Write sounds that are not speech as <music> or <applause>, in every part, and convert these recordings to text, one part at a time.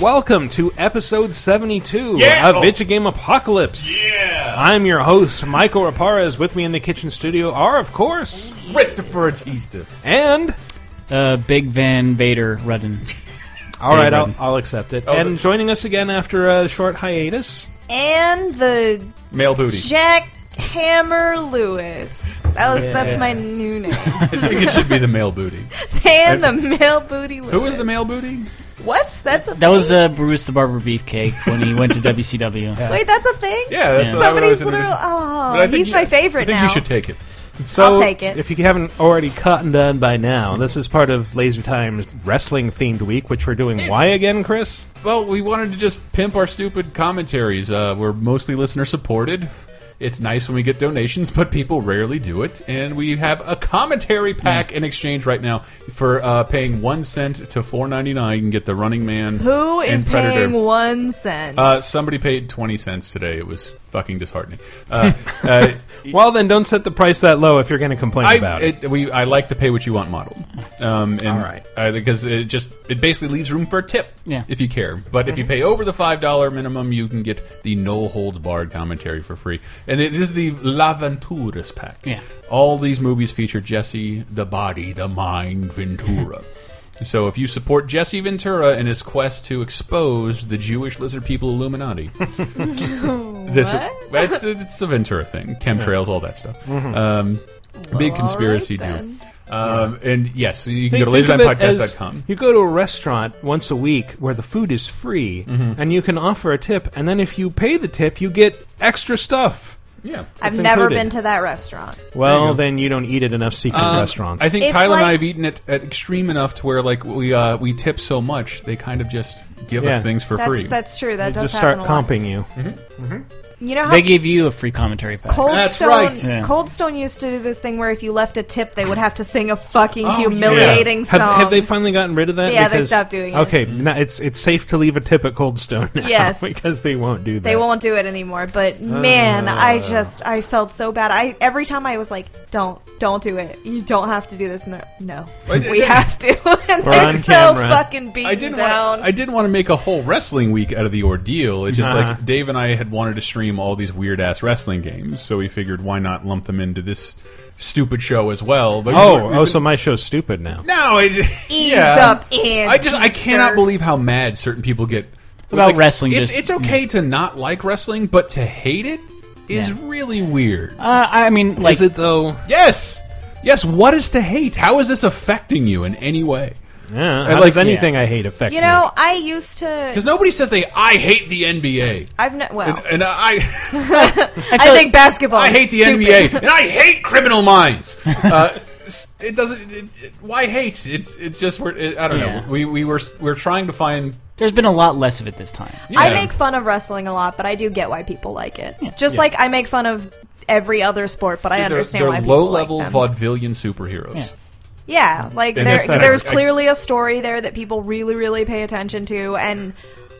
Welcome to episode 72 Yeah! of Oh. Video Game Apocalypse. Yeah. I'm your host, Michael Rapara. Is with me in the kitchen studio are, of course, Christopher Teaster. and Uh, Big Van Vader Rudden. all right, Hey, I'll, Brendan. I'll accept it. Oh, and the- joining us again after a short hiatus, and the Male booty. Jack Hammer Lewis. That was that's my new name. <laughs> I think it should be the male booty. and the male booty Lewis. Who is the male booty? What? That's a That thing? was uh, Bruce the Barber Beefcake when <laughs> he went to WCW. Wait, that's a thing. Yeah, that's Yeah. what I would always Somebody's literal. introduce- But I Oh, think he's you- my favorite I think now. you should take it. so I'll take it. if you haven't already cottoned on by now, this is part of Laser Time's wrestling themed week, which we're doing. Why again, Chris? Well, we wanted to just pimp our stupid commentaries. Uh, we're mostly listener supported. It's nice when we get donations, but people rarely do it. And we have a commentary pack in exchange right now for uh, paying one cent to four ninety nine. You can get the Running Man. Who is and Predator. paying one cent? Uh, somebody paid twenty cents today. It was fucking disheartening. <laughs> Uh, uh, Well, then don't set the price that low if you're going to complain I, about it. it, We, I like the pay what you want model. Um, and, All right. uh, because it just it basically leaves room for a tip Yeah. if you care. But if you pay over the five dollar minimum, you can get the no holds barred commentary for free. And it is the La Venturas pack. Yeah. All these movies feature Jesse, the body, the mind, <laughs> Ventura. So if you support Jesse Ventura in his quest to expose the Jewish lizard people <laughs> Illuminati, this What? it's it's a Ventura thing, chemtrails, all that stuff. Mm-hmm. Um, big all conspiracy right deal. then. Um, and yes, you can Think go to of it as lasertimepodcast.com. You go to a restaurant once a week where the food is free, Mm-hmm. and you can offer a tip. And then if you pay the tip, you get extra stuff. Yeah. I've it's never included. been to that restaurant. Well, go. then you don't eat at enough secret Um, restaurants. I think It's Tyler and I like- have eaten it at extreme enough to where like we uh, we tip so much they kind of just give Yeah. us things for That's free. that's true. That does just start happen a lot. comping you. You know how They gave you a free commentary pack. Cold That's Stone, right. Yeah. Cold Stone used to do this thing where if you left a tip, they would have to sing a fucking Oh, yeah. humiliating Have, song. have they finally gotten rid of that? Yeah, they Because- stopped doing it. Okay, Mm-hmm. now it's it's safe to leave a tip at Cold Stone now Yes. <laughs> because they won't do that. They won't do it anymore. But man, I Uh. just I felt so bad. I every time I was like, "Don't, don't do it. You don't have to do this." And they're, no, But- we have to. <laughs> and We're they're on so camera. fucking beaten I didn't down. want I didn't want to make a whole wrestling week out of the ordeal. It's just Uh-huh. like Dave and I had wanted to stream all these weird ass wrestling games, so we figured why not lump them into this stupid show as well. But Oh, we've oh, been- so my show's stupid now. no, it, <laughs> Ease yeah. up, Ann I just I Teaster. cannot believe how mad certain people get with, About wrestling, It's, just- it's okay to not like wrestling, but to hate it is Yeah. really weird. Uh, I mean, like, Is it though? yes, yes. What is to hate? How is this affecting you in any way? Yeah, I how like- does anything I hate affect you know, I used to. Because nobody says they I hate the NBA. I've no, well, And I <laughs> I think basketball. I is hate the stupid. NBA, and I hate Criminal Minds. Uh, s- it doesn't. It, it, why hate? It, it's just we're. It, I don't Yeah. know. We we were we're trying to find. there's been a lot less of it this time. I Yeah. make fun of wrestling a lot, but I do get why people like it. Just like I make fun of every other sport, but I They're, understand they're why people low level like them. vaudevillian superheroes. Yeah. Yeah, like And there, that's that- there's I- I- clearly a story there that people really, really pay attention to, and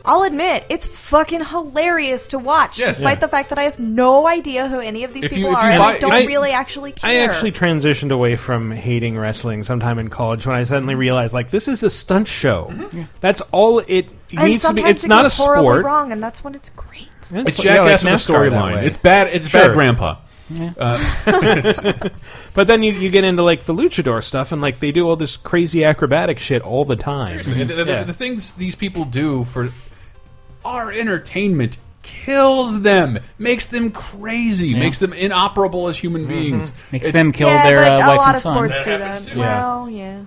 I'll admit it's fucking hilarious to watch, Yes. despite Yeah. the fact that I have no idea who any of these If you- people if are, you and buy- I don't I- really actually care. I actually transitioned away from hating wrestling sometime in college when I suddenly realized, like, this is a stunt show. That's all it Mm-hmm. and needs to be. sometimes It's it not a goes horribly sport. wrong, and that's when it's great. It's jackass with a storyline. It's bad. It's Sure. bad, Grandpa. but then you, you get into like the luchador stuff, and like they do all this crazy acrobatic shit all the time. Seriously, the, the- Yeah. the things these people do for our entertainment kills them, makes them crazy, makes them inoperable as human beings. Makes It- them kill yeah, their but uh, a wife lot and of son. sports That do happens that. too. Yeah. Well, yeah.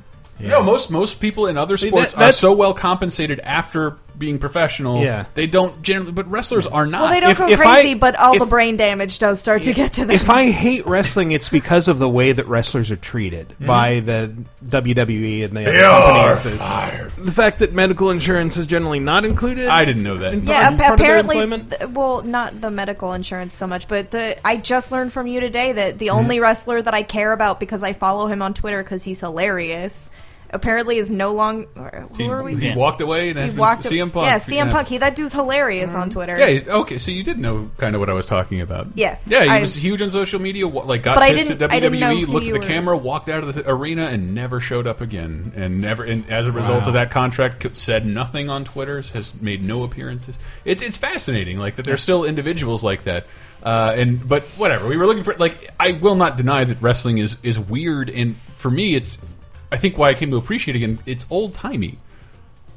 No, most most people in other that- sports are that's- so well compensated after being professional. Yeah. they don't generally, but wrestlers are not. Well, they don't If- go if I- crazy, but all the if- brain damage does start to get to them. Mm-hmm. If I hate wrestling, it's because of the way that wrestlers are treated Mm-hmm. by the WWE and the other companies. that- The fact that medical insurance is generally not included. I didn't know that. in Yeah, part- ap- part of their apparently, employment. th- well, not the medical insurance so much, but the I just learned from Mm-hmm. you today that the only wrestler that I care about because I follow him on Twitter because he's hilarious apparently is no long. or Who He, are we? he Yeah. walked away and He has been walked- CM Punk. Yeah, CM Punk. He that dude's hilarious Mm-hmm. on Twitter. Yeah. he's- Okay. So you did know kind of what I was talking about. Yes, Yeah. He I was was- huge on social media. wa- Like got But I pissed didn't- at I didn't know WWE, who looked at you the were. camera, walked out of the arena, and never showed up again. And never. And as a result of that contract, c- said nothing on Twitter's. Has made no appearances. It's it's fascinating. Like that. There's still individuals like that. Uh, and but whatever. We were looking for. Like I will not deny that wrestling is is weird. And for me, it's. I think why I came to appreciate it again. It's old timey.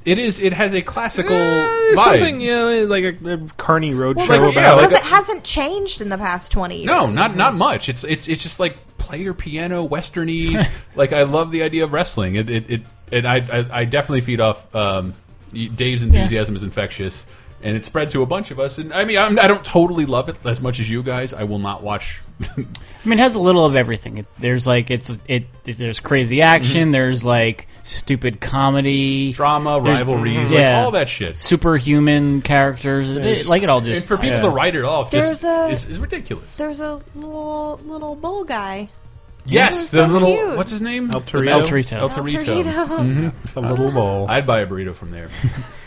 It is. It has a classical there's vibe. eh, something, yeah, like a, a carny road show like, Because about. it, yeah, like- because it hasn't changed in the past twenty years. No, not not much. It's it's it's just like player piano <laughs> westerny. like I love the idea of wrestling. It it, it and I, I I definitely feed off um, y- Dave's enthusiasm is infectious. And it spread to a bunch of us. And I mean, I'm, I don't totally love it as much as you guys. I will not watch. <laughs> I mean, it has a little of everything. It, there's like it's it. There's crazy action. Mm-hmm. There's like stupid comedy, Drama, There's- rivalries, like, all that shit. Superhuman characters. It- There's- like it all just uh, and for people yeah. to write it off just There's a- is, is ridiculous. There's a little little bull guy. yes, the they're so little cute. what's his name? El Torito. El Torito. El El Torito. <laughs> Torito. a little bowl. I'd buy a burrito from <laughs> there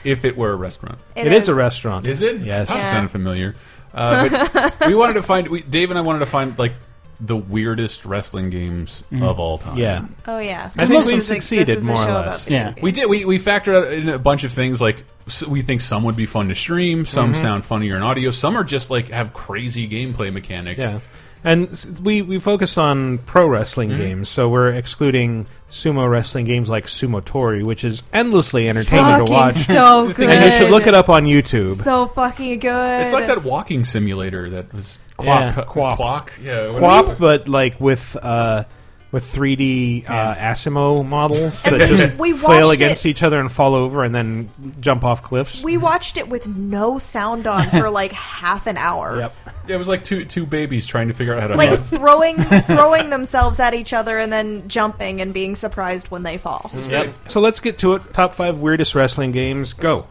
if it were a restaurant. it is a restaurant. Is it? Yes. That Yeah. sounded familiar. Uh, <laughs> but we wanted to find. We, Dave and I wanted to find like the weirdest wrestling games of all time. Mm-hmm. Yeah. Oh yeah. I think we've This is a- this succeeded, is a more or show about less. video Yeah. games. We did. We, we factored out in a bunch of things like s we think some would be fun to stream, some Mm-hmm. sound funnier in audio, some are just like have crazy gameplay mechanics. Yeah. And s- we we focus on pro wrestling games, so we're excluding sumo wrestling games like Sumo Tori, which is endlessly entertaining Fucking to watch. so <laughs> good. and you should look it up on YouTube. So fucking good. It's like that walking simulator that was Yeah, Quap. Quap. Yeah. what- Quap, but like with uh, with 3D uh, Asimo models that just we flail watched against it- each other and fall over and then jump off cliffs. We watched it with no sound on <laughs> for like half an hour. yep. It was like two two babies trying to figure out how to Like hug. <laughs> throwing throwing themselves at each other and then jumping and being surprised when they fall. Yep. So let's get to it. Top five weirdest wrestling games. Go.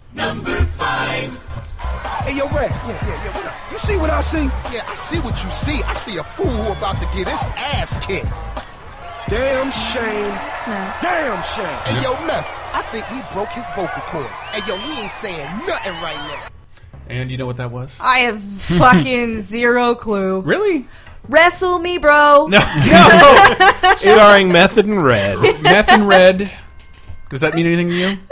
Hey, yo, Ray. Yeah, yeah, yeah. What up? You see what I see? Yeah, I see what you see. I see a fool who about to get his ass kicked. Damn shame. Mm. Snap. Damn shame. Hey, yo, Meth. I think he broke his vocal cords. Hey, yo, he ain't saying nothing right now. And you know what that was? I <laughs> have fucking zero clue. Really? Wrestle me, bro. <laughs> Starring Method and Red. Meth and red. Does that mean anything to you? No.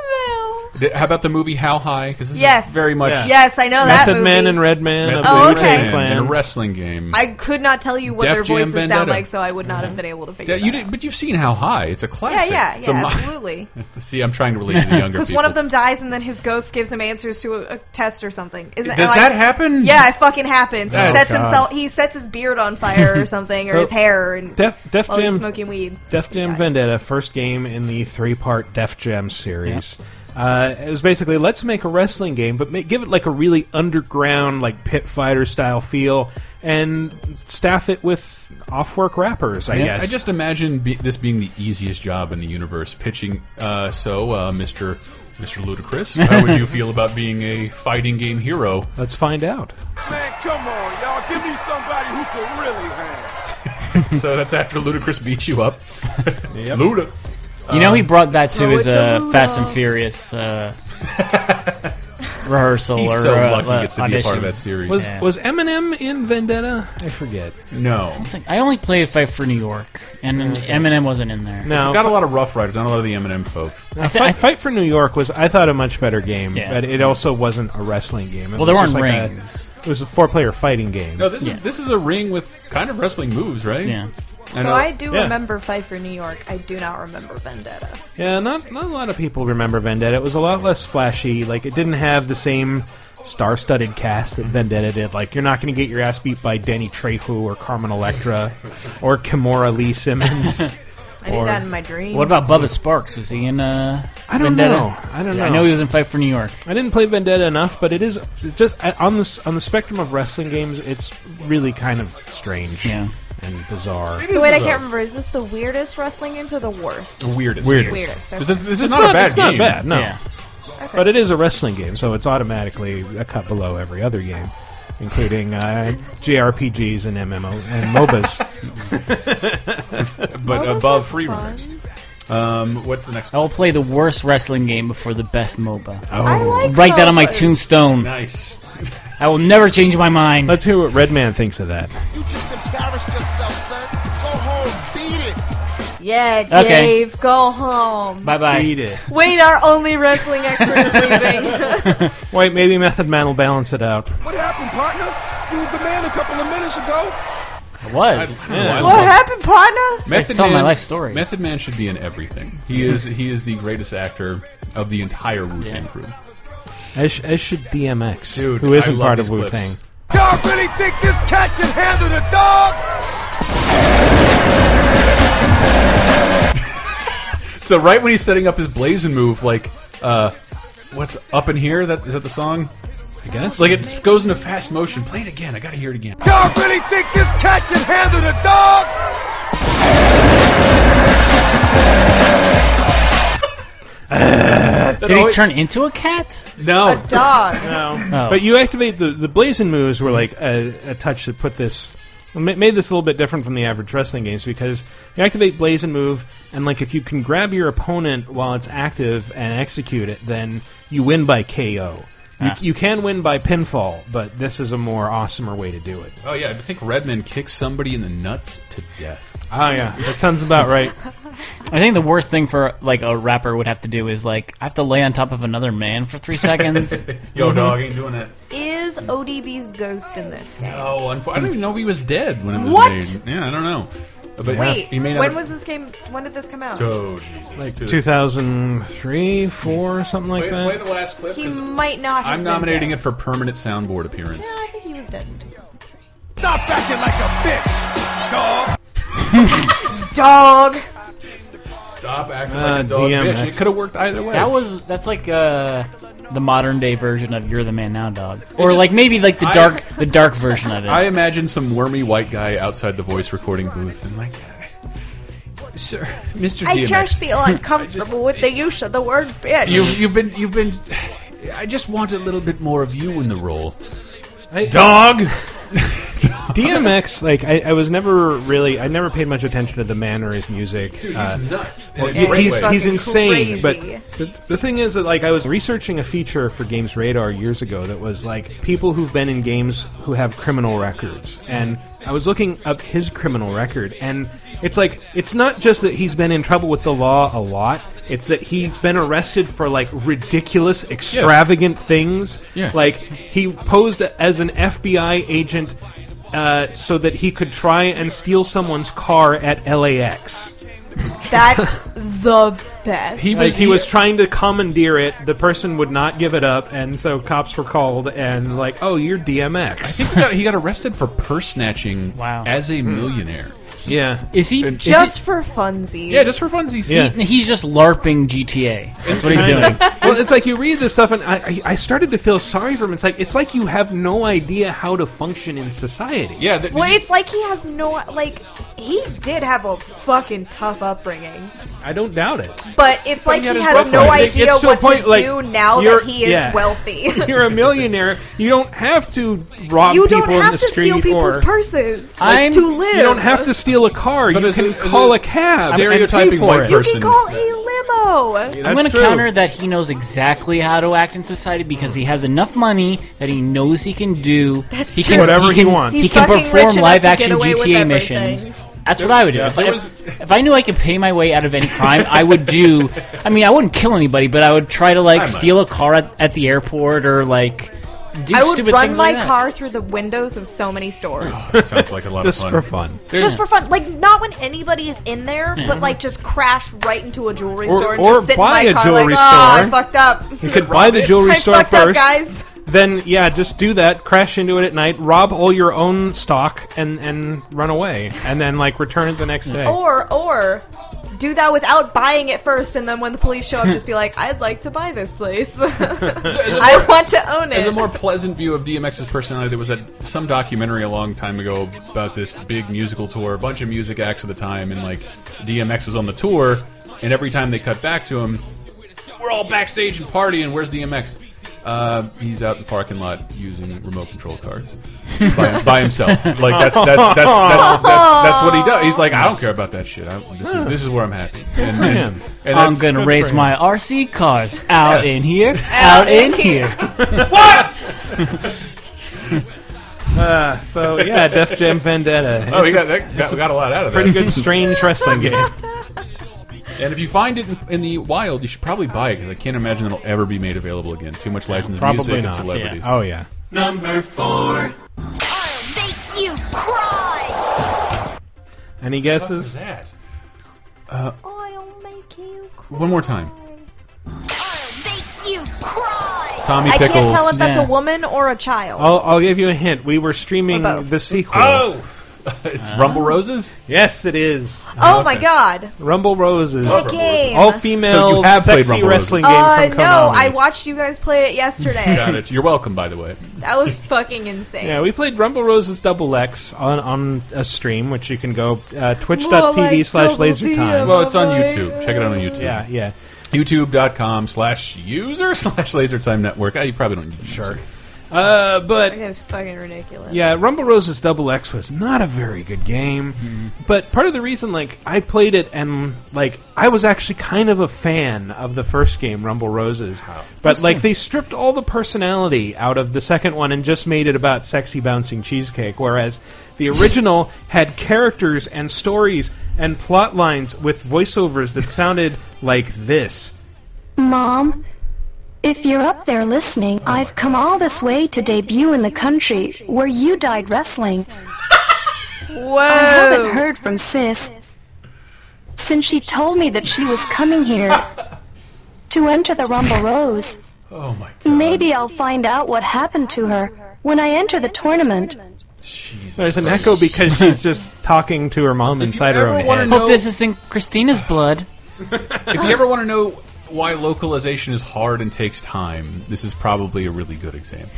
Th- How about the movie How High? Because this Yes. is very much Yeah. <laughs> Yes, I know that Method movie. Man and Red Man. Method of Oh, the Man okay. Wu-Tang Clan. and a wrestling game. I could not tell you what Def their Jam voices sound Vendetta. Uh-huh. like, so I would not have been able to figure. Yeah, you that out. did, but you've seen How High. It's a Yeah, classic. yeah, It's a yeah, mo- <laughs> absolutely. See, I'm trying to relate <laughs> to the younger Because people. one of them dies, and then his ghost gives him answers to a, a test or something. Is Does that happen? Yeah, it fucking happens. He Oh, sets God. himself. He sets his beard on fire or something, or So, his hair, and Def, Def while he's Jam smoking weed. Def Jam Guys. Vendetta, first game in the three-part Def Jam series. Uh, it was basically let's make a wrestling game, but make, give it like a really underground, like pit fighter style feel, and staff it with off-work rappers. I guess. I just imagine be, this being the easiest job in the universe. Pitching. Uh, so, uh, Mr. Mr. Ludacris, how would you feel about being a fighting game hero? <laughs> let's find out. Man, come Oh, on, y'all. Give me somebody who can really hang. so that's after Ludacris beats you up. <laughs> Luda. You know, he brought that to Throw his it to uh, Luda. Fast and Furious uh, rehearsal He's or so uh, lucky he uh, gets to be a part of audition. that series. Was Yeah. was Eminem in Vendetta? I forget. no. I only played Fight for New York, and Eminem wasn't in there. No, It's got a lot of Rough Riders, not a lot of the Eminem folk. Now, Fight, Fight for New York was, I thought, a much better game, Yeah. but it also wasn't a wrestling game. It Well, there was just weren't like a- rings. it was a four-player fighting game. No, this is Yeah. this is a ring with kind of wrestling moves, right? Yeah. So know- I do yeah. remember Fight for New York. I do not remember Vendetta. Yeah, not not a lot of people remember Vendetta. It was a lot less flashy. Like it didn't have the same star-studded cast that Vendetta did. Like you're not going to get your ass beat by Danny Trejo or Carmen Electra or Kimora Lee <laughs> Simmons. I do Or- that in my dreams. What about Bubba Sparks? Was he in? Uh, I don't Vendetta? know. I don't know. I know he was in Fight for New York. I didn't play Vendetta enough, but it is it's just I- on this on the spectrum of wrestling games. It's really kind of strange Yeah. and bizarre. So wait, I can't remember. Is this the weirdest wrestling games or the worst? The weirdest. Weirdest. Weirdest, okay. This, is- this is It's not, a bad it's not game. bad. No, Yeah. but it is a wrestling game, so it's automatically a cut below every other game, including uh, JRPGs <laughs> and MMO and MOBAs. But What was above that free fun? runners. Um, what's the next? I will play the worst wrestling game before the best MOBA. I like Write that on my those. tombstone. Nice. I will never change my mind. Let's hear what Redman thinks of that. You just embarrassed yourself, son. Go home, beat it. Yeah, Okay. Dave, go home. Bye bye. it. Wait, our only wrestling expert is leaving. Wait, maybe Method Man will balance it out. What happened, partner? You was the man a couple of minutes ago. Oh, Was what happened, partner? Method tell my life story. Method Man should be in everything. He is he is the greatest actor of the entire Wu Tang crew. As, sh- as should DMX, Dude, who I isn't love part these of Wu clips. Tang. Y'all really think this cat can handle the dog? So right when he's setting up his blazing move, like uh, what's up in here? That is that the song? I guess. Like it goes into fast motion. Play it again. I gotta hear it again. Y'all really think this cat can handle the dog? Did he turn into a cat? No. Dog. Oh. But you activate the the blazing moves were like a, a touch that put this ma- made this a little bit different from the average wrestling games because you activate blazing move and like if you can grab your opponent while it's active and execute it, then you win by KO. You, you can win by pinfall, but this is a more awesomer way to do it. Oh yeah, I think Redman kicks somebody in the nuts to death. Oh yeah, that sounds about right. I think the worst thing for like a rapper would have to do is like I have to lay on top of another man for <laughs> three seconds. Yo, Mm-hmm. dog, ain't doing that. Is ODB's ghost in this game? Oh, unfo- I don't even know if he was dead when it was What? made. Yeah, I don't know. But Wait, he may not when have- was this game? When did this come out? Oh, Jesus. Like Dude. 2003, four, something like Play, play that. the last clip. He 'cause might not. Have I'm been nominating dead. it for permanent soundboard appearance. No, I think he was dead in 2003. Stop acting like a bitch, dog. Dog. Stop acting Uh, like a dog DMX. bitch. It could have worked either way. that was that's like uh, the modern day version of "You're the Man Now, Dog," or just- like maybe like the I- dark the dark version of it. I imagine some wormy white guy outside the voice recording booth and like, sir, Mr. I DMX, just feel <laughs> uncomfortable with the use of the word bitch. you've you've been you've been. I just want a little bit more of you in the role, I- dog. DMX, like I, I was never really, I never paid much attention to the man or his music. Dude, he's Uh, nuts. in a Yeah, great he's, way. he's fucking insane. crazy. But the, the thing is that like I was researching a feature for Games Radar years ago that was like people who've been in games who have criminal records, and I was looking up his criminal record, and it's like it's not just that he's been in trouble with the law a lot. It's that he's been arrested for like ridiculous, extravagant things. Yeah. Like he posed as an FBI agent uh, so that he could try and steal someone's car at LAX. <laughs> That's the best. He Like was, he was trying to commandeer it, the person would not give it up, and so cops were called and like, "Oh, you're DMX." He got, he got arrested for purse snatching Wow. as a millionaire. <laughs> yeah, is he And- is just for funsies. Yeah, just for funsies. yeah. he- he's just larping GTA? That's what he's doing. well, it's like you read this stuff, and I, I- I started to feel sorry for him. It's like it's like you have no idea how to function in society. Yeah, th- Well, it's like he has no like. He did have a fucking tough upbringing, I don't doubt it. <laughs> but it's like he had he his has rough no life. It- idea it's to a what point, to like, do now you're- that he is yeah. wealthy. <laughs> You're a millionaire. You don't have to rob you people don't in have the to street steal people's or purses I'm- like, to live. you don't have to steal a car. But you is can it- is call it a cab. and pay stereotyping for white it. You can persons call that- a limo. That's I'm going to true. counter that he knows exactly how to act in society because he has enough money that he knows he can do. That's he true. can, Whatever he can- wants. He He's can fucking rich perform enough live to get action away with GTA everything. missions. That's what I would do. Yeah, if, there I, was- if I knew I could pay my way out of any crime, I would do. I mean, I wouldn't kill anybody, but I would try to I like might. steal a car at, at the airport or like do I would stupid run things my like that. car through the windows of so many <laughs> stores. That sounds like a lot of just fun. for fun. just for fun. Like, not when anybody is in there, but like just crash right into a jewelry Or- store and or just sit in buy my a car jewelry like, oh, I store." fucked up. You could buy the jewelry <laughs> I store fucked first. up, guys. Then yeah, just do that. Crash into it at night. Rob all your own stock and and run away. And then like return it the next day. Or, or do that without buying it first, and then when the police show up, just be <laughs> like, I'd like to buy this place. <laughs> I want to own As it. a more pleasant view of DMX's personality, there was that some documentary a long time ago about this big musical tour, a bunch of music acts at the time, and like DMX was on the tour, and every time they cut back to him, we're all backstage and partying. Where's DMX? Uh, he's out in the parking lot using remote control cars by, by himself. Like that's that's that's, that's that's that's that's what he does. He's like, I don't care about that shit. I, this is this is where I'm happy. And, and, him. and I'm <laughs> then- gonna for race him. my RC cars out in <laughs> here, out in here. Uh, so yeah, Def Jam Vendetta. <laughs> Oh, he got, that, got, got a lot out of that. Pretty good, strange wrestling game. <laughs> And if you find it in, in the wild, you should probably buy it because I can't imagine it'll ever be made available again. Too much licensed probably music and not, celebrities. Oh yeah. I'll make you cry. Any What is guesses? that? I'll make you cry. One more time. <laughs> I'll make you cry. Tommy I Pickles. can't tell if that's Yeah. a woman or a child. I'll, I'll give you a hint. We were streaming Or both. the sequel. Oh, it's Rumble Roses. Yes, it is oh my god. Rumble Roses. What game? All female So you have played sexy Rumble Roses. wrestling Uh, game from no, Konami. I watched you guys play it yesterday. Got it. You're welcome, by the way. that was fucking insane. yeah, we played Rumble Roses Double X on, on a stream, which you can go uh, More twitch.tv like slash Double lasertime. DM. Well, it's on Bye-bye. YouTube. Check it out on YouTube. Yeah, yeah. YouTube.com slash user <laughs> slash lasertime network. Uh, You probably don't need Sure. Uh, but It was fucking ridiculous. Yeah, Rumble Roses Double X was not a very good game, Mm-hmm. but part of the reason, like, I played it and like I was actually kind of a fan of the first game, Rumble Roses. But like, they stripped all the personality out of the second one and just made it about sexy bouncing cheesecake, whereas <laughs> the original had characters and stories and plot lines with voiceovers that sounded like this. Mom, if you're up there listening, I've come all this way to debut in the country where you died wrestling. I Oh. haven't Whoa. heard from Sis since she told me that she was coming here to enter the Rumble Rose. Oh my god. Maybe I'll find out what happened to her when I enter the tournament. There's an echo because <laughs> she's just talking to her mom inside her ever own wanna head. know- Hope this is in Christina's blood. If you ever want to know why localization is hard and takes time, this is probably a really good example.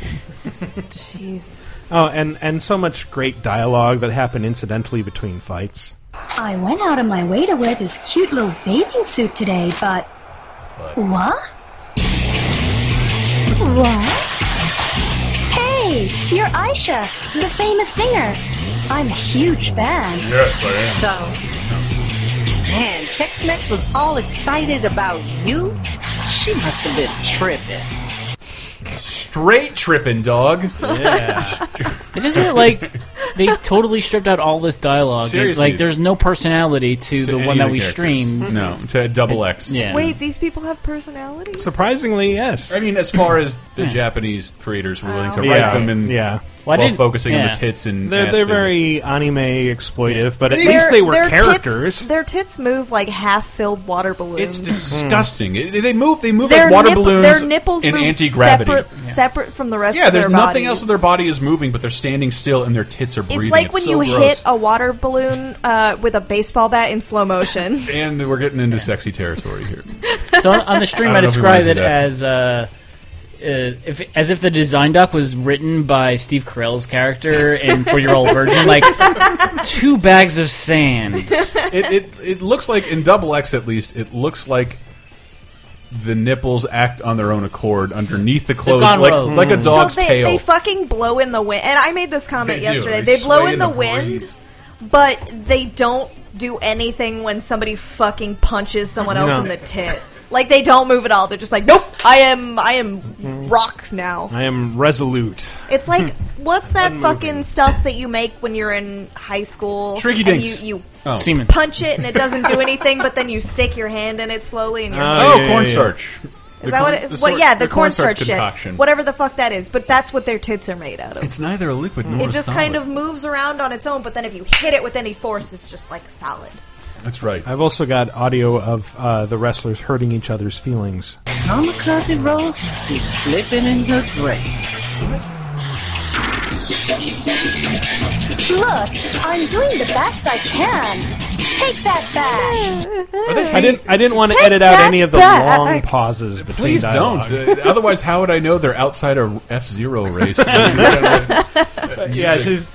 Jesus. Oh, and and so much great dialogue that happened incidentally between fights. I went out of my way to wear this cute little bathing suit today, but. What? What? Hey, you're Aisha, the famous singer. I'm a huge fan. Yes, I So, man, Tex Mex was all excited about you. She must have been tripping. Straight tripping, dog. It is really like they totally stripped out all this dialogue. Seriously. Like there's no personality to, To the any one of that the we characters. streamed. No, to double X. Yeah. Wait, these people have personalities? Surprisingly, yes. I mean, as far as the Japanese creators were willing to write yeah, them in, yeah. Why while didn't- focusing on yeah. the tits and They're ass they're physics. very anime exploitive, but at Their- least they were their tits- characters. their tits move like half-filled water balloons. It's disgusting. It- they move. They move Hmm. their like water nip- balloons. Their nipples in move anti-gravity. separate, separate from the rest Yeah, of their there's nothing bodies. else that their body is moving, but they're standing still and their tits are breathing. It's like when so you gross. hit a water balloon uh, with a baseball bat in slow motion. <laughs> And we're getting into sexy territory here. So <laughs> on, on the stream, I I, don't know if we wanna described do it that. as uh, uh, if as if the design doc was written by Steve Carell's character in Four Year Old <laughs> Virgin, like two bags of sand. it, it it looks like in double X at least it looks like the nipples act on their own accord underneath the clothes, gone like rogue. like a dog's Hmm. so they, tail. they fucking blow in the wind. And I made this comment They do. yesterday. They They, blow sway in in the, the wind, breeze. but they don't do anything when somebody fucking punches someone else No. in the tit. Like they don't move at all. They're just like, nope. I am. I Mm-hmm. am rocks now. I am resolute. <laughs> It's like what's that fucking stuff that you make when you're in high school? Shrinky and dinks. You, you oh, Semen. punch it and it doesn't do anything, but then you stick your hand in it slowly and you're. Oh, oh yeah, yeah, cornstarch. is that what? It, well, yeah, the, cornstarch shit. Whatever the fuck that is, but that's what their tits are made out <laughs> of. It's neither a liquid nor it just kind of moves around on its own, but then if you hit it with any force, it's just like solid. That's right. I've also got audio of uh, the wrestlers hurting each other's feelings. Kamikaze Rose must be flipping in her grave. Look, I'm doing the best I can. Take that back. I didn't. I didn't want to Take edit out that any of the back. long pauses between. Please dialogue. don't. Uh, otherwise, how would I know they're outside a F Zero <laughs> race? yeah, Yeah, she's.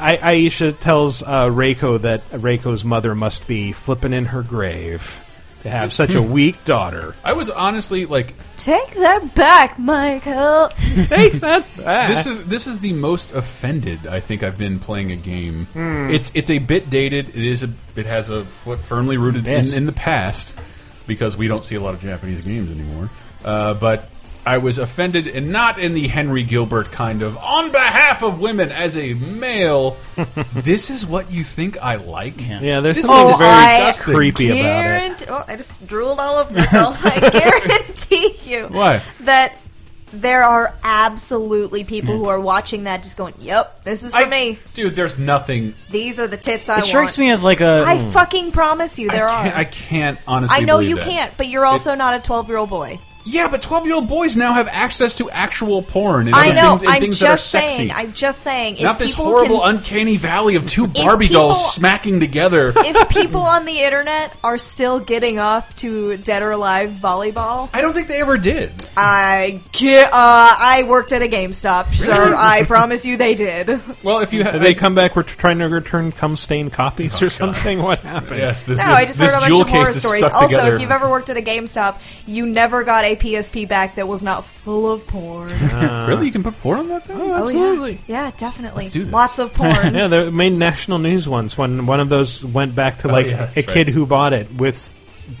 I, Aisha tells uh, Reiko that Reiko's mother must be flipping in her grave. to <laughs> have such a weak daughter. I was honestly like, Take that back, Michael. Take that back. this is this is the most offended I think I've been playing a game. Hmm. It's it's a bit dated. It is a, it has a foot firmly rooted in, Yes. in the past because we don't see a lot of Japanese games anymore. Uh, but I was offended, and not in the Henry Gilbert kind of on behalf of women as a <laughs> male. this is what you think I like. yeah, there's This something is very I disgusting. creepy about it. guarant- Oh, I just drooled all over myself. <laughs> I guarantee you Why? that there are absolutely people who are watching that just going, "Yep, this is for I- me. dude. There's nothing. These are the tits I It strikes want." me as like a I fucking promise you, there I can't, are. I can't honestly. I know believe you that. can't, but you're also not a 12 year old boy. Yeah, but twelve-year-old boys now have access to actual porn and I other know. things, and I'm things just that are sexy. saying. I'm just saying. If Not this people horrible, can s- uncanny valley of two Barbie people- dolls smacking <laughs> together. if people on the internet are still getting off to Dead or Alive volleyball, I don't think they ever did. I get. Uh, I worked at a GameStop, sir. I promise you, <laughs> they did. Well, if you ha- Did they come back? We're trying to return cum stained copies Oh, or something. What happened? Yes, this, No, this, I just this heard a jewel bunch of horror case is stories. stuck Also, together. if you've ever worked at a GameStop, you never got a PSP back that was not full <laughs> of porn. Uh, really, you can put porn on that thing. Oh, Absolutely. yeah. yeah, definitely. Let's do this. Lots <laughs> of porn. <laughs> Yeah, they made national news once when one of those went back to like Oh, yeah, a that's kid right. who bought it with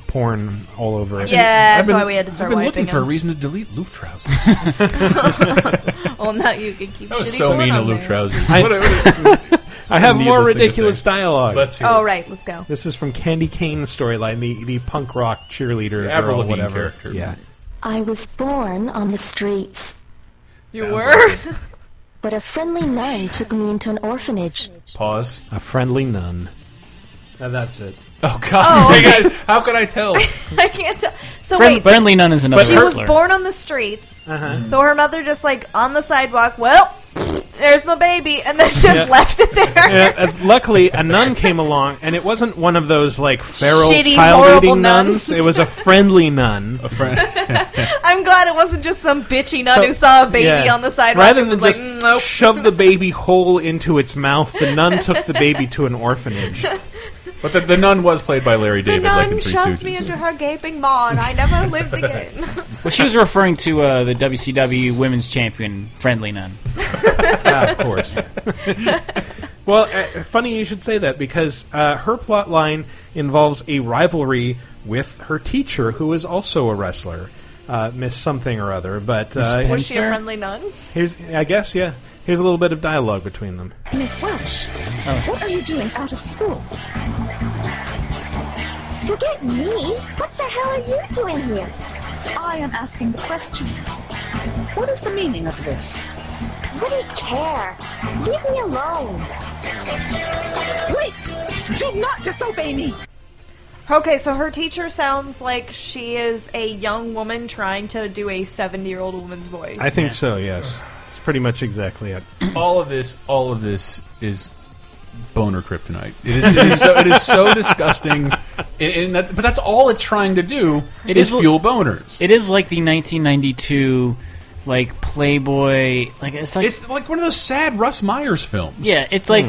porn all over it. Yeah, that's I've been- why we had to start I've been wiping looking for a them. reason to delete loof <laughs> trousers. well, now you can keep. That was shitty so porn mean to on loof there. trousers. I- What a- what a- I have more Needless thing to ridiculous say. <laughs> dialogue. Let's hear Oh it. right, let's go. this is from Candy Cane's storyline, the, the punk rock cheerleader Yeah, girl, Avril Lavigne whatever. character. Yeah, I was born on the streets, You Sounds were. <laughs> like it. but a friendly nun took me into an orphanage. Pause. a friendly nun. Now that's it. Oh God! They got- how could I tell? I can't tell. So friend, wait, so friendly nun is another she was slur. born on the streets. So her mother just like on the sidewalk. Well, there's my baby, and then just left it there. Yeah, uh, luckily, a nun came along, and it wasn't one of those like feral Shitty, horrible child-eating nuns. nuns. It was a friendly nun. <laughs> Friend- I'm glad it wasn't just some bitchy nun who So- saw a baby Yeah. on the sidewalk Rather and than was like, just "Mm, nope. shove the baby whole into its mouth, the nun took the baby to an <laughs> orphanage. but the, the nun was played by Larry The David, like in nun Three shoved Stooges. me into her gaping maw, and <laughs> I never lived again. <laughs> Well, she was referring to uh, the WCW Women's Champion, Friendly Nun. Ah, of course. well, uh, funny you should say that because uh, her plot line involves a rivalry with her teacher, who is also a wrestler, uh, Miss something or other. But uh, was she a friendly nun? here's, I guess, yeah. Here's a little bit of dialogue between them. Miss Welch, what are you doing out of school? Forget me. What the hell are you doing here? I am asking the questions. What is the meaning of this? What do you care? Leave me alone. Wait! Do not disobey me! Okay, so her teacher sounds like she is a young woman trying to do a 70 year old woman's voice. I think so. Yes, it's pretty much exactly it. all of this, all of this is boner kryptonite. It is, it is, so, it is <laughs> so disgusting, and, and that, but that's all it's trying to do It is is l- fuel boners. It is like the 1992, like Playboy, like it's like it's like one of those sad Russ Myers films. yeah, it's like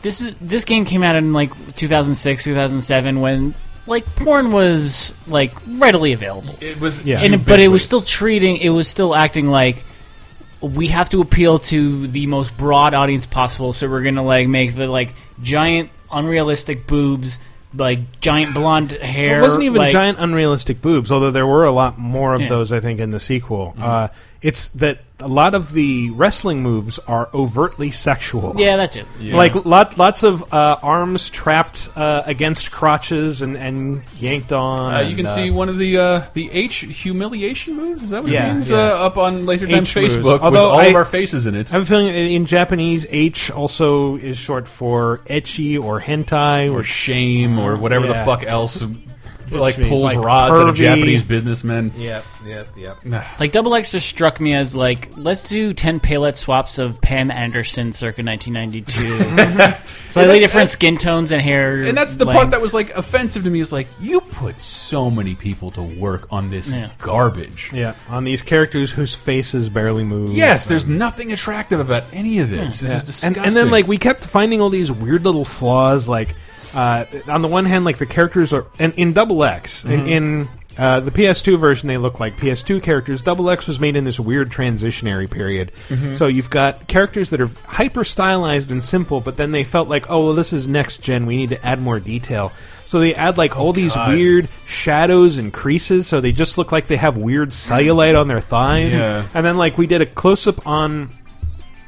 this is this game came out in like 2006, 2007 when like porn was like readily available, It was, Yeah. and but it was ubiquitous. still treating, it was still acting like we have to appeal to the most broad audience possible, so we're gonna like make the like giant unrealistic boobs. Like giant blonde hair. It wasn't even like- giant unrealistic boobs, although there were a lot more of Yeah. those, I think, in the sequel. Uh, it's that a lot of the wrestling moves are overtly sexual. Yeah, that's it. Like lot, lots of uh, arms trapped uh, against crotches and, and yanked on. Uh, you can and, uh, see one of the uh, the H humiliation moves. Is that what it Yeah, means? yeah. Uh, up on H Lasertime's moves. Facebook with Although all of I- our faces in it. I have a feeling in- in Japanese, H also is short for etchy or hentai. or Or shame or whatever Yeah. the fuck else like means, pulls like, rods out of pervy. Japanese businessmen. yep, yep, yep. Like Double X just struck me as like let's do ten palette swaps of Pam Anderson <laughs> circa 1992. Slightly different skin tones and hair, And that's the lengths. part that was like offensive to me is like you put so many people to work on this Yeah. garbage. Yeah, on these characters whose faces barely move. Yes, there's nothing attractive about any of this. This is And, disgusting. and then like we kept finding all these weird little flaws like uh, on the one hand, like the characters are and in Double X in, in uh, the PS2 version, they look like PS2 characters. Double X was made in this weird transitionary period, so you've got characters that are hyper stylized and simple, but then they felt like, oh, well, this is next gen. We need to add more detail. So they add like all these weird shadows and creases, so they just look like they have weird cellulite on their thighs. Yeah. And then like we did a close up on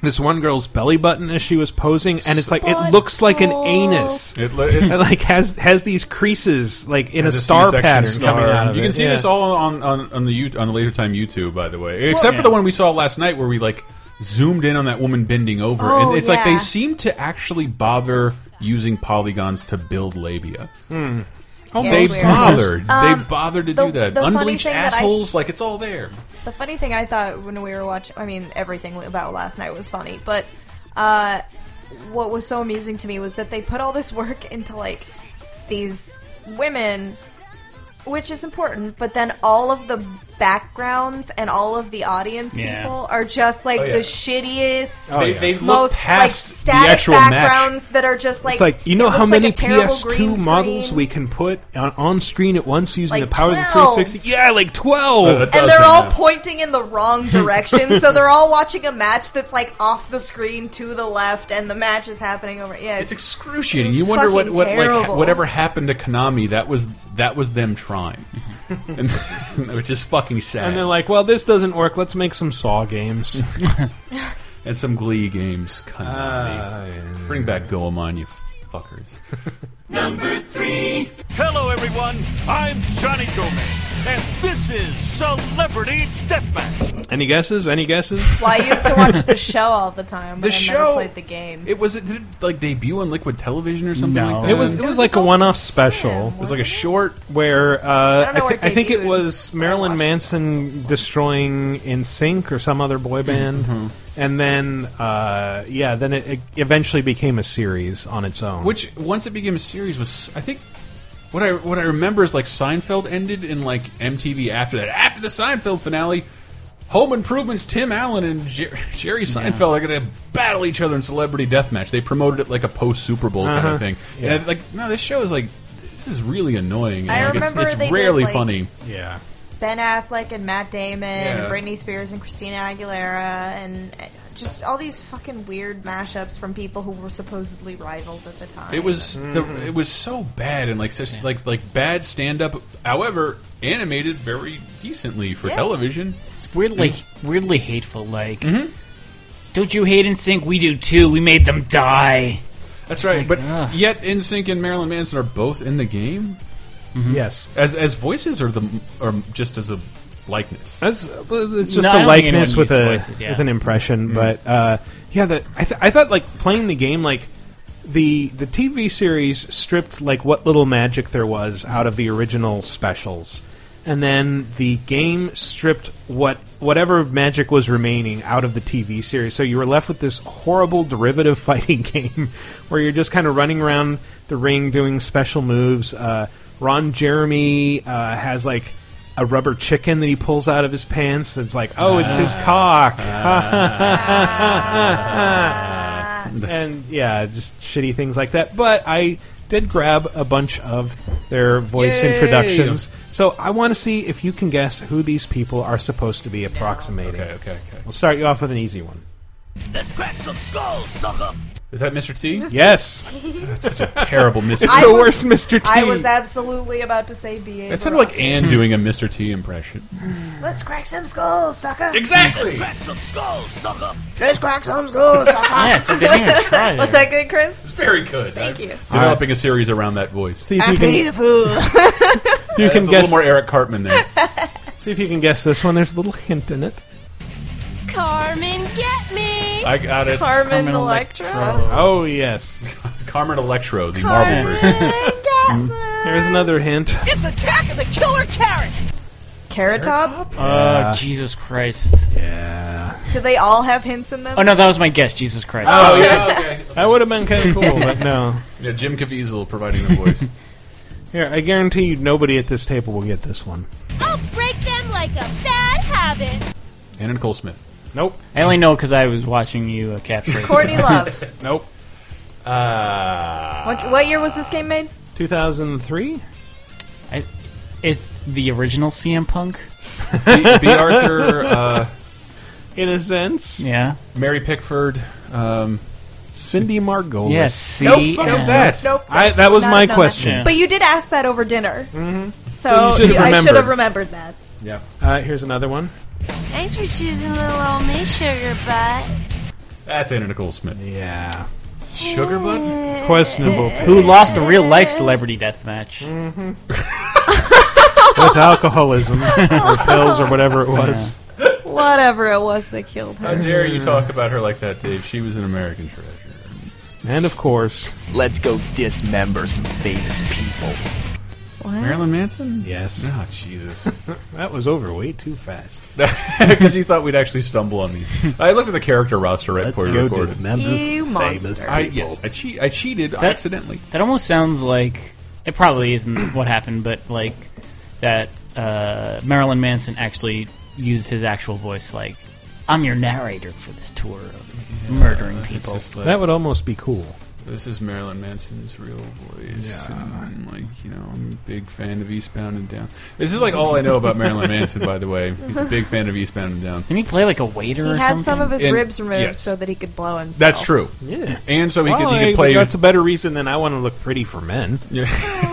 this one girl's belly button as she was posing, and it's like it looks like an anus. It, li- it It <laughs> like has has these creases like in a has a star C-section pattern star. coming out of You it. can see yeah. this all on on, on the U- on the later time YouTube, by the way, except for the one we saw last night where we like zoomed in on that woman bending over, Oh, and it's like they yeah. seem to actually bother using polygons to build labia. Yeah, they it's weird. bothered. Hmm. Um, they bothered to the- do that. the funny Unbleached thing that I- assholes, like it's all there. The funny thing I thought when we were watching, I mean, everything about last night was funny, but uh, what was so amusing to me was that they put all this work into like these women, which is important, but then all of the backgrounds and all of the audience Yeah. people are just like yeah. the shittiest. they, they look most like past the static actual match. backgrounds that are just like It's like you know it how looks many like a terrible green PS2 models screen? we can put on, on screen at once using Like the power of 12. the 360. Yeah, like twelve. Uh, and does they're that all now. pointing in the wrong direction. so <laughs> they're all watching a match that's like off the screen to the left, and the match is happening over. Yeah, It's excruciating. It's you wonder what fucking what like ha- terrible. whatever happened to Konami. That was that was them <laughs> trying, and, <laughs> which is fucking sad. and they're like, well, this doesn't work. Let's make some Saw <laughs> games. And some Glee games. Ah, Konami. Bring back Goemon, you fuckers. Hello, everyone. I'm Johnny Gomez, and this is Celebrity Deathmatch. Any guesses? Any guesses? <laughs> Well, I used to watch <laughs> the show all the time. The but I show- never played the game. It was it did it like debut on Liquid Television or something No. like that. It was it It was, was like a called one-off Spam, special. wasn't was like a short. where uh, I, don't know thi- where it I think it debuted. was Marilyn Manson destroying In Sync or some other boy band, Mm-hmm. and then uh, yeah, then it, it eventually became a series on its own. Which once it became a series was I think what I what I remember is like Seinfeld ended in like MTV after that. After the Seinfeld finale, Home Improvement's Tim Allen and Jer- Jerry Seinfeld are going to battle each other in Celebrity Deathmatch. They promoted it like a post Super Bowl kind Uh-huh. of thing. Yeah. And I- like no, this show is like this is really annoying. and, I like, remember it's, it's they did, rarely like- funny. yeah, Ben Affleck and Matt Damon Yeah. and Britney Spears and Christina Aguilera and uh, just all these fucking weird mashups from people who were supposedly rivals at the time. It was the it was so bad and like such like like bad stand up. However, animated very decently for Yeah. television. It's weirdly weirdly hateful. Like, Mm-hmm. don't you hate in sync? We do too. We made them die. That's right. like, but ugh. yet, NSYNC and Marilyn Manson are both in the game yes. as as voices, or the or just as a likeness. That's, well, it's just No, I a don't think anyone likeness with a uses voices, yeah. with an impression, but uh, yeah, the, I, th- I thought like playing the game like the the TV series stripped like what little magic there was out of the original specials, and then the game stripped what whatever magic was remaining out of the TV series. So you were left with this horrible derivative <laughs> fighting game where you're just kind of running around the ring doing special moves. Uh, Ron Jeremy uh, has like a rubber chicken that he pulls out of his pants. It's like, oh, it's his cock. Ah, <laughs> and yeah, just shitty things like that. But I did grab a bunch of their voice Yay. introductions. So I want to see if you can guess who these people are supposed to be approximating. Okay, okay, okay. We'll start you off with an easy one. Let's crack some skulls, sucker. Is that Mr. T? That's <laughs> Yes, <laughs> terrible Mr. it's I T. the was- worst Mr. T. I was absolutely about to say B.A. That sounded like Anne doing a Mr. T impression. Let's crack some skulls, sucker. Exactly. Crack some skulls, sucker. Let's crack some skulls, sucker. Yes, I didn't <laughs> even try. Was there. that good, Chris? It's very good. Thank you. Developing a series around that voice. See if you can, <laughs> if you can It's a little guess. more Eric Cartman there. See if you can guess this one. There's a little hint in it. Carmen, get me! I got it. Carmen Carmen Electra. Oh yes. Carmen Electro, the Marvel Carmen <laughs> version. Electra. <laughs> There's another hint. It's Attack of the Killer Carrot. Carrot Top? Oh, Jesus Christ. Do they all have hints in them? Oh no, that was my guess. Jesus Christ. Oh yeah, okay. That would have been kind of cool, <laughs> but no. Yeah, Jim Caviezel providing the voice. Here, I guarantee you nobody at this table will get this one. I'll break them like a bad habit! Ann and Cole Smith. Nope. I only know because I was watching you uh, capture. it. Courtney Love. Nope. Uh, What, what year was this game made? 2003? I, it's the original CM Punk. B, B. Arthur, uh, In a sense. Yeah. Mary Pickford. Um, Cindy Margolis. Yes. See, what was uh, that? Nope. I, that was Not my another. question. But you did ask that over dinner. Mm-hmm. So So you should've I should have remembered. remembered that. Yeah. Uh, here's another one. Thanks for choosing little old me, sugar butt. That's Anna Nicole Smith. Yeah. Sugar <laughs> Bud? Questionable Who lost a real life celebrity death match? with alcoholism or pills or whatever it <laughs> was. Whatever it was that killed How her. dare you talk about her like that, Dave? She was an American treasure. And of course, Let's go dismember some famous people. Marilyn Manson? yes, Oh, Jesus. that was over way too fast. <laughs> Because you thought we'd actually stumble on these. I looked at the character roster right before we recorded. You monster. I, yes, I, cheat, I cheated accidentally. That almost sounds like it probably isn't <coughs> what happened, but like that uh, Marilyn Manson actually used his actual voice, like "I'm your narrator for this tour of murdering It's people." just like- That would almost be cool. This is Marilyn Manson's real voice. And, like, you know, I'm a big fan of Eastbound and Down. This is like all I know about Marilyn Manson, by the way. He's a big fan of Eastbound and Down. Didn't he play like a waiter? He or had something? some of his And- ribs removed yes. so that he could blow himself. That's true. Yeah. And so he Well, could he I- could play. That's a better reason than I want to look pretty for men. Yeah.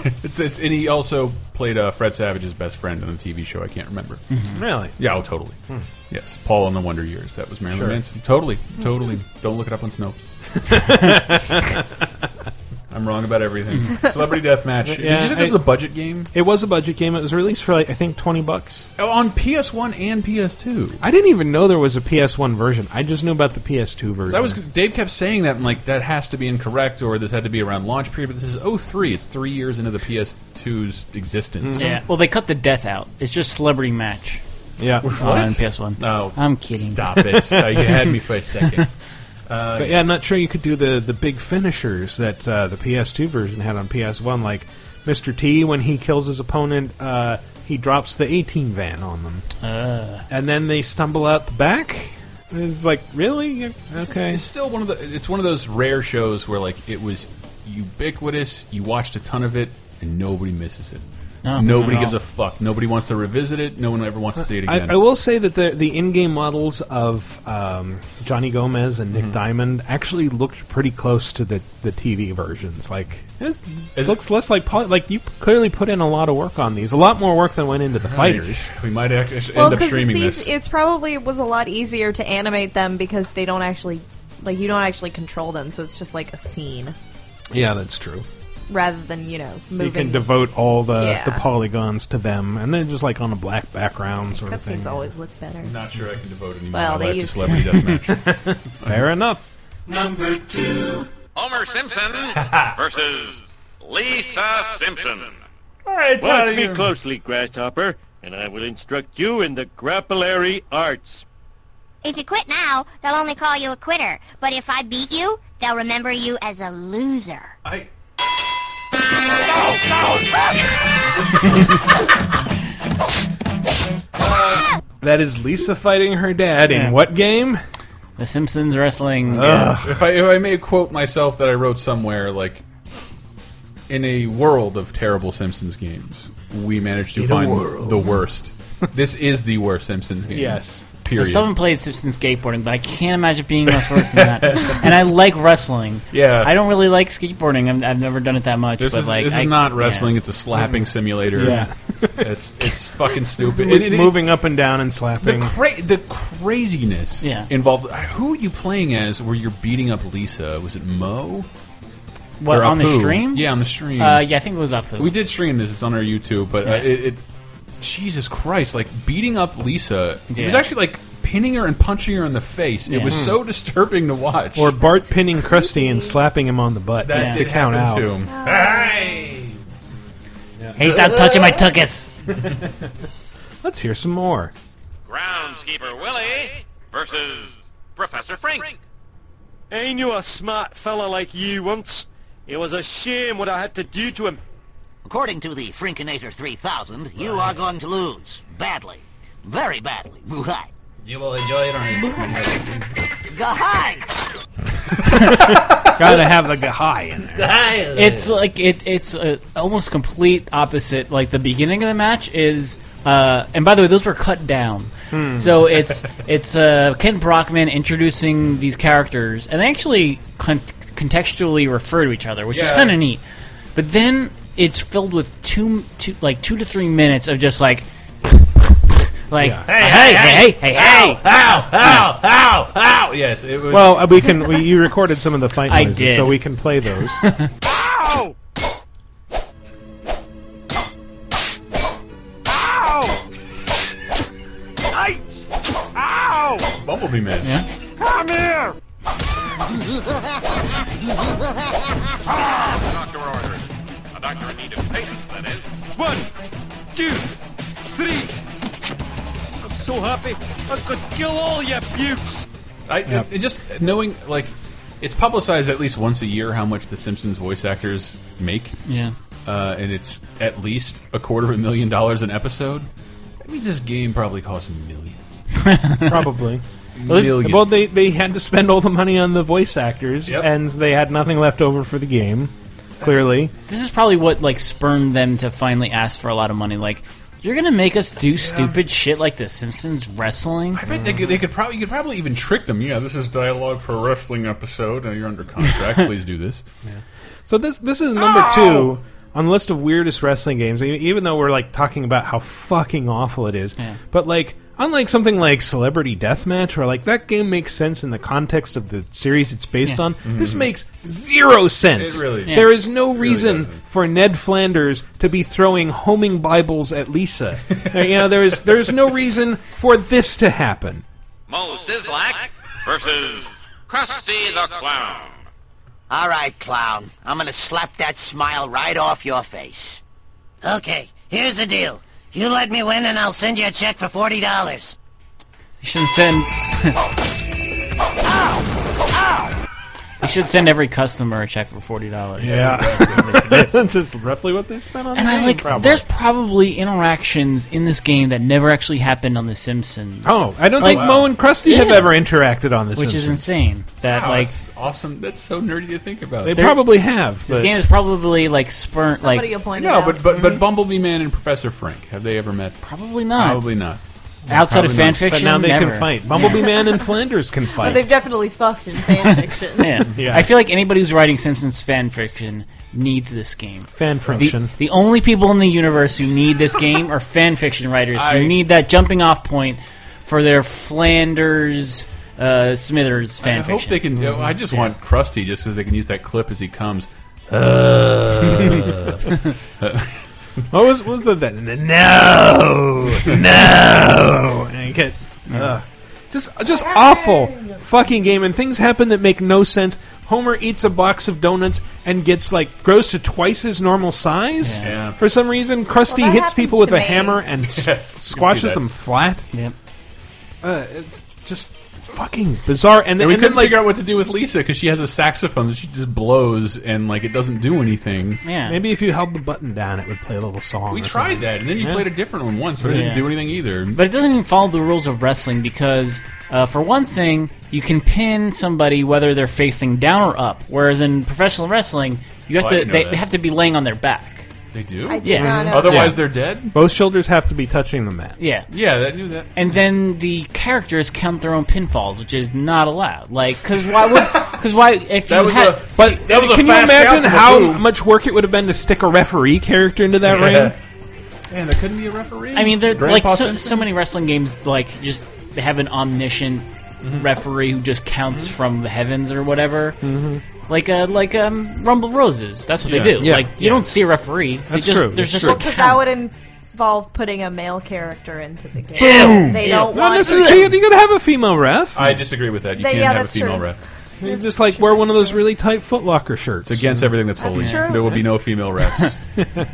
<laughs> it's, it's, and he also played uh, Fred Savage's best friend on the TV show. I can't remember. Really? Yeah, oh, totally. Hmm. Yes, Paul in the Wonder Years. That was Marilyn Manson. Totally, Hmm. totally. Don't look it up <laughs> on Snopes. <laughs> I'm wrong about everything. Celebrity Deathmatch. Match. Did Yeah, you say I- this is a budget game? It was a budget game. It was released for like I think twenty bucks. Oh, on PS1 and PS2. I didn't even know there was a PS1 version. I just knew about the PS2 version. I was Dave kept saying that, and like that has to be incorrect, or this had to be around launch period. But this is 03. It's three years into the PS2's existence. Yeah. Well, they cut the death out. It's just celebrity match <laughs> yeah. on PS1. No, I'm kidding. Stop <laughs> it! Uh, you had me for a second. But yeah, I'm not sure you could do the the big finishers that uh, the PS2 version had on PS1, like Mr. T when he kills his opponent, uh, he drops the 18 van on them, Ah. Uh, and then they stumble out the back. And It's like really okay. It's still one of the. It's one of those rare shows where like it was ubiquitous. You watched a ton of it, and nobody misses it. No, nobody not at gives all. a fuck. Nobody wants to revisit it. No one ever wants to see it again. I, I will say that the the in game models of um, Johnny Gomez and Mm-hmm. Nick Diamond actually looked pretty close to the, the TV versions. Like it Is it- looks less like poly- like you clearly put in a lot of work on these, a lot more work than went into the Right. fighters. We might actually Well, end up because it's, streaming eas- this. it's probably was a lot easier to animate them because they don't actually like you don't actually control them, so it's just like a scene Yeah, that's true. rather than you know moving. You can devote all the, Yeah. the polygons to them, and then just like on a black background sort of thing. Cutscenes always look better. I'm not sure I can devote any Well, more they life to used- celebrity deathmatch. Fair enough. Homer Simpson versus Lisa Simpson. All right, Watch me closely, Grasshopper, and I will instruct you in the grapplery arts. If you quit now, they'll only call you a quitter. But if I beat you, they'll remember you as a loser. I, That is Lisa fighting her dad Yeah. in what game? the Simpsons wrestling. uh, Ugh. if I if I may quote myself that I wrote somewhere like in a world of terrible Simpsons games, we managed to find the worst. this is the worst Simpsons game. Yes. I Period. still haven't played Simpsons skateboarding, but I can't imagine being less worse <laughs> than that. and I like wrestling. Yeah. I don't really like skateboarding. I'm, I've never done it that much. this but is, like, this I- is not wrestling. yeah. It's a slapping simulator. Yeah. <laughs> it's it's <laughs> fucking stupid. And it- it- Moving up and down and the, slapping. cra- the craziness Yeah. involved. uh, Who are you playing as? Where you're beating up Lisa? Was it Mo What or on the Apu? stream? Yeah, on the stream. Uh, yeah, I think it was up. We did stream this. It's on our YouTube, but uh, Yeah. it, it, Jesus Christ, like beating up Lisa. It was Yeah. actually like pinning her and punching her in the face. It Yeah. was so disturbing to watch. Or Bart pinning Krusty and slapping him on the butt that to did count out. happen to him. Hey, <laughs> stop touching my tuckus. Let's hear some more. Groundskeeper Willie versus Professor Frank. I knew a smart fella like you once. It was a shame what I had to do to him. According to the Frinkinator 3000, you are going to lose. Badly. Very badly. <laughs> Why? You will enjoy it on Gahai! Gotta have the high in there. It's like it. It's uh almost complete opposite. Like the beginning of the match is, uh, and by the way, those were cut down. Hmm. So <laughs> it's it's uh, Ken Brockman introducing these characters, and they actually con- contextually refer to each other, which is Yeah. kind of neat. But then it's filled with two, two, like two to three minutes of just like, <laughs> like Yeah. hey, hey, hey, hey, hey, ow, ow, ow, ow, ow. Yes, it was. Well, uh, we can. We, you recorded some of the fight I noises, did. so we can play those. Ow! Hey! Ow! Bumblebee Man. Yeah. Come here! Doctor orders. A doctor in need of patience, that is. One, two, three. I'm so happy. I could kill all you bukes. I it- it just knowing like it's publicized at least once a year how much the Simpsons voice actors make. Yeah. Uh, and it's at least a quarter of a million dollars an episode. That means this game probably costs millions. Probably. Millions. Well, they they had to spend all the money on the voice actors, Yep. and they had nothing left over for the game. Clearly, this is probably what like spurned them to finally ask for a lot of money. Like, you're gonna make us do stupid shit like The Simpsons wrestling. I bet they could, they could probably you could probably even trick them. Yeah, this is dialogue for a wrestling episode. Now you're under <laughs> contract. Please do this. So this this is number two on the list of weirdest wrestling games. e- Even though we're like talking about how fucking awful it is, but like unlike something like Celebrity Deathmatch, where like that game makes sense in the context of the series it's based Yeah. on, Mm-hmm. this Mm. makes zero sense. It really- There Yeah. is no reason for Ned Flanders to be throwing homing Bibles at <laughs> Lisa. Uh, you know, there is there is no reason for this to happen. Mo Sizlak versus Krusty the Clown. All right, clown. I'm gonna slap that smile right off your face. Okay, here's the deal. You let me win and I'll send you a check for $40. You should send. <laughs> You should send every customer a check for forty dollars. <laughs> that's just roughly what they spent on. And the I game, like. probably. There's probably interactions in this game that never actually happened on The Simpsons. Oh, I don't Like- think Mo and Krusty have Yeah. ever interacted on this, Which is insane. That Wow, like that's awesome. That's so nerdy to think about. They probably have. This but- game is probably like spurnt. Like no, but but but Bumblebee Man and Professor Frank have they ever met? Probably not. Probably not. Outside of Probably fan not. fiction, But now they never. can fight. Bumblebee Man and Flanders <laughs> can But fight. they've definitely fucked in fan fiction. Yeah. <laughs> Yeah. I feel like anybody who's writing Simpsons fan fiction needs this game. Fan fiction. friction. The, only people in the universe who need this game are fan fiction writers I- who need that jumping off point for their Flanders uh, Smithers fan I fiction. hope they can. you know, I just want Krusty just so they can use that clip as he <laughs> comes. what was what was the, the, the no no and you get ugh. just just awful fucking game and things happen that make no sense. Homer eats a box of donuts and gets like grows to twice his normal size. Yeah. Yeah. For some reason, Krusty Well, that hits people happens with to a me. hammer and <laughs> Yes, s- I can see squashes that. them flat. Yep. Uh, it's just fucking bizarre. And And, then we and then, couldn't like figure out what to do with Lisa because she has a saxophone that she just blows and like it doesn't do anything. Maybe if you held the button down, it would play a little song. We or tried something. that, and then you Yeah. played a different one once, but it Yeah. didn't do anything either. But it doesn't even follow the rules of wrestling because, uh, for one thing, you can pin somebody whether they're facing down or up. Whereas in professional wrestling, you have Oh, I to didn't know they, that. they have to be laying on their back. They do. I did Yeah. not know Otherwise, that. they're dead. Both shoulders have to be touching the mat. Yeah. Yeah, that knew that. And then the characters count their own pinfalls, which is not allowed. Like, because why would? Because why if That you was had? a- but that was a Can you fast out imagine from the how booth. much work it would have been to stick a referee character into that <laughs> Yeah. ring? Man, there couldn't be a referee. I mean, there like Grandpa so, Simpson? so many wrestling games like just they have an omniscient Mm-hmm. referee who just counts from the heavens or whatever. Mhm. Like uh, like um, Rumble Roses. That's what Yeah. they do. Yeah. Like you don't see a referee. They That's just, true. There's That's just true. a Because count. that would involve putting a male character into the game. Boom! They don't Not want necessarily. You gotta have a female ref. I disagree with that. You They- can't yeah, have a that's female true. ref. You just like wear one of those really tight Footlocker shirts. It's against everything that's holy. true. There will be no female <laughs> refs.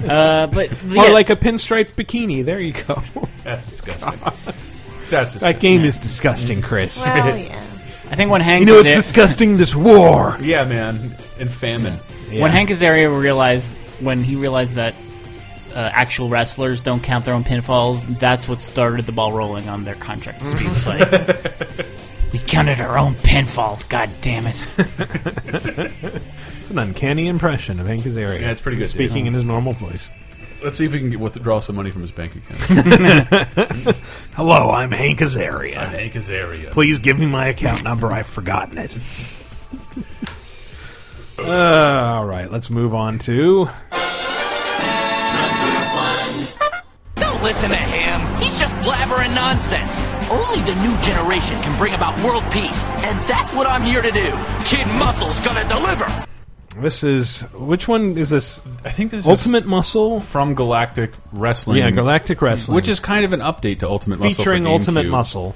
uh, but or like a pinstripe bikini. There you <laughs> go. That's <laughs> disgusting. That's disgusting. That game is disgusting, Chris. <laughs> Well, yeah. I think when Hank you know was it's there- disgusting. This war. Yeah, man, and famine. When Hank Azaria realized, when he realized that uh, actual wrestlers don't count their own pinfalls, that's what started the ball rolling on their contracts. It's like, We counted our own pinfalls. God damn it! It's an uncanny impression of Hank Azaria. Yeah, it's pretty good, Speaking yeah. in his normal voice. Let's see if we can get- withdraw some money from his <laughs> bank account. Hello, I'm Hank Azaria. I'm Hank Azaria. Please give me my account number. I've forgotten it. Uh, all right, let's move on to. Don't listen to him. He's just blabbering nonsense. Only the new generation can bring about world peace, and that's what I'm here to do. Kid Muscle's gonna deliver. This is which one is this? I think this Ultimate Muscle from Galactic Wrestling. Yeah, Galactic Wrestling, Which is kind of an update to Ultimate Muscle. for featuring Ultimate GameCube. Muscle.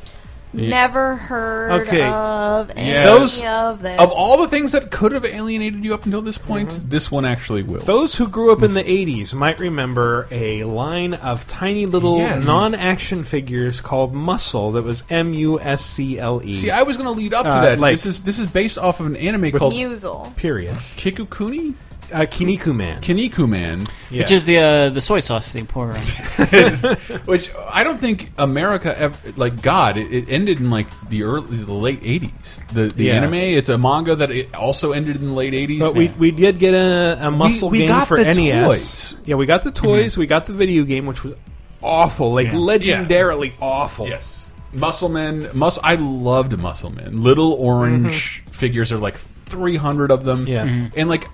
Never heard Okay. of any Yeah. Those- of this. Of all the things that could have alienated you up until this point, Mm-hmm. this one actually will. Those who grew up in the 80s might remember a line of tiny little Yes. non action figures called Muscle that was M U S C L E. See, I was going to lead up to Uh, that. like- this is this is based off of an anime called Musel. Periods. Kikukuni? Uh, Kiniku Man. Kiniku Man. Which is the uh, the soy sauce they pour around. Which I don't think America ever like God. It, it ended in like the early, the late eighties. The the Yeah. anime. It's a manga that it also ended in the late eighties. But we, we did get a, a muscle we game got for the NES. toys. Yeah, we got the toys. We got the video game, which was awful, like Yeah. legendarily awful. Yes. Musclemen. Mus I loved Musclemen. Little Mm-hmm. orange figures are like three hundred of them. Yeah. Mhm. And like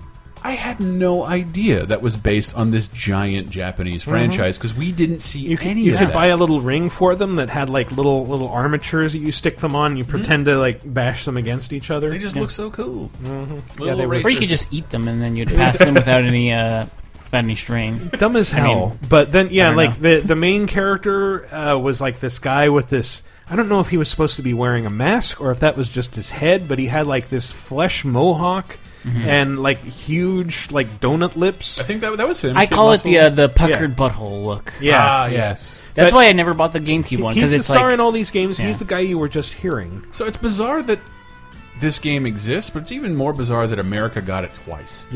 I had no idea that was based on this giant Japanese franchise because we didn't see Mm-hmm. You could, any you of could that. buy a little ring for them that had like little little armatures that you stick them on. and You Mm-hmm. pretend to like bash them against each other. They just look so cool. Mm-hmm. Little were- Or you could just eat them and then you'd pass them without any uh, without any strain. dumb as I mean, hell. but then, I yeah, don't like the the main character uh, was like this guy with this. I don't know if he was supposed to be wearing a mask or if that was just his head, but he had like this flesh mohawk Mhm. and like huge like donut lips. I think that that was him. I call it the uh, the puckered butthole look. Yeah, Ah, yeah. yes. That's But- why I never bought the GameCube one He's because the it's star like in all these games. Yeah. He's the guy you were just hearing. So it's bizarre that this game exists, but it's even more bizarre that America got it twice.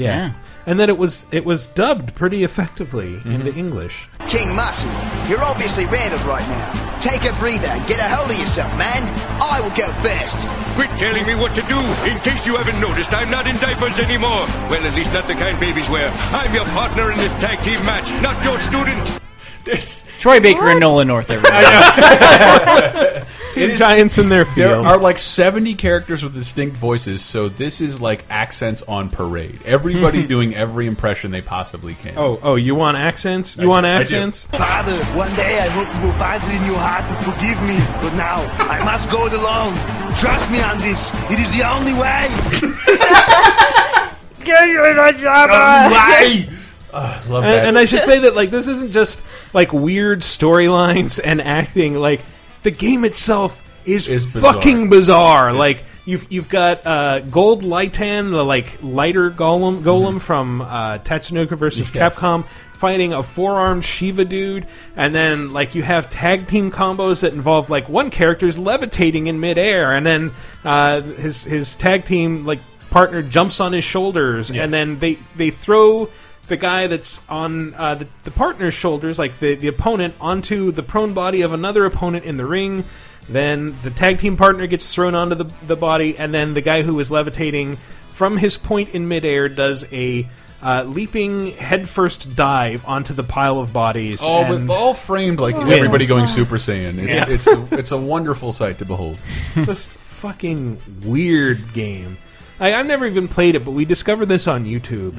and then it was it was dubbed pretty effectively into English. King Muscle, you're obviously rattled right now. Take a breather. Get a hold of yourself, man. I will go first. Quit telling me what to do. In case you haven't noticed, I'm not in diapers anymore. Well, at least not the kind babies wear. I'm your partner in this tag team match, not your student. This Troy Baker and Nolan North. Everybody. It is- Giants in their There field. are like 70 characters with distinct voices, so this is like accents on parade. <laughs> Everybody doing every impression they possibly can. oh, oh, you want accents? You I want do. I do. accents? Father, one day I hope you will find it in your heart to forgive me. But now, I must go it alone. Trust me on this. It is the only way. Get you in a job! love and, that. and I <laughs> should say that like this isn't just like weird storylines and acting. Like the game itself is, bizarre. fucking bizarre. Like you've you've got uh, Gold Litan, the like lighter golem golem from uh, Tatsunoko versus Yes. Capcom. Fighting a four-armed Shiva dude, and then like you have tag team combos that involve like one character's levitating in midair, and then uh, his his tag team like partner jumps on his shoulders, and then they they throw the guy that's on uh, the, the partner's shoulders, like the, the opponent, onto the prone body of another opponent in the ring. Then the tag team partner gets thrown onto the, the body, and then the guy who was levitating from his point in midair does a uh, leaping headfirst dive onto the pile of bodies. all, and <laughs> with, all framed like Wins. everybody going Super Saiyan. It's, Yeah. it's, a, it's a wonderful sight to behold. it's just fucking weird game. I, I've never even played it, but we discovered this on YouTube,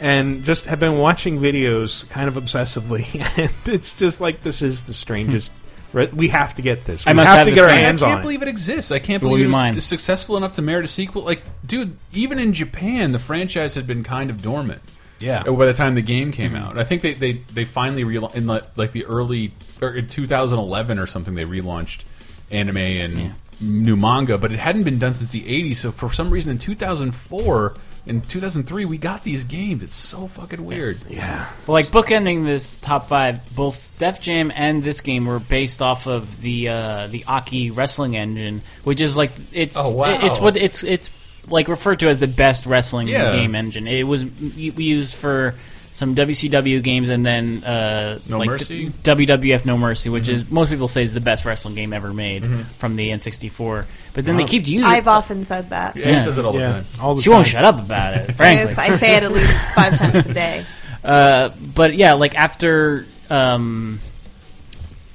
and just have been watching videos kind of obsessively. <laughs> And it's just like this is the strangest. re- we have to get this. We I must have, have to this get our game. hands I on can't believe it exists. I can't It will believe be mine. it's successful enough to merit a sequel. Like, dude, even in Japan, the franchise had been kind of dormant. Yeah. Uh, By the time the game came out, I think they they, they finally realized in like, like the early or in 2011 or something they relaunched anime and new manga, but it hadn't been done since the 80s. So for some reason, in 2004 and 2003, we got these games. It's so fucking weird. Yeah. Well, like bookending this top five, both Def Jam and this game were based off of the uh, the Aki wrestling engine, which is like it's Oh, wow. it's what it's it's like referred to as the best wrestling Yeah. game engine. It was m- used for some WCW games, and then uh, No like Mercy? D- WWF No Mercy, which Mhm. is most people say is the best wrestling game ever made Mhm. from the N64. But then Wow. they keep using. I've often said that. Yeah, all the she won't time. shut up <laughs> about it. I, Frankly, I say it at least five times a day. Uh, but yeah, like after, um,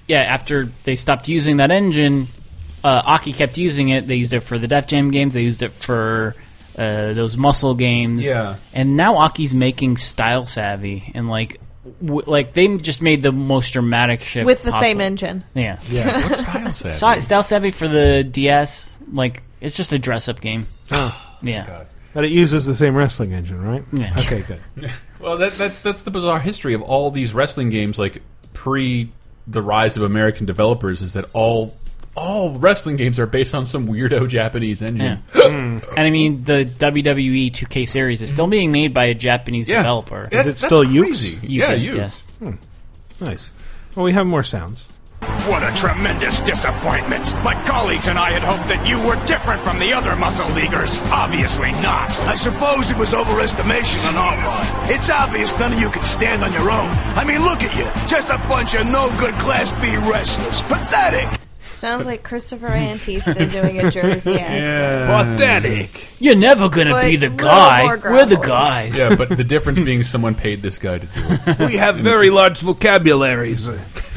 yeah, after they stopped using that engine, uh, Aki kept using it. They used it for the Def Jam games. They used it for uh, those muscle games. Yeah. And now Aki's making style savvy and like, w- like they just made the most dramatic shift With the possible. same engine. Yeah. Yeah. What's Style Si- Savvy? style savvy for the DS. Like it's just a dress up game. yeah. But it uses the same wrestling engine, right? Yeah. Okay, good. well, that, that's that's the bizarre history of all these wrestling games, like pre the rise of American developers, is that all all wrestling games are based on some weirdo Japanese engine. Yeah. and I mean, the WWE 2K series is still being made by a Japanese developer. Is it still Ukes? Ukes, yes. Hmm. Nice. Well, we have more sounds. What a tremendous disappointment! My colleagues and I had hoped that you were different from the other muscle leaguers. Obviously not. I suppose it was overestimation on our part. It's obvious none of you can stand on your own. I mean, look at you. Just a bunch of no good Class B wrestlers. Pathetic! Sounds <laughs> like Christopher Antista doing a Jersey accent. Pathetic. You're never gonna But be the little guy. more We're the graphic. guys. Yeah, but the difference being someone paid this guy to do it. We have <laughs> very large vocabularies.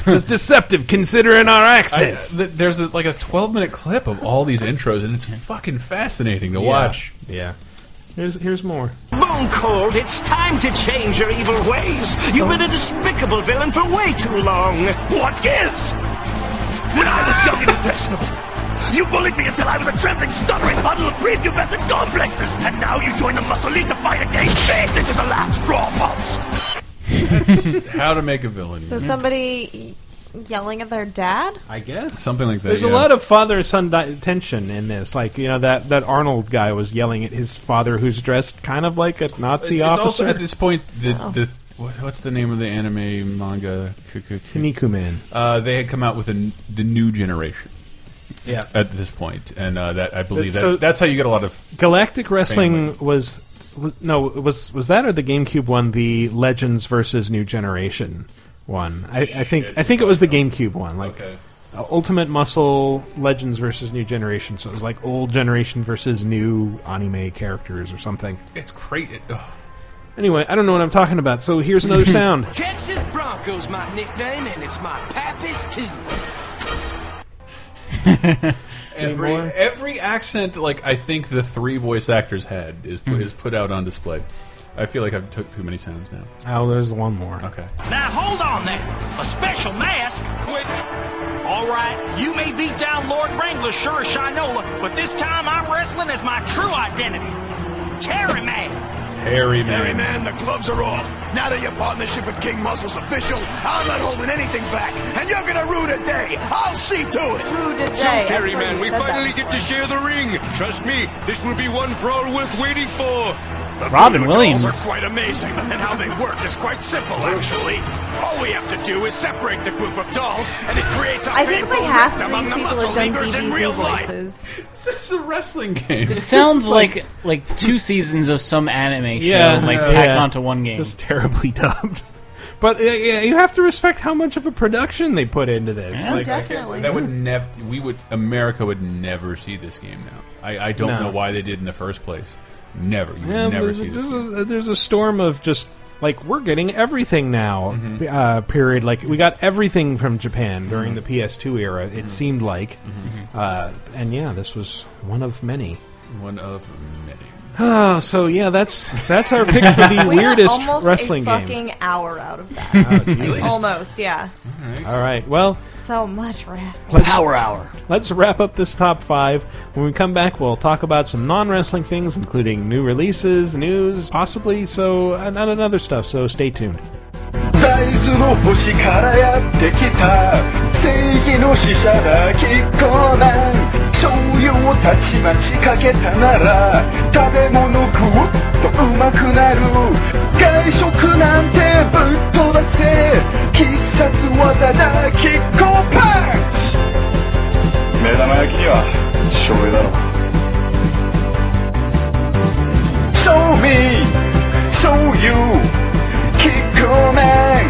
It's deceptive considering our accents. I- th- there's a, like a 12 minute clip of all these intros, and it's fucking fascinating to Yeah. watch. Yeah. Here's here's more. Bone Cold, it's time to change your evil ways. You've been a despicable villain for way too long. What gives? When I was young and impressionable, you bullied me until I was a trembling, stuttering puddle of prepubescent complexes, and now you join the Muscle League to fight against me. This is the last straw, pops. That's how to make a villain. So somebody yelling at their dad? I guess. Something like that. There's yeah. a lot of father son di- tension in this. Like, you know, that, that Arnold guy was yelling at his father who's dressed kind of like a Nazi it's, it's officer. also at this point the, Wow. the what, what's the name of the anime manga Cuckoo- Kinnikuman. Uh, they had come out with a n the new generation. Yeah. At this point, and uh, that I believe that, So- that's how you get a lot of Galactic Wrestling was, was no was was that or the GameCube one the Legends versus New Generation one? I, I think I think it was the GameCube one. Like uh, Ultimate Muscle Legends versus New Generation. So it was like old generation versus new anime characters or something. It's great. It, ugh. Anyway, I don't know what I'm talking about. So here's <laughs> another sound. Texas Broncos, my nickname, and it's my pappas too. every every accent like I think the three voice actors had is pu- is put out on display. I feel like I've took too many sounds now. Oh, there's one more. Okay. Now hold on there. A special mask? Wait. All right, you may beat down Lord Wrangler, sure as Shinola, but this time I'm wrestling as my true identity. Cherry Man. Harry man. Harry man, the gloves are off. Now that your partnership with King Muscle's official, I'm not holding anything back, and you're gonna rue today. I'll see to it. Rue today. So, Terry, man, we finally get to share the ring. Trust me, this will be one brawl worth waiting for. The Robin voodoo dolls Williams. are quite amazing, and how they work is quite simple, actually. All we have to do is separate the group of dolls, and it creates a I think favorable like half rift of among these the people muscle have done leaguers in DBZ real voices. This is a wrestling game. <laughs> It <laughs> sounds like like two seasons of some anime show like packed yeah. onto one game. Just terribly <laughs> dubbed. But uh, yeah, you have to respect how much of a production they put into Oh, this. Like, I can't- That would never. We would. America would never see this game now. I, I don't No. know why they did in the first place. Never. Yeah, You would never Um, there's, see this. there's a, there's a storm of just like we're getting everything now. Uh, period. Like we got everything from Japan during the PS2 era. It seemed like, uh, and yeah, this was one of many. One of many. Oh, so yeah, that's that's <laughs> our pick for the we weirdest got almost wrestling a game. Oh, fucking hour out of that. <laughs> Jesus. almost, yeah. All right, well, So much wrestling. let's- Let's wrap up this top five. When we come back, we'll talk about some non wrestling things, including new releases, news, possibly so, and and other stuff. So stay tuned. 大豆の星からやってきた正義の使者なきっこなん醤油をたちまちかけたなら食べ物食うとうまくなる外食なんてぶっ飛ばせ必殺技だキッコーパンチ目玉焼きには醤油だろ Show me, show you キッ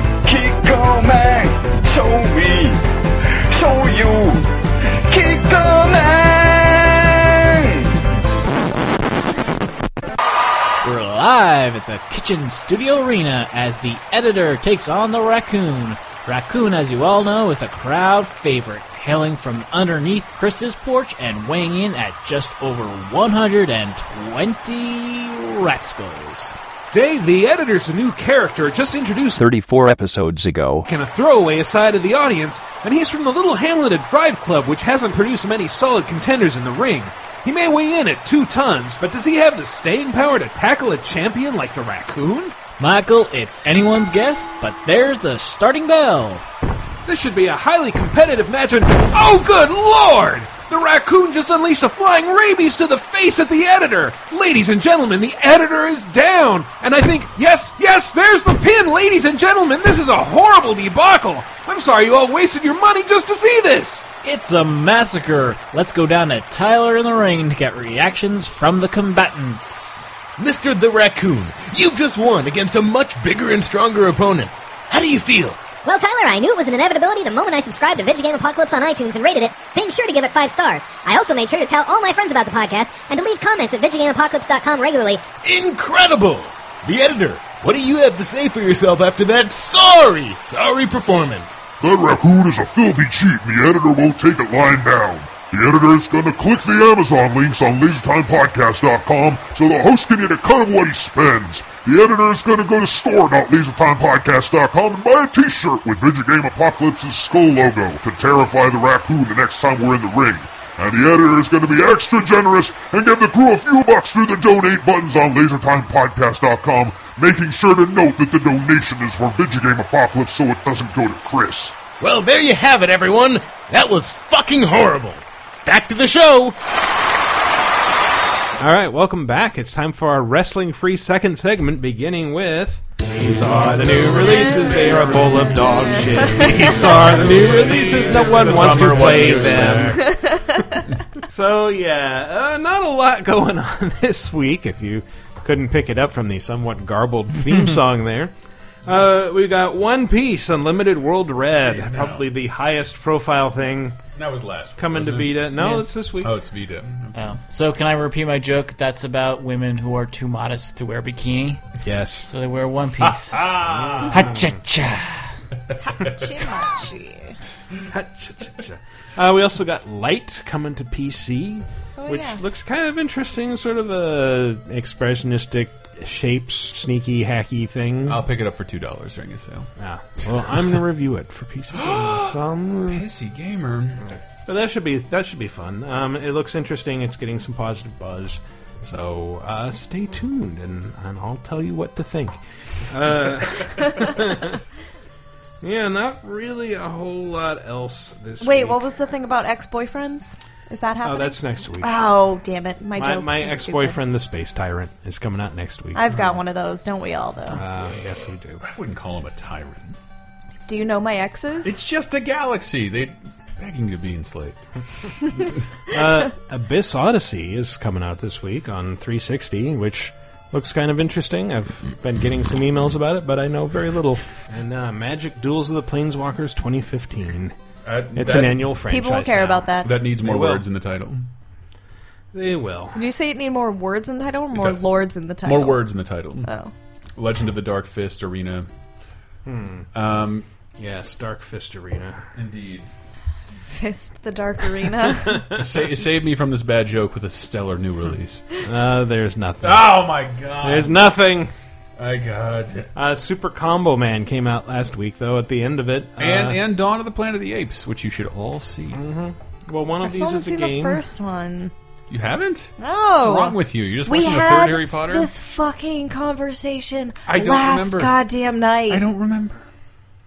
Live at the Kitchen Studio Arena as the editor takes on the raccoon. Raccoon, as you all know, is the crowd favorite, hailing from underneath Chris's porch and weighing in at just over 120 rat skulls. Dave, the editor's a new character just introduced 34 episodes ago. in a throwaway aside of the audience, and he's from the little hamlet of Drive Club, which hasn't produced many solid contenders in the ring. He may weigh in at two tons, but does he have the staying power to tackle a champion like the raccoon? Michael, it's anyone's guess, but there's the starting bell. This should be a highly competitive match, and oh, good lord! The raccoon just unleashed a flying rabies to the face at the editor! Ladies and gentlemen, the editor is down! And I think, yes, yes, there's the pin, ladies and gentlemen! This is a horrible debacle! I'm sorry you all wasted your money just to see this! It's a massacre. Let's go down to Tyler in the ring to get reactions from the combatants. Mr. The Raccoon, you've just won against a much bigger and stronger opponent. How do you feel? Well, Tyler, I knew it was an inevitability the moment I subscribed to Video Game Apocalypse on iTunes and rated it, being sure to give it five stars. I also made sure to tell all my friends about the podcast and to leave comments at VideoGameApocalypse.com regularly. Incredible! The editor, what do you have to say for yourself after that sorry, sorry performance? That raccoon is a filthy cheat, and the editor won't take it lying down. The editor's gonna click the Amazon links on LaserTimePodcast.com so the host can get a cut of what he spends. The editor's gonna go to store.lasertimepodcast.com and buy a t-shirt with Video Game Apocalypse's skull logo to terrify the raccoon the next time we're in the ring. And the editor's gonna be extra generous and give the crew a few bucks through the donate buttons on lasertimepodcast.com, making sure to note that the donation is for Video Game Apocalypse so it doesn't go to Chris. Well, there you have it, everyone. That was fucking horrible. Back to the show. All right, welcome back. It's time for our wrestling free second segment, beginning with. These are the new releases, they are full of dog <laughs> shit. These are the new releases, no one wants to play them. <laughs> so, yeah, uh, not a lot going <laughs> on this week if you couldn't pick it up from the somewhat garbled <laughs> theme song there. Uh, we got One Piece Unlimited World Red, probably the highest profile thing. That was last week, Coming to wasn't it? Vita. No, Yeah. it's this week. Oh, it's Vita. Oh. So can I repeat my joke? That's about women who are too modest to wear bikini. Oh, Yes. So they wear one piece. ha. Ha-cha-cha. <laughs> Uh, we also got Light coming to PC, Oh, which yeah. looks kind of interesting, sort of a expressionistic shapes, sneaky, hacky thing. I'll pick it up for two dollars during a sale. Ah, well, I'm gonna review it for <gasps> PC Gamer. so I'm- Pissy gamer. But that should be that should be fun. Um, it looks interesting. It's getting some positive buzz. So uh, stay tuned, and, and I'll tell you what to think. <laughs> Uh, <laughs> yeah, not really a whole lot else this Wait, week. what was the thing about ex-boyfriends? Is that happening? Oh, that's next week. Oh, damn it! My my, joke my is ex-boyfriend, the space tyrant, is coming out next week. stupid. I've got one of those. Don't we all though? Uh, yes, we do. I wouldn't call him a tyrant. Do you know my exes? It's just a galaxy. They begging to be enslaved. uh, Abyss Odyssey is coming out this week on 360, which looks kind of interesting. I've been getting some emails about it, but I know very little. And uh, Magic Duels of the Planeswalkers 2015. Uh, it's that- an annual franchise. People will care now. about that. That needs They more will. words in the title. They will. Did you say it need more words in the title or more does. lords in the title? More words in the title. Oh. Legend of the Dark Fist Arena. Hmm. Um, Yes, Dark Fist Arena. Indeed. Fist <laughs> the Dark Arena. sa- save me from this bad joke with a stellar new release. Uh, there's nothing. Oh my god. There's nothing. My god. Uh, Super Combo Man came out last week, though. At the end of it, And uh, and Dawn of the Planet of the Apes, which you should all see. Well, one I of still these haven't is a seen game. the first one. You haven't? No. What's wrong with you? You're just we watching the had third Harry Potter? This fucking conversation I don't last remember. goddamn night. I don't remember.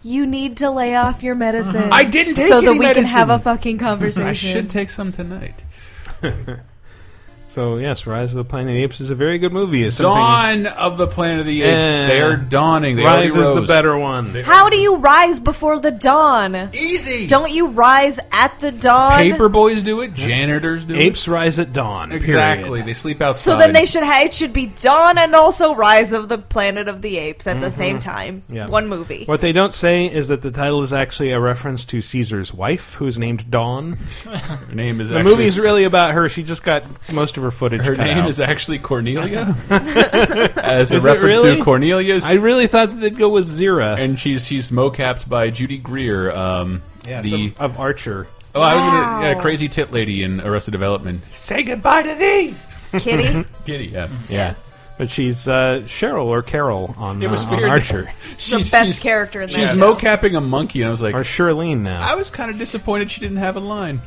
You need to lay off your medicine. I didn't take so that any we medicine. can have a fucking conversation. I should take some tonight. so yes, Rise of the Planet of the Apes is a very good movie. It's something- Dawn of the Planet of the Apes. Eh. They're dawning. They Rise already is the rose. better one. They- How do you rise before the dawn? Easy. Don't you rise at the dawn? Paperboys do it. Janitors do Apes rise at dawn. it. period. Exactly. They sleep outside. So then they should ha- it should be dawn and also rise of the Planet of the Apes at the Mhm. same time. Yeah. One movie. What they don't say is that the title is actually a reference to Caesar's wife, who's named Dawn. Her name is the actually- movie's really about her. She just got most of her footage. Her cut name out. is actually <laughs> Cornelia, as a Is it reference really? to Cornelius. I really thought that they'd go with Zira, and she's she's mocapped by Judy Greer, um, Yeah, some- the of Archer. Oh, I was Wow. gonna yeah, crazy tit lady in Arrested Development. Say goodbye to these, Kitty, yeah, <laughs> Yes. But she's uh, Cheryl or Carol on, It was uh, on weird. <laughs> Archer. She's- best she's- character in that. She's Yes. mocapping a monkey, and I was like, or Charlene now. I was kind of disappointed she didn't have a line.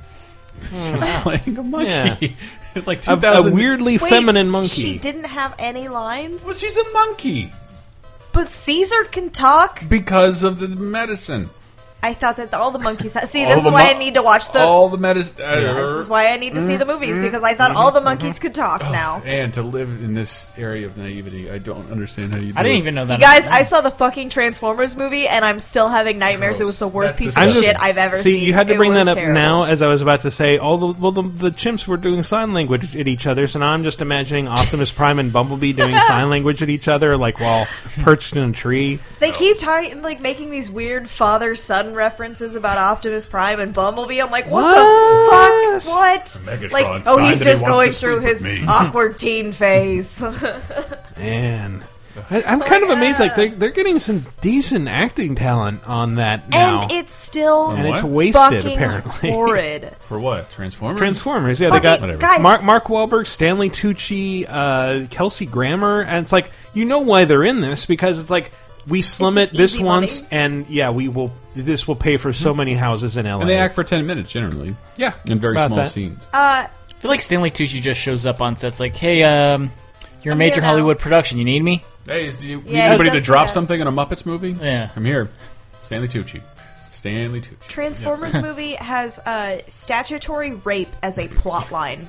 She was playing a monkey, <laughs> like Hmm. A- a 2000 weirdly Wait, feminine She monkey. didn't have any lines. Well, she's a monkey But Caesar can talk. because of the medicine. I thought that all the monkeys. Had, see, All this is the why mon- I need to watch the. all the medicine. this is why I need to see the Mm-hmm. movies because I thought all the monkeys could talk Oh, now. And to live in this area of naivety, I don't understand how you. Do I didn't it. even know You guys, I saw the fucking Transformers movie and I'm still having nightmares. It was the worst piece of I'm just- shit I've ever see, seen. you had to It bring that was up terrible. now, as I was about to say. All the well, the, the chimps were doing sign language at each other, so now I'm just imagining Optimus Prime and Bumblebee <laughs> doing sign language at each other, like while perched in a tree. They keep talking, like making these weird father-son references about Optimus Prime and Bumblebee. I'm like, what, the fuck? What? Megatron like, oh, sign he's that he wants just going to through sleep his with me. <laughs> awkward <laughs> teen phase. Man, I, I'm kind of amazed. Like they're they're getting some decent acting talent on that now. And it's still And it's fucking wasted, apparently. horrid. For what? Transformers? Transformers, yeah, they Fucking- got guys- Mark Mark Wahlberg, Stanley Tucci, uh, Kelsey Grammer, and it's like you know why they're in this because it's like we slum it this easy once, and yeah, we will. This will pay for Mm-hmm. so many houses in LA. And they act for 10 minutes generally. Yeah. In very About small that. scenes. Uh, I feel like Stanley Tucci just shows up on sets like, hey, um, you're a I'm major here now." Hollywood production. You need me? Hey, is, do you need Yeah, he anybody to does do drop that. something in a Muppets movie? Yeah. I'm here. Stanley Tucci. Stanley Tucci. Transformers movie has uh, statutory rape as a plot line.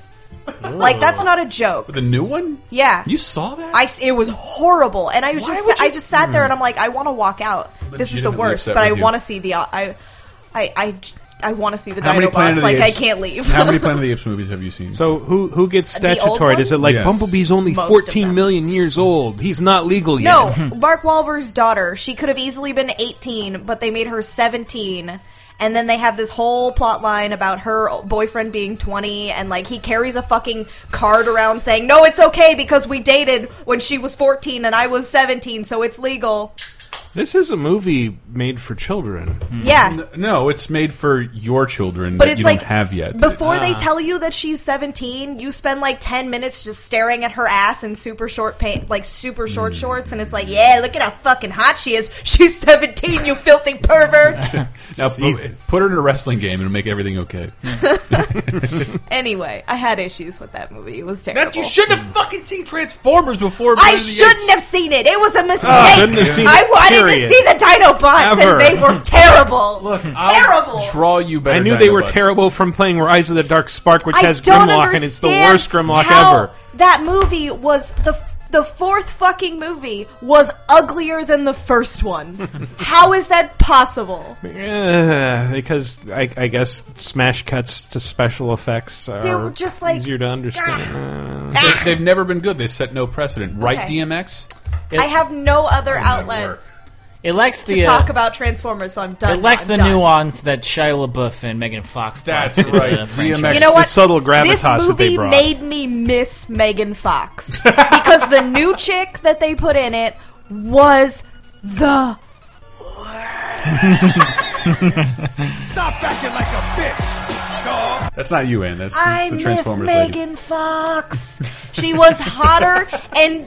like that's not a joke. The new one? Yeah. You saw that? I s- it was horrible, and I was Why just would I you- just sat there and I'm like, I want to walk out. This is the Mm. Legitimately worst, upset but I with you. want to see the I I I, I want to see the How many Planet of Dinobots. the Like I Apes- can't leave. How <laughs> many Planet of the Apes movies have you seen? So who who gets The old statutory? Is it ones? like Yes. Mm-hmm. Bumblebee's only Most of fourteen million years old? He's not legal No, yet. Mm-hmm. <laughs> Mark Wahlberg's daughter. She could have easily been 18, but they made her 17. And then they have this whole plot line about her boyfriend being 20 and like he carries a fucking card around saying, "No, it's okay because we dated when she was 14 and I was 17, so it's legal." This is a movie made for children. Mm-hmm. Mm. Yeah. N- No, it's made for your children But that it's you like don't have yet. Before they Ah. tell you that she's 17, you spend like 10 minutes just staring at her ass in super short pa- like super short Hmm. shorts and it's like, "Yeah, look at how fucking hot she is. <laughs> She's 17, you filthy <laughs> pervert." Now, pu- put her in a wrestling game and it'll make everything okay. Hmm. Anyway, I had issues with that movie. It was terrible. you shouldn't have fucking seen Transformers before. I Planet of the shouldn't have seen it. It was a mistake. shouldn't have seen I it, wanted Ah, period. to see the Dinobots, Ever. and they were terrible. terrible. Apes. Draw you better. I knew they were terrible from playing Rise of the Dark Spark, which I has don't Grimlock, and it's the understand worst Grimlock how ever. That movie was the the fourth fucking movie was uglier than the first <laughs> one. how is that possible? Yeah, because I, I guess smash cuts to special effects are They were just like, easier to understand. Uh, They, they've never been good. They've set no precedent. Right, Okay. DMX? I have no other outlet It lacks to the. uh, talk about Transformers, so I'm done. it lacks I'm the done. nuance that Shia LaBeouf and Megan Fox. brought That's to the right. franchise. DMX. You know The what? subtle this gravitas that they movie brought. made me miss Megan Fox because the new chick that they put in it was the Stop acting like a bitch, dog. That's not you, Ann. That's I the miss Transformers lady. Megan Fox. She was <laughs> hotter and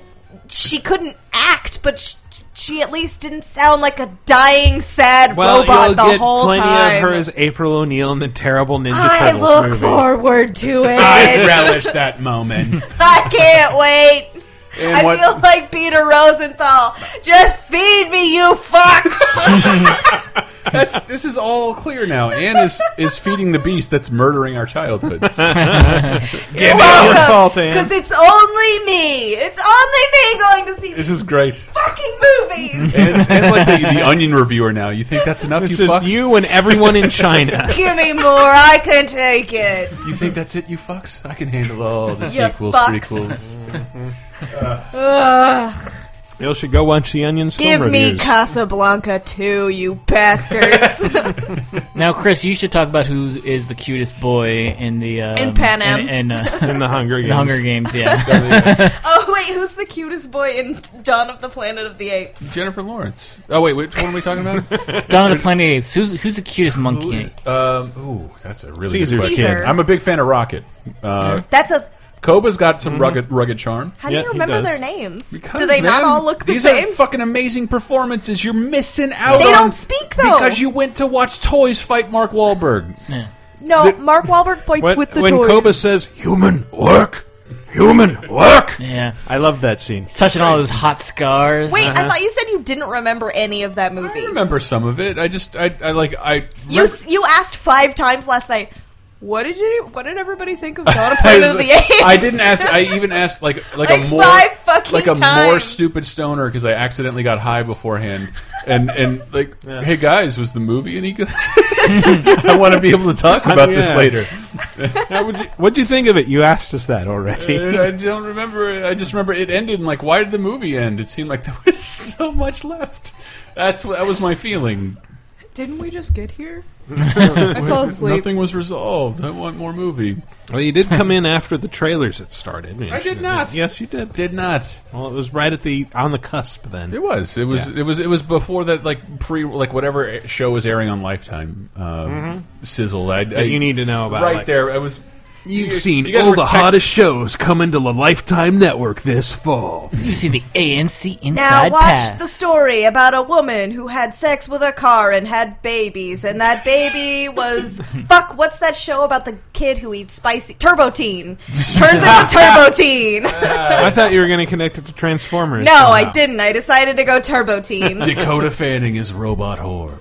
she couldn't act, but she, she at least didn't sound like a dying, sad well, robot you'll the get whole plenty time. of her as April O'Neil in the terrible Ninja I Turtles look movie. <laughs> forward to it. <laughs> I relish that <laughs> moment. I can't wait. And I what- feel like Peter Rosenthal. Just feed me, <laughs> you fox. That's, this is all clear now. Anne is, is feeding the beast that's murdering our childhood. You're welcome, your fault, Ann. Because it's only me. It's only me going to see This these is great. fucking movies. It's, it's like the, the Onion reviewer now. You think that's enough? This you is fucks? you and everyone in China. <laughs> Give me more. I can take it. You think that's it? You fucks? I can handle all the <laughs> You sequels, fucks. prequels. Ugh. Y'all should go watch the Onion's Give film me reviews. Casablanca 2, you bastards. Now, Chris, you should talk about who is the cutest boy in the uh, In Pan Am. in, <laughs> in, uh, <laughs> In the Hunger in Games. Hunger Games, yeah. oh, wait, who's the cutest boy in Dawn of the Planet of the Apes? Jennifer Lawrence. Oh wait, which one are we talking about? Dawn of the Planet of the Apes. Who's, who's the cutest monkey? in it? Um, ooh, that's a really Caesar's good question. Caesar. I'm a big fan of Rocket. Uh, That's a. Koba's got some rugged, rugged charm. How do you remember their names? do they not man, all look the these same? are fucking amazing performances. You're missing out. They on don't speak, though. because you went to watch toys fight Mark Wahlberg. no, Mark Wahlberg fights When, with the when toys. Koba says, "Human work, human work," yeah, <laughs> I love that scene. He's touching all his hot scars. Wait, I Uh-huh. thought you said you didn't remember any of that movie. I remember some of it. I just, I, I like, I. <laughs> You s- you asked five times last night. What did you? What did everybody think of <laughs> Dawn of Planet of the <laughs> Apes? I didn't ask. I even asked like like, Like a more five fucking like a more times. stupid stoner because I accidentally got high beforehand, and and <laughs> like, hey guys, was the movie any <laughs> good? I want to be able to talk about this later. How would you- What do you think of it? You asked us that already. <laughs> And I don't remember. it. I just remember it ended, and like, why did the movie end? It seemed like <laughs> there was so much left. That's what, that was my feeling. Didn't we just get here? <laughs> I fell asleep. Nothing was resolved. I want more movie. well, you did come in after the trailers had started. I did not. Yes, you did. Did not. Well, it was right at the on the cusp then. It was. It was. Yeah. It was. It was before that. Like pre. Like whatever show was airing on Lifetime. Um, Mhm. Sizzle. I, That I- you need to know about, Right like- there. I was. You've you- seen you guys all were the text- hottest shows coming to the Lifetime Network this fall. You see the ANC inside Now watch path. the story about a woman who had sex with a car and had babies, and that <laughs> baby was fuck. What's that show about the kid who eats spicy Turbo Teen? <laughs> Turns into Turbo <laughs> Teen. I thought you were going to connect it to Transformers. no, I didn't. I decided to go Turbo <laughs> Teen. <laughs> Dakota Fanning is robot <laughs> whore.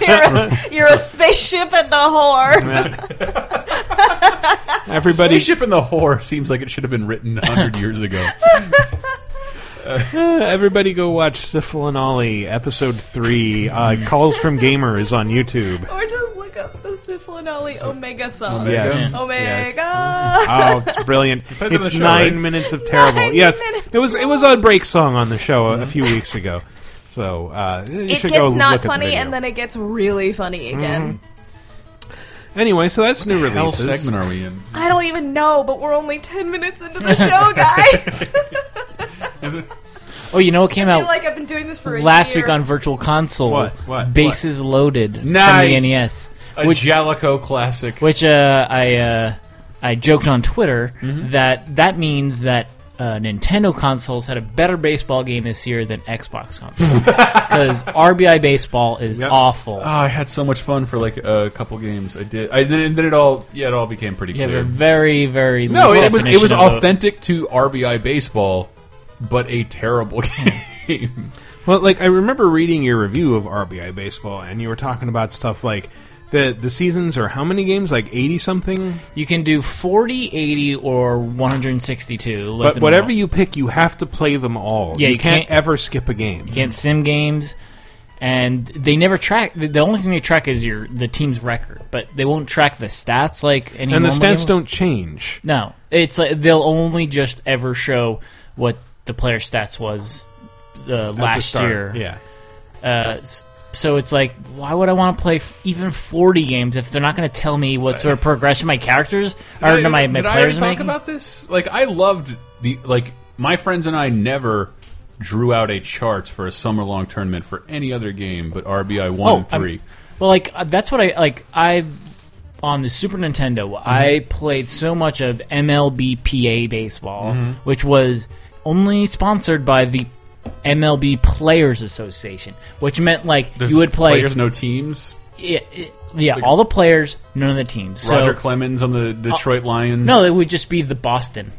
you're, a, you're a spaceship and a whore. Everybody- Spaceship and the whore seems like it should have been written hundred years <laughs> ago. Uh, everybody go watch Syphil and Ollie, episode 3. Uh, Calls from Gamer is on YouTube. Or just look up the Syphilinoli Omega song. Omega? Yes. Omega. Oh, <laughs> it's brilliant. played it on It's the show, nine right? minutes of terrible. Nine yes, minutes. it was it was a break song on the show a, a few weeks ago. So uh, you It should go gets look not at the funny, video. Mm-hmm. and then it gets really funny again. anyway, so that's new hell releases. segment are we in? I don't even know, but we're only 10 minutes into the <laughs> show, guys. oh, you know what came I out feel like I've been doing this for a last year. week on Virtual Console? What? What? Bases Loaded Nice. from the NES. <laughs> A Jellicoe classic. Which uh, I uh, I joked on Twitter Mm-hmm. that that means that uh, Nintendo consoles had a better baseball game this year than Xbox <laughs> consoles because RBI baseball is awful. Oh, I had so much fun for like a couple games. I did. I then, then it all. Yeah, it all became pretty You have clear. a very very No, loose it was it definition was of a- authentic to RBI baseball, but a terrible <laughs> game. Well, like I remember reading your review of RBI baseball, and you were talking about stuff like the the seasons are how many games, like eighty something. You can do 40, 80, or 162. left But and whatever right. you pick, you have to play them all. Yeah, you, you can't, can't- ever skip a game. you can't sim games, and they never track. The, the only thing they track is your the team's record, but they won't track the stats like any. and the normal stats game. don't change. No, it's like they'll only just ever show what the player stats was uh, At the last start, year. yeah. Uh, s- so it's like, why would I want to play f- even forty games if they're not going to tell me what sort of progression my characters Did or I- my, my did I already players are talk making? about this? Like I loved the like my friends and I never drew out a chart for a summer long tournament for any other game but RBI one and Oh, I'm- three. Well, like uh, that's what I like. I on the Super Nintendo, Mm-hmm. I played so much of MLBPA baseball, Mhm. which was only sponsored by the MLB Players Association, which meant like There's you would play. players, no teams. yeah, yeah, all the players, none of the teams. So- Oh, Roger Clemens on the Detroit Lions. no, it would just be <laughs> the Boston.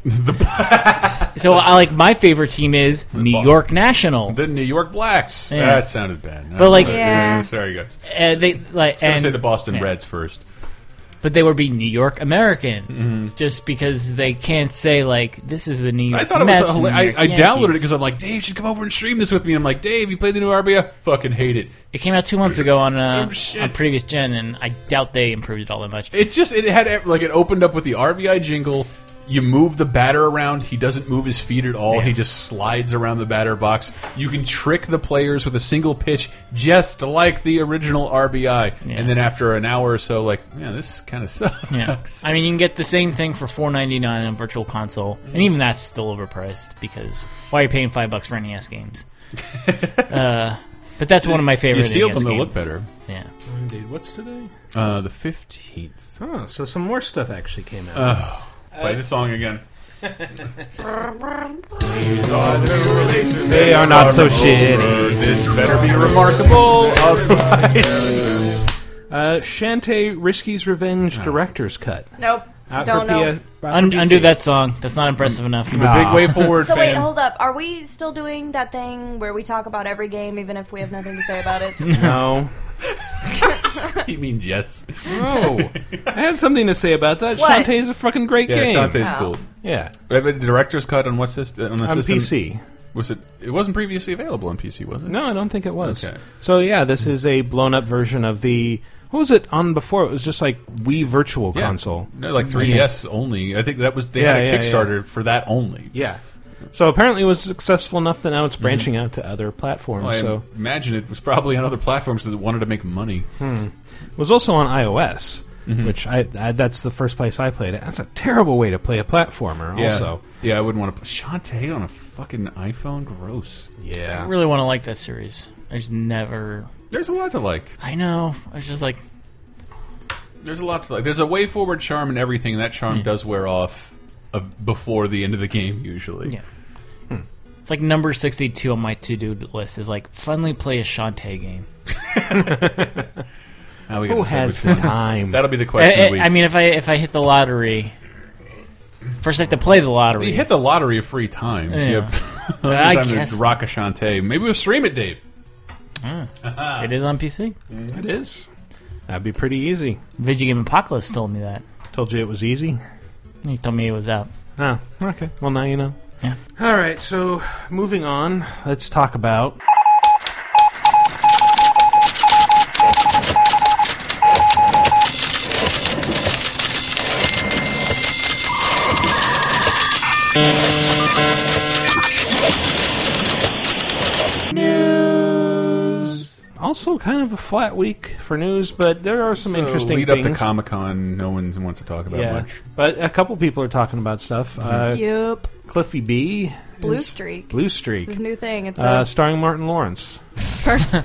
so I like my favorite team is New York National. the New York Blacks. Yeah. That sounded bad. But, like- Uh, Yeah. sorry guys. Uh, they like I'm and gonna say the Boston yeah. Reds first. but they would be New York American just because they can't say like this is the New York. Mm-hmm. I thought it Mets was. and hila- New I, York I downloaded it Yankees. because I'm like, Dave, you should come over and stream this with me. And I'm like, Dave, you played the new RBI? Fucking hate it. it came out two months ago on uh, Oh, shit. on previous gen, and I doubt they improved it all that much. It's just it had ev- like it opened up with the RBI jingle. You move the batter around. He doesn't move his feet at all. He just slides around the batter box. You can trick the players with a single pitch, just like the original RBI. And then after an hour or so, like, man, this kind of sucks. <laughs> Yeah. I mean, you can get the same thing for four ninety nine on Virtual Console, Mm. and even that's still overpriced because why are you paying five bucks for <laughs> NES games? uh, but that's one of my favorite. You steal NES them; they games. look better. Yeah. Indeed. What's today? Uh, the fifteenth. Oh, so some more stuff actually came out. Oh, play the song again. They are not Oh. so shitty. This better be remarkable. Otherwise, uh, Shantae Risky's Revenge director's cut. Nope. Out Don't for know. PS Un- undo that song. That's not Mm. impressive enough. I'm a big Nah. way forward So wait, hold up. Are we still doing that thing where we talk about every game, even if we have nothing to say <laughs> about it? <laughs> No. <laughs> you mean yes? No. Oh. I had something to say about that. What? Shantae's a fucking great yeah, game. Shantae's Oh. cool. Yeah. We have a director's cut on what system? On, the On system- PC. Was it? It wasn't previously available on PC, was it? No, I don't think it was. Okay. So yeah, this is a blown up version of the what was it on before? It was just like Wii Virtual Yeah. Console. Mm-hmm. No, like 3DS only. I think that was they Yeah, had a yeah, yeah. Kickstarter for that only. Yeah. So apparently it was successful enough that now Mm-hmm. it's branching out to other platforms. Well, I so imagine it was probably on other platforms because it wanted to make money. Hmm. It was also on iOS, Mm-hmm. which I, I that's the first place I played it. That's a terrible way to play a platformer. Yeah. Also, yeah, I wouldn't want to. Shantae on a fucking iPhone, gross. Yeah, I really want to like that series. I just never. There's a lot to like. I know. I was just like, There's a lot to like. There's a way forward charm and everything, and that charm Hmm. does wear off uh, before the end of the game usually. Yeah. it's like number sixty-two on my to-do list is like finally play a Shantae game. Now we Who gotta decide has Eh, which the one. time? That'll be the question. I, of the week. I, I mean, if I if I hit the lottery, first I have to play the lottery. You hit the lottery of free times. Yeah. You have <laughs> I time guess. to rock a Shantae. Maybe we'll stream it, Dave. Ah, it is on PC. it is. That'd be pretty easy. Video Game Apocalypse told me that. Told you it was easy. He told me it <laughs> was out. Oh, okay. Well, now you know. Yeah. All right. So moving on, let's talk about. News. Also, kind of a flat week for news, but there are some So interesting lead things. up to Comic Con. No one wants to talk about yeah, much. Mm-hmm. but a couple people are talking about stuff. Uh, Yup. Cliffy B. Blue is- Streak. Blue Streak. It's his new thing. It's uh, a starring Martin Lawrence. <laughs> first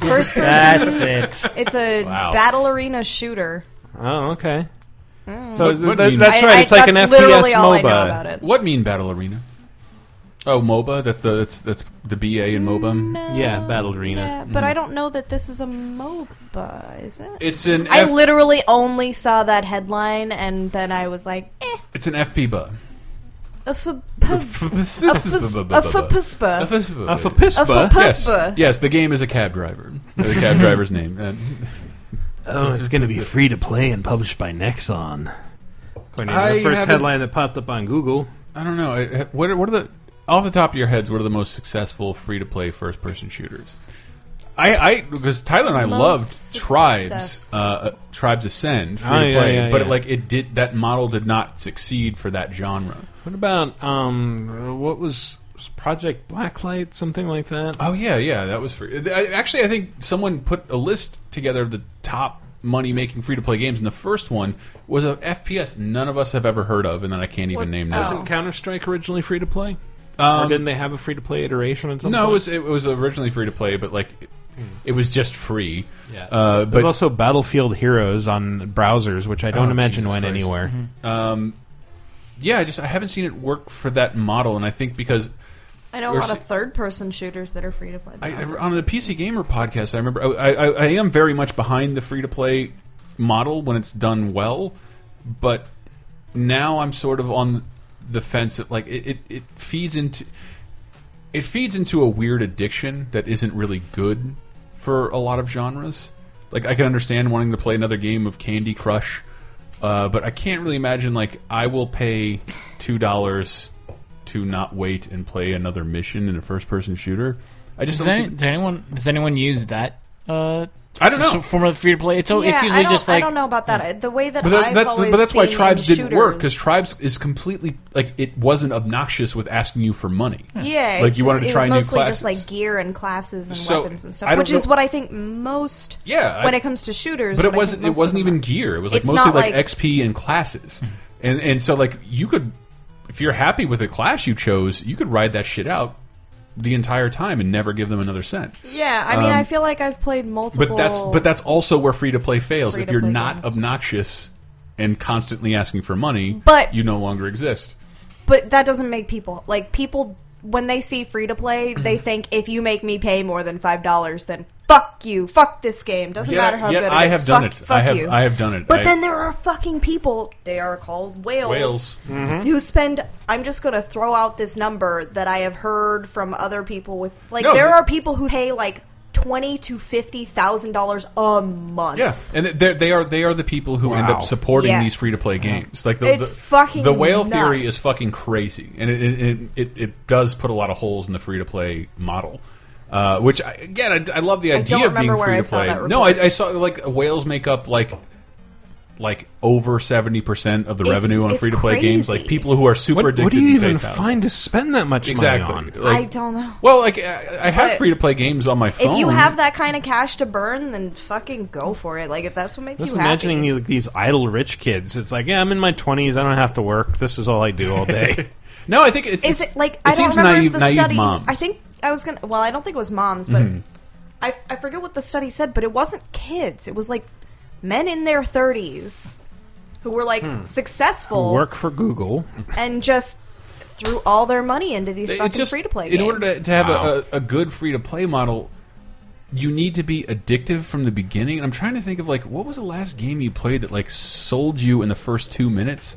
first person. That's it. It's a Wow. battle arena shooter. Oh, okay. Mm. So is What that- mean- that's I- right. I- it's like that's an literally FPS all I MOBA. know about it. What mean Battle Arena? Oh, MOBA. That's the that's that's the BA in MOBA. Yeah, Battle Arena. Mm-hmm. Yeah, but I don't know that this is a MOBA, is it? It's an I F- literally only saw that headline and then I was like, eh, It's an FPBA. a f- p- a <laughs> f- a fpuspa. A fpuspa. A fpuspa? A fpuspa. Yes. Yes, the game is a cab driver. The cab driver's name. And- Oh, it's going to be free to play and published by Nexon. According to I the first haven't- headline that popped up on Google. I don't know. I- What are, what are the off the top of your heads? What are the most successful free to play first person shooters? I, I because Tyler and I Most loved Tribes, successful. uh, uh, Tribes Ascend, free Oh, to yeah, play, yeah, but It, yeah. like it did that model did not succeed for that genre. What about um? What was, was Project Blacklight? Something like that. Oh yeah, yeah, that was free. I, actually, I think someone put a list together of the top money making free to play games, and the first one was a FPS none of us have ever heard of, and then I can't even name now. Oh. Wasn't Counter Strike originally free to play? or Um, didn't they have a free to play iteration? At some No, point? it was it was originally free to play, but like it, it was just free. Yeah. uh, There's but also Battlefield Heroes on browsers, which I don't Oh, imagine Jesus went Christ. anywhere. Um, yeah, I just I haven't seen it work for that model, and I think because I know a we're lot se- of third person shooters that are free to play. I, I- on the PC Gamer podcast, I remember I, I, I am very much behind the free to play model when it's done well, but now I'm sort of on the fence. That like it, it, it feeds into it feeds into a weird addiction that isn't really good for a lot of genres. Like I can understand wanting to play another game of Candy Crush, uh, but I can't really imagine like I will pay two dollars to not wait and play another mission in a first person shooter. I just does, don't any- think- does anyone does anyone use that uh, I don't know. So from a free to play, it's, oh, al- yeah, it's usually I don't, just like I don't know about that. The way that, Hmm. But that- I've that's always but that's why seen tribes in didn't work shooters- because tribes is completely like it wasn't obnoxious with asking you for money. Yeah, like it's you just- wanted to it try was new mostly classes. just like gear and classes and So, weapons and I stuff, don't which is know- what I think most. Yeah, I- when it comes to shooters, but it when comes wasn't. to It most wasn't of even them. gear. It was like It's mostly not like, XP and classes, and and so like you could, if you're happy with the class you chose, you could ride that shit out the entire time and never give them another cent. Yeah, I mean, Um, I feel like I've played multiple. But that's but that's also where free to play fails. If you're Free-to-play not obnoxious and constantly asking for money, But- you no longer exist. but that doesn't make people like people when they see free to play, Mm-hmm. they think if you make me pay more than five dollars, then fuck you, fuck this game. Doesn't Yeah, matter how yeah, good I it is. have done fuck, it. I Fuck have- you. I have done it. But I- then there are fucking people. They are called whales. Whales. Mhm. who spend. I'm just going to throw out this number that I have heard from other people with. Like No, there but- are people who pay like twenty to fifty thousand dollars a month. Yeah, and they're- they are they are the people who end Wow. up supporting Yes. these free to play games. Like the, It's the, fucking the whale nuts. theory is fucking crazy, and it it, it, it does put a lot of holes in the free to play model. Uh, which I, again, I, I love the I idea don't of being remember where free I to saw play. that No, report. I, I saw like whales make up like like over seventy percent of the It's- revenue on it's free to play games. crazy. Like people who are super What, addicted. what do you to even PayPal. find to spend that much Exactly. money on? Like, I don't know. Well, like I, I have But- free to play games on my phone. If you have that kind of cash to burn, then fucking go for it. Like if that's what makes Just you happy. imagining you, like, these idle rich kids. It's like, yeah, I'm in my 20s. I don't have to work. This is all I do all <laughs> day. no, I think it's. is it like I don't seems remember naive- if the naive study. moms. I think I was gonna. Well, I don't think it was moms, but Mm-hmm. Mhm. I I forget what the study said. But it wasn't kids. It was like men in their thirties who were like Hmm. successful Work for Google. and just threw all their money into these It's fucking just- free to play. In order to, to have a, a, a good free to play model, you need to be addictive from the beginning. And I'm trying to think of like what was the last game you played that like sold you in the first two minutes.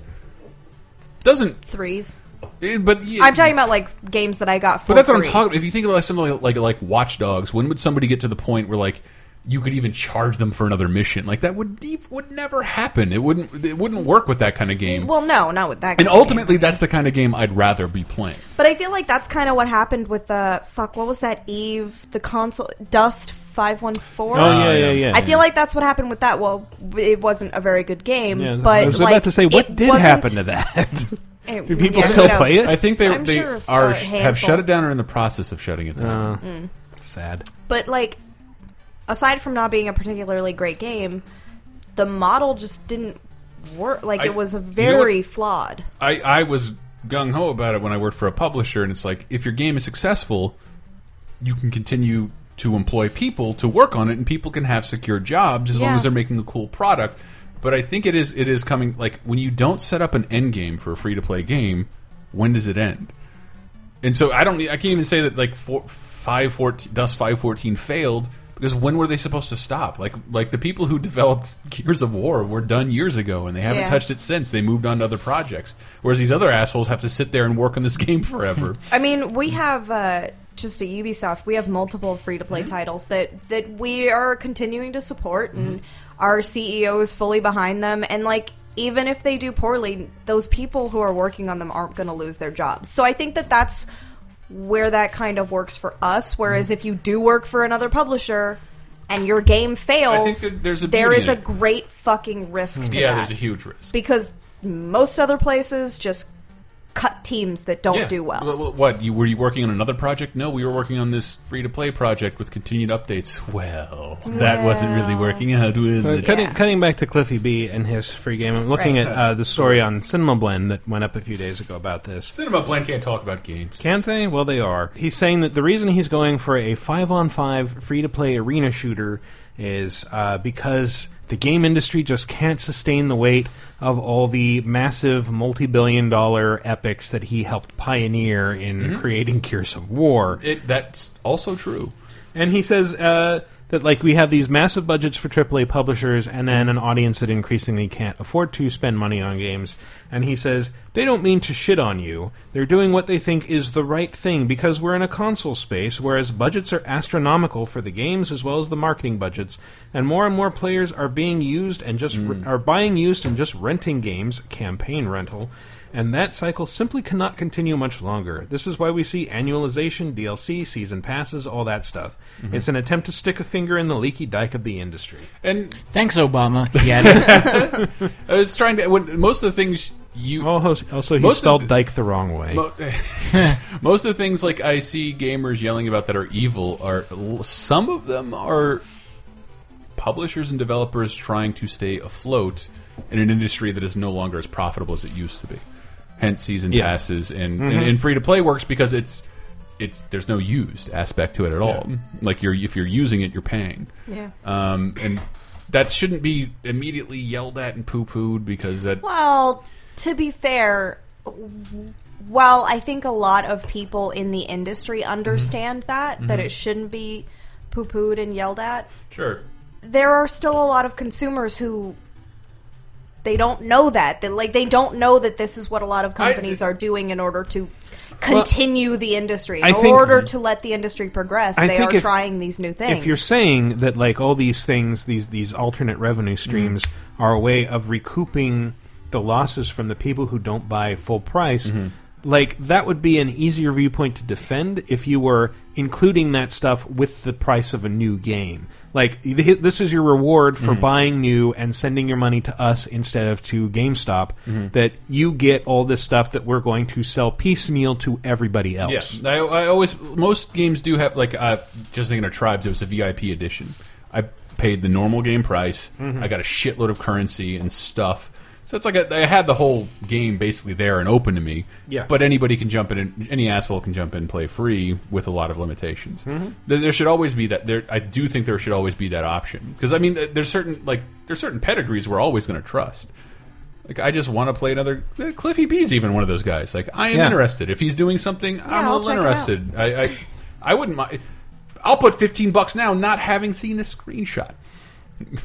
Doesn't threes. eh, but yeah, I'm talking about like games that I got. For but that's what free. I'm talking. about. If you think about something like, like like Watch Dogs, when would somebody get to the point where like you could even charge them for another mission? Like that would be, would never happen. It wouldn't it wouldn't work with that kind of game. Well, no, not with and that. kind of game. ultimately, that's the kind of game I'd rather be playing. But I feel like that's kind of what happened with the fuck. What was that? Eve, the console Dust five one four. Oh, yeah, yeah, yeah. I feel like that's what happened with that. Well, it wasn't a very good game, Yeah, but I was like, about to say, what it did wasn't- happen to that? <laughs> It- do people yeah, who still knows? play it? <laughs> I think they, I'm they sure a are handful. have shut it down or in the process of shutting it down. Mm. Sad. But like, aside from not being a particularly great game, the model just didn't work. Like I- it was you know what- very flawed. I, I was gung ho about it when I worked for a publisher, and it's like if your game is successful, you can continue to employ people to work on it, and people can have secure jobs as long Yeah. as they're making a cool product. But I think it is it is coming like when you don't set up an end game for a free to play game, when does it end? And so I don't e, I can't even say that like four, five fourteen Dust five fourteen failed because when were they supposed to stop? Like like the people who developed Gears of War were done years ago and they haven't Yeah. touched it since. They moved on to other projects. Whereas these other assholes have to sit there and work on this <laughs> game <laughs> forever. I mean, we have uh, just at Ubisoft, we have multiple free to Mm-hmm. play titles that that we are continuing to support, and Mm-hmm. our CEO is fully behind them. And like, even if they do poorly, those people who are working on them aren't going to lose their jobs. So I think that that's where that kind of works for us. Mm-hmm. Whereas if you do work for another publisher. And your game fails. that there's a there beauty is in a it. Mm-hmm. great fucking risk. To yeah, that there's a huge risk. because most other places just cut teams that don't Yeah. do well. Wh- wh- What you were you working on another project? No, we were working on this free to play project with continued updates. Well, that wasn't really working out. was So it? cutting, cutting back to Cliffy B and his free game, I'm looking Right. at uh, the story on Cinema Blend that went up a few days ago about this. Cinema Blend can't talk about games. Can't they? Well, they are. He's saying that the reason he's going for a five on five free to play arena shooter is uh, because the game industry just can't sustain the weight of all the massive multi billion dollar epics that he helped pioneer in Mhm. creating Gears of War. It, that's also true. And he says uh, that like we have these massive budgets for AAA publishers, and then an audience that increasingly can't afford to spend money on games. And he says they don't mean to shit on you. They're doing what they think is the right thing because we're in a console space, whereas budgets are astronomical for the games as well as the marketing budgets, and more and more players are being used and just are buying used and just renting games, campaign rental. and that cycle simply cannot continue much longer. This is why we see annualization, DLC, season passes, all that stuff. Mhm. It's an attempt to stick a finger in the leaky dike of the industry. And thanks, Obama. I was trying to. When, most of the things you also, also he most of spelled the- dike the wrong way. <laughs> Mo- <laughs> most of the things like I see gamers yelling about that are evil are l- some of them are publishers and developers trying to stay afloat in an industry that is no longer as profitable as it used to be. Hence, season Yeah. passes and, Mhm. and, and free to play works because it's it's there's no used aspect to it at all. Yeah. Like you're if you're using it, you're paying. Yeah. Um, and that shouldn't be immediately yelled at and poo pooed because that Well, to be fair, w- while I think a lot of people in the industry Mm-hmm. understand that, that Mhm. it shouldn't be poo pooed and yelled at, sure. there are still a lot of consumers who. They don't know that. They, like they don't know that this is what a lot of companies are doing in order to continue the industry. In I think- order to let the industry progress, I they think are if- trying these new things. If you're saying that like all these things, these these alternate revenue streams are a way of recouping the losses from the people who don't buy full price, like that would be an easier viewpoint to defend if you were including that stuff with the price of a new game. Like th- this is your reward for Mhm. buying new and sending your money to us instead of to GameStop. Mhm. That you get all this stuff that we're going to sell piecemeal to everybody else. Yes, I, I always most games do have like uh, just thinking of Tribes. It was a VIP edition. I paid the normal game price. Mhm. I got a shitload of currency and stuff. So it's like a, I had the whole game basically there and open to me. Yeah. But anybody can jump in. And, any asshole can jump in and play free with a lot of limitations. Mhm. There, there should always be that. There, I do think there should always be that option because I mean, th- there's certain like there's certain pedigrees we're always going to trust. Like I just want to play another. eh, Cliffy B's even one of those guys. Like I am Yeah. interested. If he's doing something, I'm I'll all check it out. interested. I, I I wouldn't mind. I'll put fifteen bucks now, not having seen a screenshot.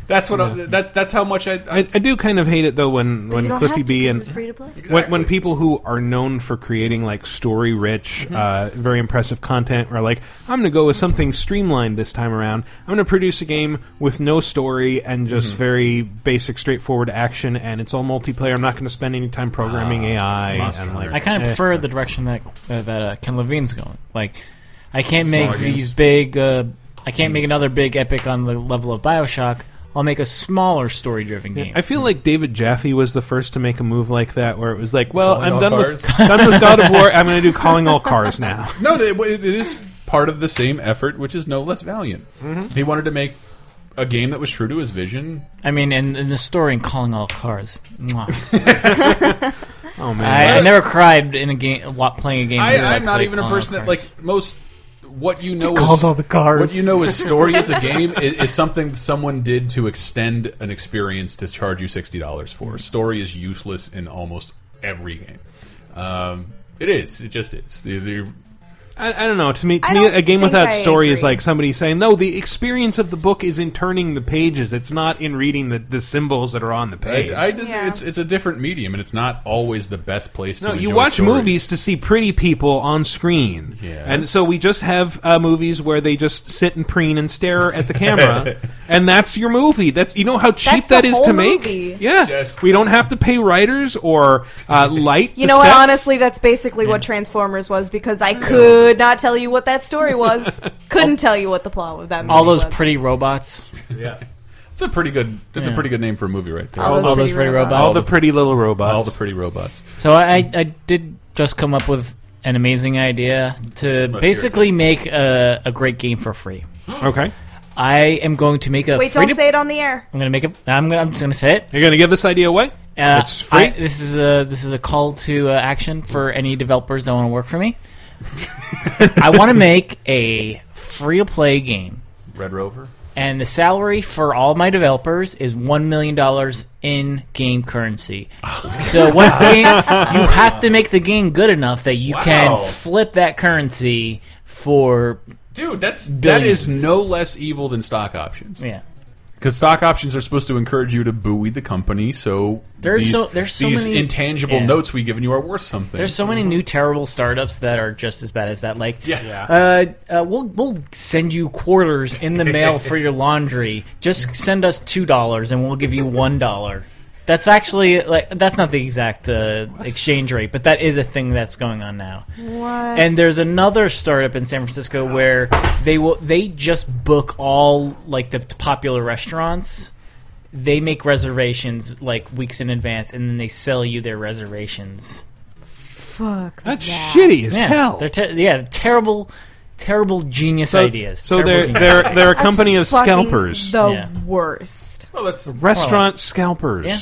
That's what. I, that's that's how much I. I, I, I do kind of hate it though when you when don't Cliffy have to B 'cause and it's free to play. when, when people who are known for creating like story rich, Mm-hmm. uh, very impressive content are like, I'm going to go with something streamlined this time around. I'm going to produce a game with no story and just Mm-hmm. Mhm. very basic, straightforward action, and it's all multiplayer. I'm not going to spend any time programming AI. Ah, Monster And, Hunter. like, I kind of eh. prefer the direction that uh, that uh, Ken Levine's going. Like, I can't Smaller make games. these big. Uh, I can't make another big epic on the level of Bioshock. I'll make a smaller story-driven Yeah, game. I feel like David Jaffe was the first to make a move like that, where it was like, "Well, Calling I'm all done with, <laughs> cars. done with God of War. I'm going to do <laughs> calling all cars now." no, it, it is part of the same effort, which is no less valiant. Mm-hmm. He wanted to make a game that was true to his vision. I mean, and, and the story in Calling All Cars. Mwah. <laughs> Oh, man. I, I Yes. never cried in a game while playing a game. that I, I'm not played even a Calling All person that Cars. like most. What you know He is calls all the cars. What you know is story <laughs> as a game i- is, something someone did to extend an experience to charge you sixty dollars Mm-hmm. for. Story is useless in almost every game. Um, it is. It just is. The- the- I, I don't know. To me, to I me, don't a game think without I story is like somebody saying, "No, the experience of the book is in turning the pages. It's not in reading the, the symbols that are on the page." I, I just, it's it's a different medium, and it's not always the best place to. no, you enjoy watch story. movies to see pretty people on screen, Yes. and so we just have uh, movies where they just sit and preen and stare at the <laughs> camera, and that's your movie. That's you know how cheap That's that the is whole to make. movie. Yeah, we don't have to pay writers or <laughs> uh, light. the You know what? sets. Honestly, that's basically what Transformers was because I could not tell you what that <laughs> story was. Oh. Couldn't tell you what the plot of that movie all those was. pretty robots. <laughs> yeah, it's a pretty good. It's a Yeah. pretty good name for a movie, right there. All those All those pretty pretty robots. robots. All the pretty little robots. All the pretty robots. So I, I- I did just come up with an amazing idea to hear it. basically make a, a great game for free. Okay. I am going to make a. Wait, free don't to- say it on the air. I'm gonna make it. I'm gonna. I'm just gonna say it. You're gonna give this idea away. Uh, It's free? I- this is a this is a call to uh, action for any developers that want to work <laughs> for me. I want to make a free to play game, Red Rover. and the salary for all my developers is one million dollars in <laughs> game currency. so once the game, you have to make the game good enough that you Wow. can flip that currency for Dude, that's that Billions. is no less evil than stock options. Yeah. Because stock options are supposed to encourage you to buoy the company, so There's these, so- there's so these many- intangible yeah. notes we've given you are worth something. There's so many new terrible startups that are just as bad as that. Like, Yes. Yeah. uh, uh, we'll we'll send you quarters in the mail for your laundry. Just send us two dollars, and we'll give you one dollar. That's actually like that's not the exact uh, exchange rate, but that is a thing that's going on now. What? And there's another startup in San Francisco where they will they just book all like the popular restaurants. They make reservations like weeks in advance, and then they sell you their reservations. Fuck. That's shitty as yeah, hell. They're ter- yeah, terrible, terrible genius So- ideas. so Terrible they're- genius they're- ideas. they're a That's company of fucking scalpers. The Yeah. worst. Well, that's Restaurant scalpers. Yeah.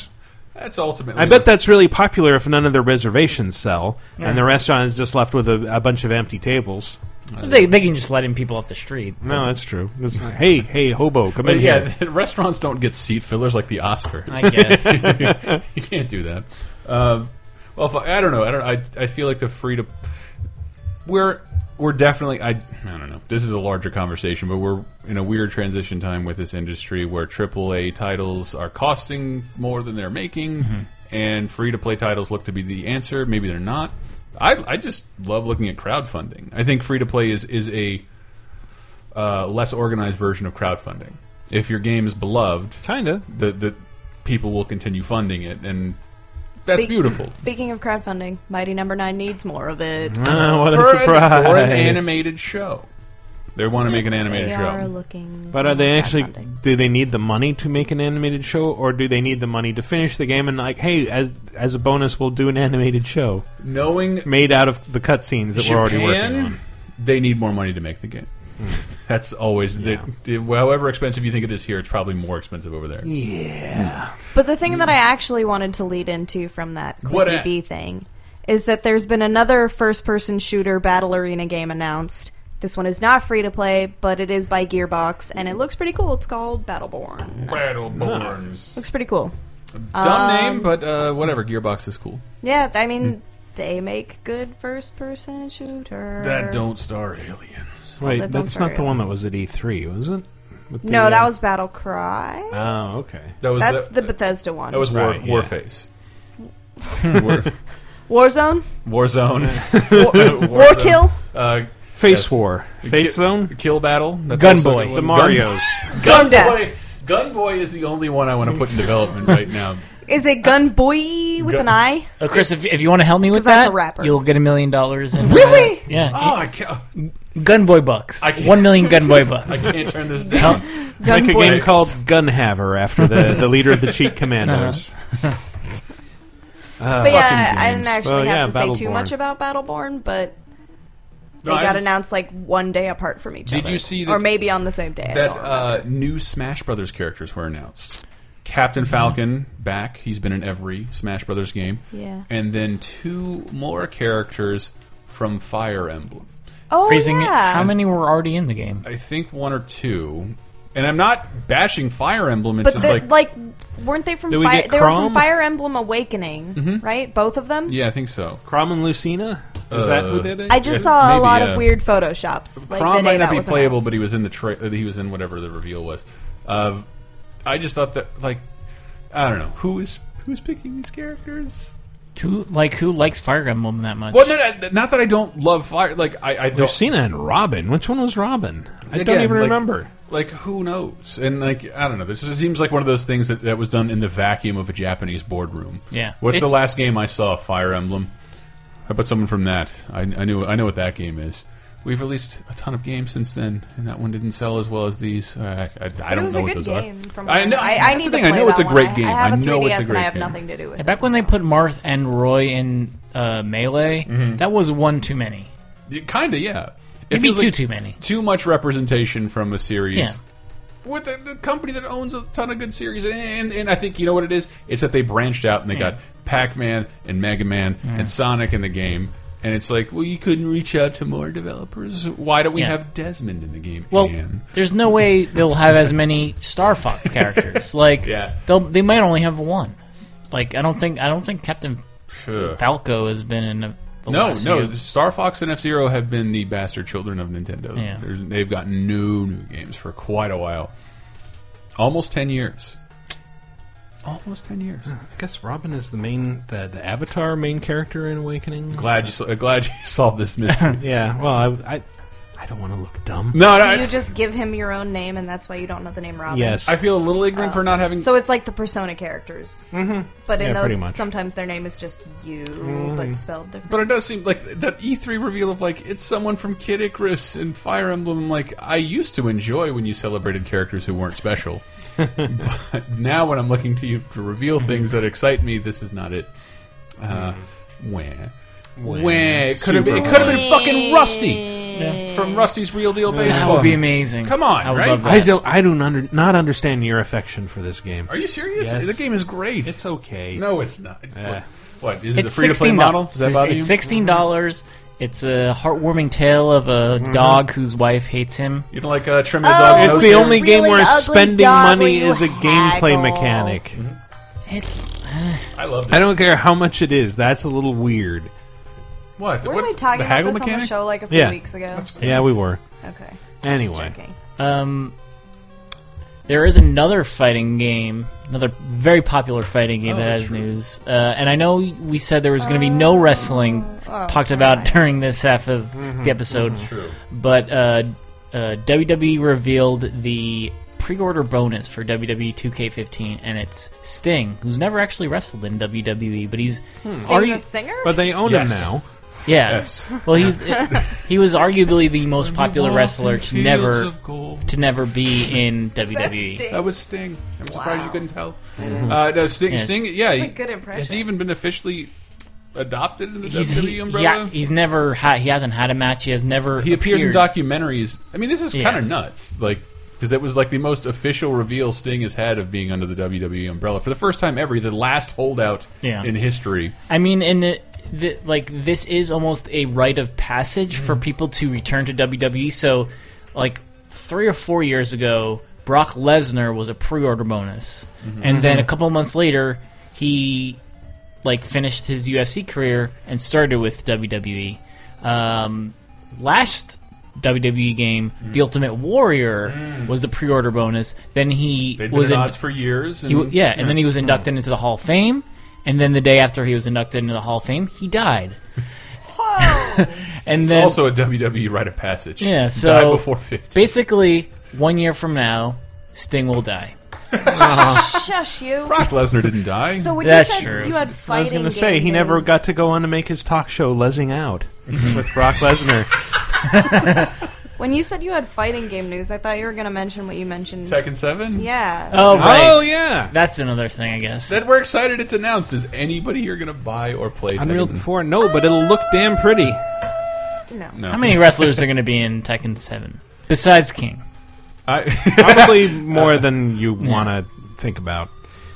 That's ultimately. I bet that's really popular if none of their reservations sell, Yeah. and the restaurant is just left with a, a bunch of empty tables. <laughs> They, they can just let in people off the street. No, that's true. It's like, hey, hey, hobo, come But in yeah, here. <laughs> restaurants don't get seat fillers like the Oscars. <laughs> I guess. Uh, you can't do that. Um, well, if I, I don't know. I don't. I, I feel like the freedom. We're we're definitely. I I don't know. This is a larger conversation, but we're in a weird transition time with this industry where AAA titles are costing more than they're making, Mhm. and free to play titles look to be the answer. Maybe they're not. I I just love looking at crowdfunding. I think free to play is is a uh, less organized version of crowdfunding. If your game is beloved, kinda, the the people will continue funding it, and that's Speak- <laughs> beautiful. Speaking of crowdfunding, Mighty Number Nine needs more of it. Ah, what a For an- surprise. for an animated show. They want to make an animated They show. are looking. But are they actually? Do they need the money to make an animated show, or do they need the money to finish the game and like, hey, as as a bonus, we'll do an animated show, knowing made out of the cutscenes that we're already working Japan, on? Mm. They need more money to make the game. That's always the, the- however expensive you think it is here, it's probably more expensive over there. Yeah. But the thing that I actually wanted to lead into from that What Clicky at? B thing is that there's been another first-person shooter battle arena game announced. This one is not free to play, but it is by Gearbox, and it looks pretty cool. It's called Battleborn. Battleborn. Looks pretty cool. Dumb Um, name, but uh, whatever. Gearbox is cool. Yeah, I mean, they make good first-person shooter. That don't star aliens. Wait, That don't that's not the worry. one that was at E3, was it? With No, the, that uh, was Battle Cry. Oh, okay. That was That's that- the Bethesda one. That was War, Right, yeah. Warface. <laughs> War, Warzone. Warzone. <laughs> War- War Kill? Uh, Face War. Face Ki- Zone? Kill Battle. That's Gun also Boy. a good The one. Gun- Marios. Storm Death. Boy- Gun Boy is the only one I want to put in development right now. Is it Gun Boy with Gun- an I? Oh, Chris, if, if you want to help me with 'Cause that's that, a rapper. you'll get a million dollars. in- uh, Really? yeah. <laughs> Oh, I can't. Gunboy bucks. I can't- One million gunboy bucks. I can't Oh, turn this down. Make a game called Gunhaver after the, the leader of <laughs> the Cheat <laughs> Commandos. but yeah, I didn't actually have to say too Battleborn. much about Battleborn, but they No, I got was- announced like one day apart from each Did other. you see or that- maybe on the same day? I That don't uh, new Smash Brothers characters were announced. Captain Falcon back. He's been in every Smash Brothers game. Yeah. And then two more characters from Fire Emblem. Oh, Raising it- yeah. How many were already in the game? I think one or two. And I'm not bashing Fire Emblem. It's but just the- like, like, weren't they from Did we Fire? get They were from Crom? Fire Emblem Awakening, Mm-hmm. right? Both of them. yeah, I think so. Crom and Lucina? Is that who did it? I just Yeah, saw a maybe, lot yeah. of weird photoshops. Like the Prom day might that not be was playable, announced. but he was in the tra- uh, he was in whatever the reveal was. Uh, I just thought that like I don't know who is who's picking these characters. Who like who likes Fire Emblem that much? Well, no, no, not that I don't love Fire. Like I, I don't. Lucina and Robin. Which one was Robin? I don't Again, even like- remember. Like who knows? And like I don't know. This just seems like one of those things that, that was done in the vacuum of a Japanese boardroom. Yeah. What's It- the last game I saw? Fire Emblem. How about someone from that? I, I knew. I know what that game is. We've released a ton of games since then, and that one didn't sell as well as these. Uh, I, I, I But don't it was know a what good those game are. from I know. I, I that's need the thing. To I play know it's a that great one. game. I, have a 3DS know it's a and great I have game. nothing to do with Yeah, it. back when they put Marth and Roy in uh, melee, Mm-hmm. that was one too many. Kind of, yeah. It Maybe feels too like too many. Too much representation from a series Yeah. with a, a company that owns a ton of good series, and and I think you know what it is. It's that they branched out and they Yeah. got Pac-Man and Mega Man Yeah. and Sonic in the game, and it's like, well, you couldn't reach out to more developers. Why don't we Yeah. have Desmond in the game? Well, Ian? there's no way they'll have as many Star Fox characters. Like they'll they might only have one. Like I don't think I don't think Captain Sure. Falco has been in a, the no, last no. few. Star Fox and F Zero have been the bastard children of Nintendo. Yeah. There's, they've gotten no new games for quite a while, almost ten years. Almost ten years. I guess Robin is the main, the, the Avatar main character in Awakening. <laughs> Glad you sol- glad you solved this mystery. yeah. Well, I, I, I don't want to look dumb. No, Do no, you just give him your own name, and that's why you don't know the name Robin? I feel a little ignorant for not having. So it's like the Persona characters. Mm-hmm. But in Yeah, pretty those, much. sometimes their name is just you, but spelled different. But it does seem like that E3 reveal of like it's someone from Kid Icarus and Fire Emblem. Like I used to enjoy when you celebrated characters who weren't special, but now when I'm looking to you to reveal things that excite me, this is not it. Uh, wah. Wah. It could have been. It Super could have been wah. fucking Rusty from Rusty's Real Deal That Baseball. would be amazing. Come on, I would right? love I don't. I don't under, not understand your affection for this game. Are you serious? Yes. The game is great. It's okay. No, it's not. Yeah. What is it? it's the free to play $16. model? Does that It's- bother you? it's sixteen dollars. It's a heartwarming tale of a Mm-hmm. dog whose wife hates him. You don't like uh, trim the Oh, dog's it's nose the hair? only game where Really ugly spending dog money where you is a gameplay haggle. mechanic. It's. I love it. I don't care how much it is. That's a little weird. What? Weren't we talking about this on the show like a few yeah. weeks ago? Yeah, we were. Okay. Anyway, Um, there is another fighting game, another very popular fighting game Oh, that that's has news. Uh, and I know we said there was going to be no wrestling oh, talked about during this half of Mhm, the episode. mhm. True. But uh, uh, WWE revealed the pre-order bonus for E WWE 2K15, and it's Sting, who's never actually wrestled in WWE, but he's Hmm. Sting already- the singer? but they own him Yes. now. Yeah. Yes. Well, he's <laughs> he was arguably the most popular walk in wrestler to fields never of gold. to never be in E. WWE. That was Sting. I'm surprised you couldn't tell. Mhm. Uh, no, Sting. Yeah. Sting. Yeah, That's a he- good impression. Has he even been officially adopted into the He's, WWE he- umbrella? yeah, he's never had he hasn't had a match. He has never he appears in appeared. documentaries. I mean, this is Yeah. kind of nuts. Like, because it was like the most official reveal Sting has had of being under the WWE umbrella for the first time ever. The last holdout Yeah. in history. I mean, and the, the, like this is almost a rite of passage for Mm-hmm. people to return to WWE. So, like three or four years ago, Brock Lesnar was a pre-order bonus, Mhm. Mm-hmm. and then a Mhm. couple of months later, he like finished his UFC career and started with WWE. Um, last WWE game, Mm-hmm. The Ultimate Warrior, was the pre-order bonus. Then he They'd Mm. been was at in- odds for years, he w- and- yeah, and then Mm-hmm. he was inducted into the Hall of Fame. And then the day after he was inducted into the Hall of Fame, he died. and <laughs> it's then also a WWE rite of passage. yeah, so die before fifty. basically one year from now, Sting will die. Shush you. Brock Lesnar didn't die. So when That's you said true. you had I was fighting going to say he game never is- got to go on to make his talk show "Lesing Out" with Brock <laughs> Lesnar. When you said you had fighting game news, I thought you were going to mention what you mentioned. Tekken Seven. Yeah. Oh right. Oh, yeah. That's another thing, I guess. That we're excited it's announced. Is anybody here going to buy or play Unreal Tekken? Four, no, but it'll look damn pretty. No. No. How many wrestlers are going to be in Tekken Seven besides King? <laughs> Probably more than you want to think about.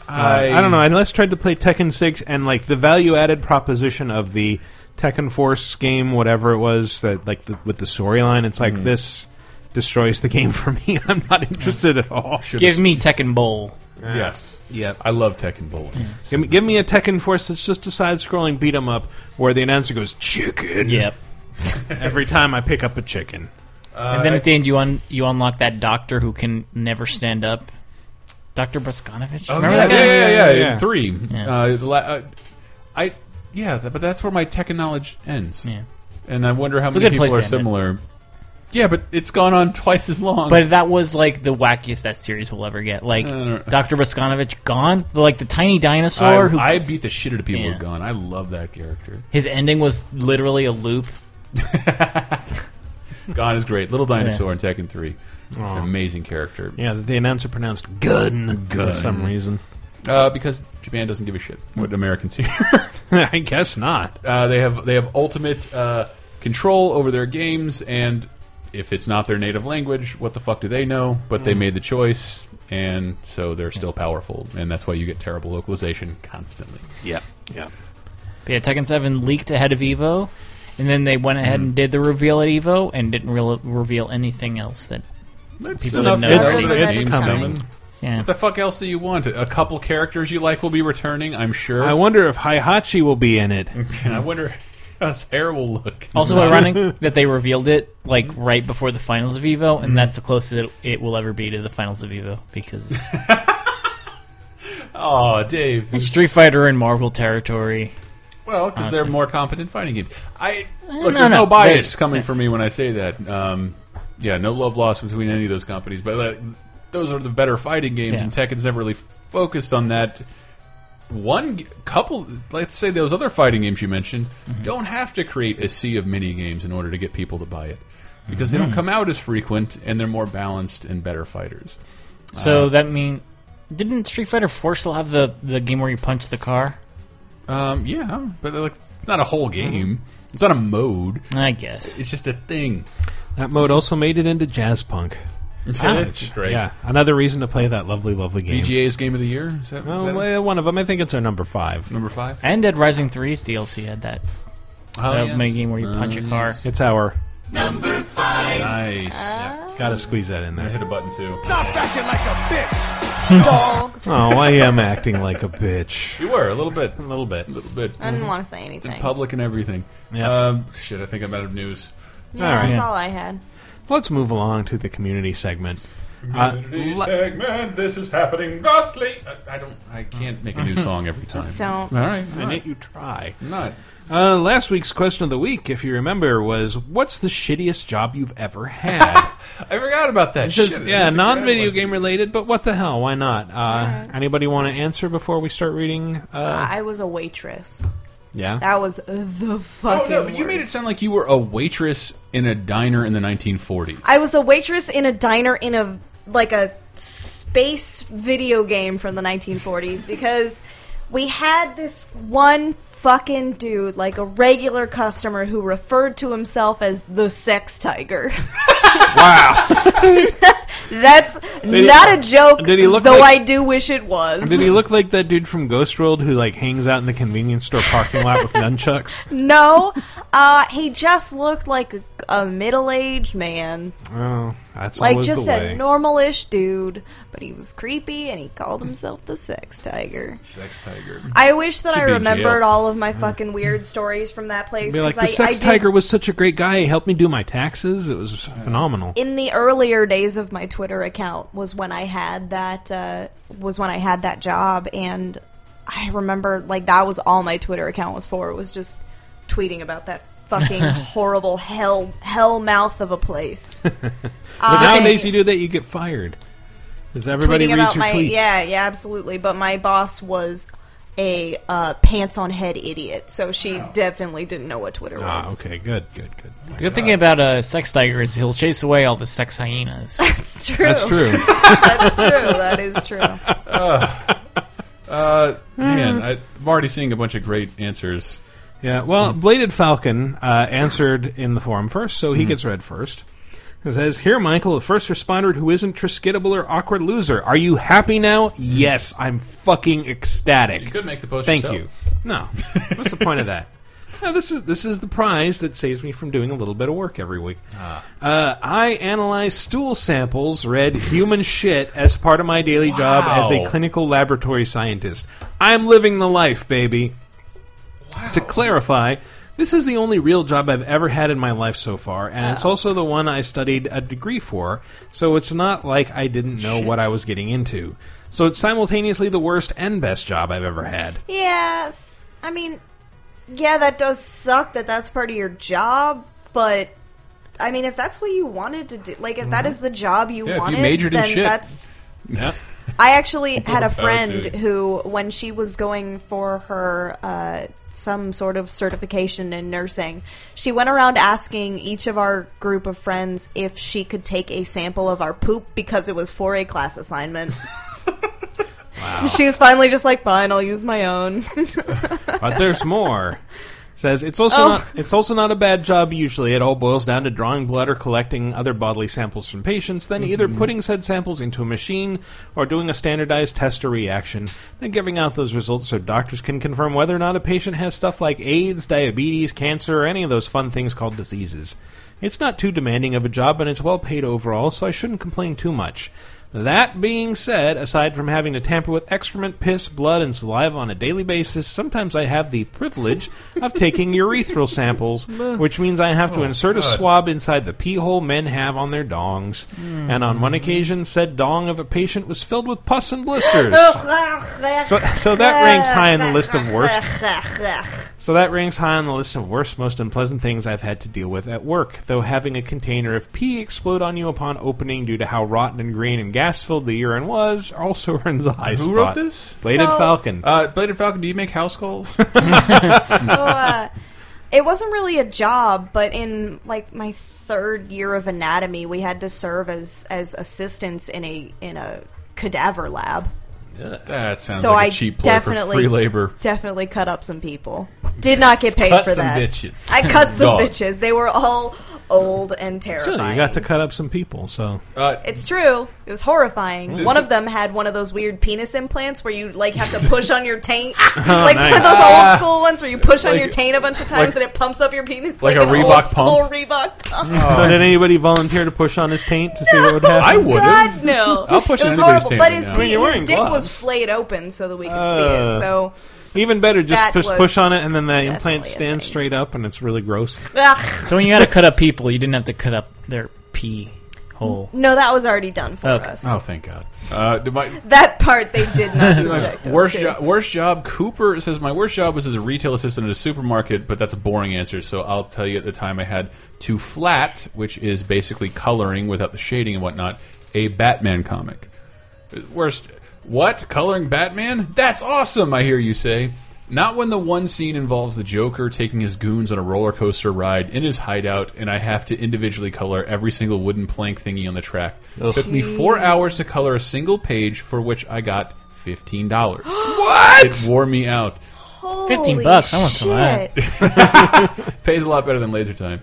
Uh, I- I don't know. I just tried to play Tekken Six, and like the value-added proposition of the Tekken Force game, whatever it was that like the, with the storyline, it's Hmm. like this destroys the game for me. <laughs> I'm not interested at all. Give me Tekken Bowl. Yes. Yep. I love Tekken Bowl. Give me, give me a Tekken Force that's just a side-scrolling beat 'em up where the announcer goes chicken. Yep. Every time I pick up a chicken. Uh, and then at the end, you un- you unlock that doctor who can never stand up, Doctor Braskanovich. Oh, Remember yeah, that guy? yeah, yeah, yeah, in yeah. Three. Yeah. Uh, la- uh, I yeah, th- but that's where my Tekken knowledge ends. Yeah. And I wonder how It's a many good people place are to end it. similar. Yeah, but it's gone on twice as long. But that was like the wackiest that series will ever get. Like Doctor Braskanovich gone, like the tiny dinosaur I, who I beat the shit out of people Yeah. who are gone. I love that character. his ending was literally a loop. Gone is great. Little dinosaur in Tekken Three. It's an Aw. amazing character. Yeah, the announcer pronounced gun, Gun. for some reason. <laughs> Uh, because Japan doesn't give a shit what Mm. Americans <laughs> hear. I guess not. Uh, they have they have ultimate uh, control over their games, and if it's not their native language, what the fuck do they know? But they Mm. made the choice, and so they're still powerful, and that's why you get terrible localization constantly. Yeah, yeah. But yeah, Tekken Seven leaked ahead of Evo, and then they went Mm-hmm. ahead and did the reveal at Evo and didn't real reveal anything else that That's people enough didn't know. to know about. that game's Yeah. What the fuck else do you want? A couple characters you like will be returning, I'm sure. I wonder if Hihachi will be in <laughs> it. I wonder how his hair will look. Also <laughs> ironic that they revealed it like right before the finals of Evo, Mm-hmm. and that's the closest it, it will ever be to the finals of Evo because <laughs> Oh, Dave. Street Fighter in Marvel territory. Well, because they're more competent fighting games. I Look, no, there's no, no, bias they- coming from me when I say that. Um, yeah, no love lost between any of those companies, but that, those are the better fighting games, Yeah. and Tekken's never really focused on that. One g- couple, let's say those other fighting games you mentioned, don't have to create a sea of mini games in order to get people to buy it because they don't Mhm. come out as frequent and they're more balanced and better fighters. Uh, So that mean didn't Street Fighter Four still have the the game where you punch the car? Um, yeah, but like it's not a whole game. It's not a mode. I guess it's just a thing. That mode also made it into jazz punk. Ah. That's great. Yeah, another reason to play that lovely, lovely game. VGA's game of the year. Is that, is Oh, that it? well, one of them. I think it's our number five. Number five. And Dead Rising 3's DLC had that. Oh, that yes. Uh, mini game where you punch a car. It's our Number five. Nice. Got to squeeze that in there. hit a button too. Stop acting like a bitch, dog. oh, I am acting like a bitch. You were a little bit, a little bit, a little bit. I didn't want to say anything. In public and everything. Yeah. Um, shit, I think I'm out of news. Yeah, All right. that's Yeah. all I had. Let's move along to the community segment. Uh, Community segment. This is happening ghastly. I, I don't. I can't make a new song every time. <laughs> Just don't. All right. I make you try. Not. Uh, last week's question of the week, if you remember, was what's the shittiest job you've ever <laughs> had? I forgot about that. Just shit. yeah, That's a non video bad game related, but what the hell? Why not? Uh, anybody want to answer before we start reading? Uh, I was a waitress. yeah. That was the one. fucking. Oh no! but You made it sound like you were a waitress in a diner in the 1940s. I was a waitress in a diner in a like a space video game from the 1940s because we had this one fucking dude, like a regular customer who referred to himself as the <laughs> sex tiger. <laughs> That's he- not a joke. did he look though like- I do wish it was. Did he look like that dude from Ghost World who like hangs out in the convenience store parking lot with nunchucks? <laughs> No, uh, he just looked like a, a middle-aged man, Oh, that's like always just the a way. normal-ish dude, but he was creepy and he called himself the sex tiger. Sex tiger. I wish that Should I be in remembered jail. all of my fucking weird stories from that place. Be like the 'cause I, I sex did- tiger was such a great guy. He helped me do my taxes. It was phenomenal. in the earlier days of my Twitter account was when I had that uh, was when I had that job, and I remember like that was all my Twitter account was for was just tweeting about that <laughs> fucking horrible hell hell mouth of a place. But I- nowadays, you do that, you get fired. Does everybody tweeting read about your my tweets? yeah yeah absolutely, but my boss was a uh, pants on head idiot, so she definitely didn't know what Twitter Ah, was. okay, good, good, good. The good thing about a sex tiger is he'll chase away all the <laughs> sex hyenas. That's true. <laughs> That's true. That is true. Uh, uh, <laughs> man, I, I'm already seeing a bunch of great answers. Yeah, well, Bladed Falcon uh, answered in the forum first, so he gets read first. It says, Here, Michael, a first responder who isn't Triskidable or Awkward Loser. Are you happy now? Yes, I'm fucking ecstatic. You could make the post Thank yourself. you. No. What's the point of that? <laughs> No, this is this is the prize that saves me from doing a little bit of work every week. Uh, I analyze stool samples, read human shit as part of my daily job as a Wow. clinical laboratory scientist. I'm living the life, baby. To clarify, this is the only real job I've ever had in my life so far, and it's also the one I studied a degree for, so it's not like I didn't know what I was getting into. So it's simultaneously the worst and best job I've ever had. Yes. I mean, yeah, that does suck that that's part of your job, but I mean, if that's what you wanted to do, like if that is the job you Yeah, if you wanted, majored in then shit. that's. Yeah. I actually had a About friend to. who, when she was going for her uh, some sort of certification in nursing, she went around asking each of our group of friends if she could take a sample of our poop because it was for a <laughs> class assignment. <laughs> She was finally just like, fine, I'll use <laughs> my own. <laughs> but there's more. Says it's also Oh. not it's also not a bad job usually. It all boils down to drawing blood or collecting other bodily samples from patients, then either putting said samples into a machine or doing a standardized test or reaction, then giving out those results so doctors can confirm whether or not a patient has stuff like AIDS, diabetes, cancer, or any of those fun things called diseases. It's not too demanding of a job and it's well paid overall, so I shouldn't complain too much. That being said, aside from having to tamper with excrement, piss, blood, and saliva on a daily basis, sometimes I have the privilege of taking urethral <laughs> samples, which means I have to Oh, insert a God. swab inside the pee hole men have on their dongs. Mm. And on one occasion, said dong of a patient was filled with pus and <laughs> blisters. so, so that ranks high on the list of worst <laughs> so that ranks high on the list of worst, most unpleasant things I've had to deal with at work, though having a container of pee explode on you upon opening due to how rotten and green and gas filled the urine was also <laughs> earns the high Who spot. wrote this? Bladed So- Falcon. Uh, Bladed Falcon, do you make house calls? so, uh, it wasn't really a job, but in like my third year of anatomy, we had to serve as as assistants in a in a cadaver lab. that sounds so like a I cheap play for definitely free labor. Definitely cut up some people. Did not get paid Cut for some that. bitches. I <laughs> cut some God. bitches. They were all old and terrifying. Still, you got to cut up some people, so Uh, It's true. It was horrifying. This- one of them had one of those weird penis implants where you like have to push on your taint, <laughs> like nice. one of those Ah. old school ones where you push on Like- your taint a bunch of times like- and it pumps up your penis like like, a an Reebok old school pump? Reebok pump. Oh. So did anybody volunteer to push on his taint to see <laughs> what would happen? I would've. God no! I'll push it on was anybody's horrible, taint but right his, now. pe- I mean, you're his wearing dick was gloves. flayed open so that we could see Uh, it. So even better, just That push, was push on it, and then the implant stands straight up, and it's really gross. Ugh. So when you had to cut up people, you didn't have to cut up their pee hole. no, that was already done for Okay. us. Oh, thank God. Uh, did my, That part they did not My <laughs> subject us worst to. job. Worst job. Cooper says my worst job was as a retail assistant at a supermarket, but that's a boring answer. So I'll tell you at the time I had to flat, which is basically coloring without the shading and whatnot, a Batman comic. Worst. What coloring Batman? That's awesome. I hear you say. Not when the one scene involves the Joker taking his goons on a roller coaster ride in his hideout, and I have to individually color every single wooden plank thingy on the track. Ugh. Took me four hours to color a single page, for which I got fifteen dollars. What? It wore me out. Holy 15 bucks, I want some of that. shit. Pays a lot better than laser time.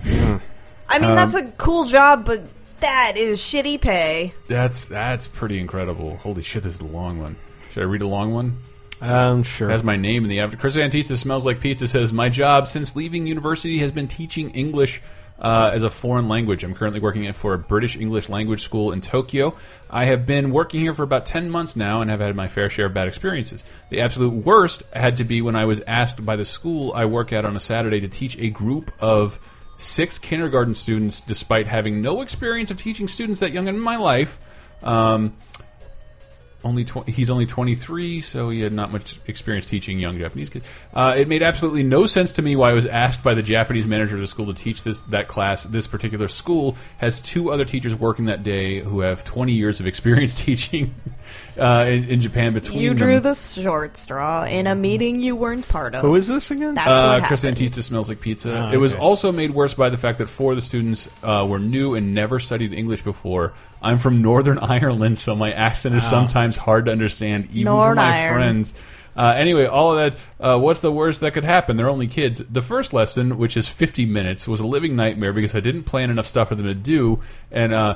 I mean, Um, that's a cool job, but that is shitty pay. that's that's pretty incredible. Holy shit, this is a long one. Should I read a long one? Um, sure. Has my name in the after. Chris Antista smells like pizza. Says my job since leaving university has been teaching English uh, as a foreign language. I'm currently working at- for a British English language school in Tokyo. I have been working here for about ten months now and have had my fair share of bad experiences. The absolute worst had to be when I was asked by the school I work at on a Saturday to teach a group of six kindergarten students, despite having no experience of teaching students that young in my life. Um, only tw- he's only 23, so he had not much experience teaching young Japanese kids. Uh, it made absolutely no sense to me why I was asked by the Japanese manager of the school to teach this that class. This particular school has two other teachers working that day who have 20 years of experience <laughs> teaching uh, in, in Japan between You drew them. the short straw in a meeting you weren't part of. Who is this again? That's uh, what Chris happened. Antista smells like pizza. Oh, It was okay. also made worse by the fact that four of the students uh, were new and never studied English before. I'm from Northern <laughs> Ireland, so my accent is Wow. sometimes hard to understand, even for Northern my Ireland. friends. Uh, anyway, all of that. Uh, what's the worst that could happen? They're only kids. The first lesson, which is 50 minutes, was a living nightmare because I didn't plan enough stuff for them to do, and uh,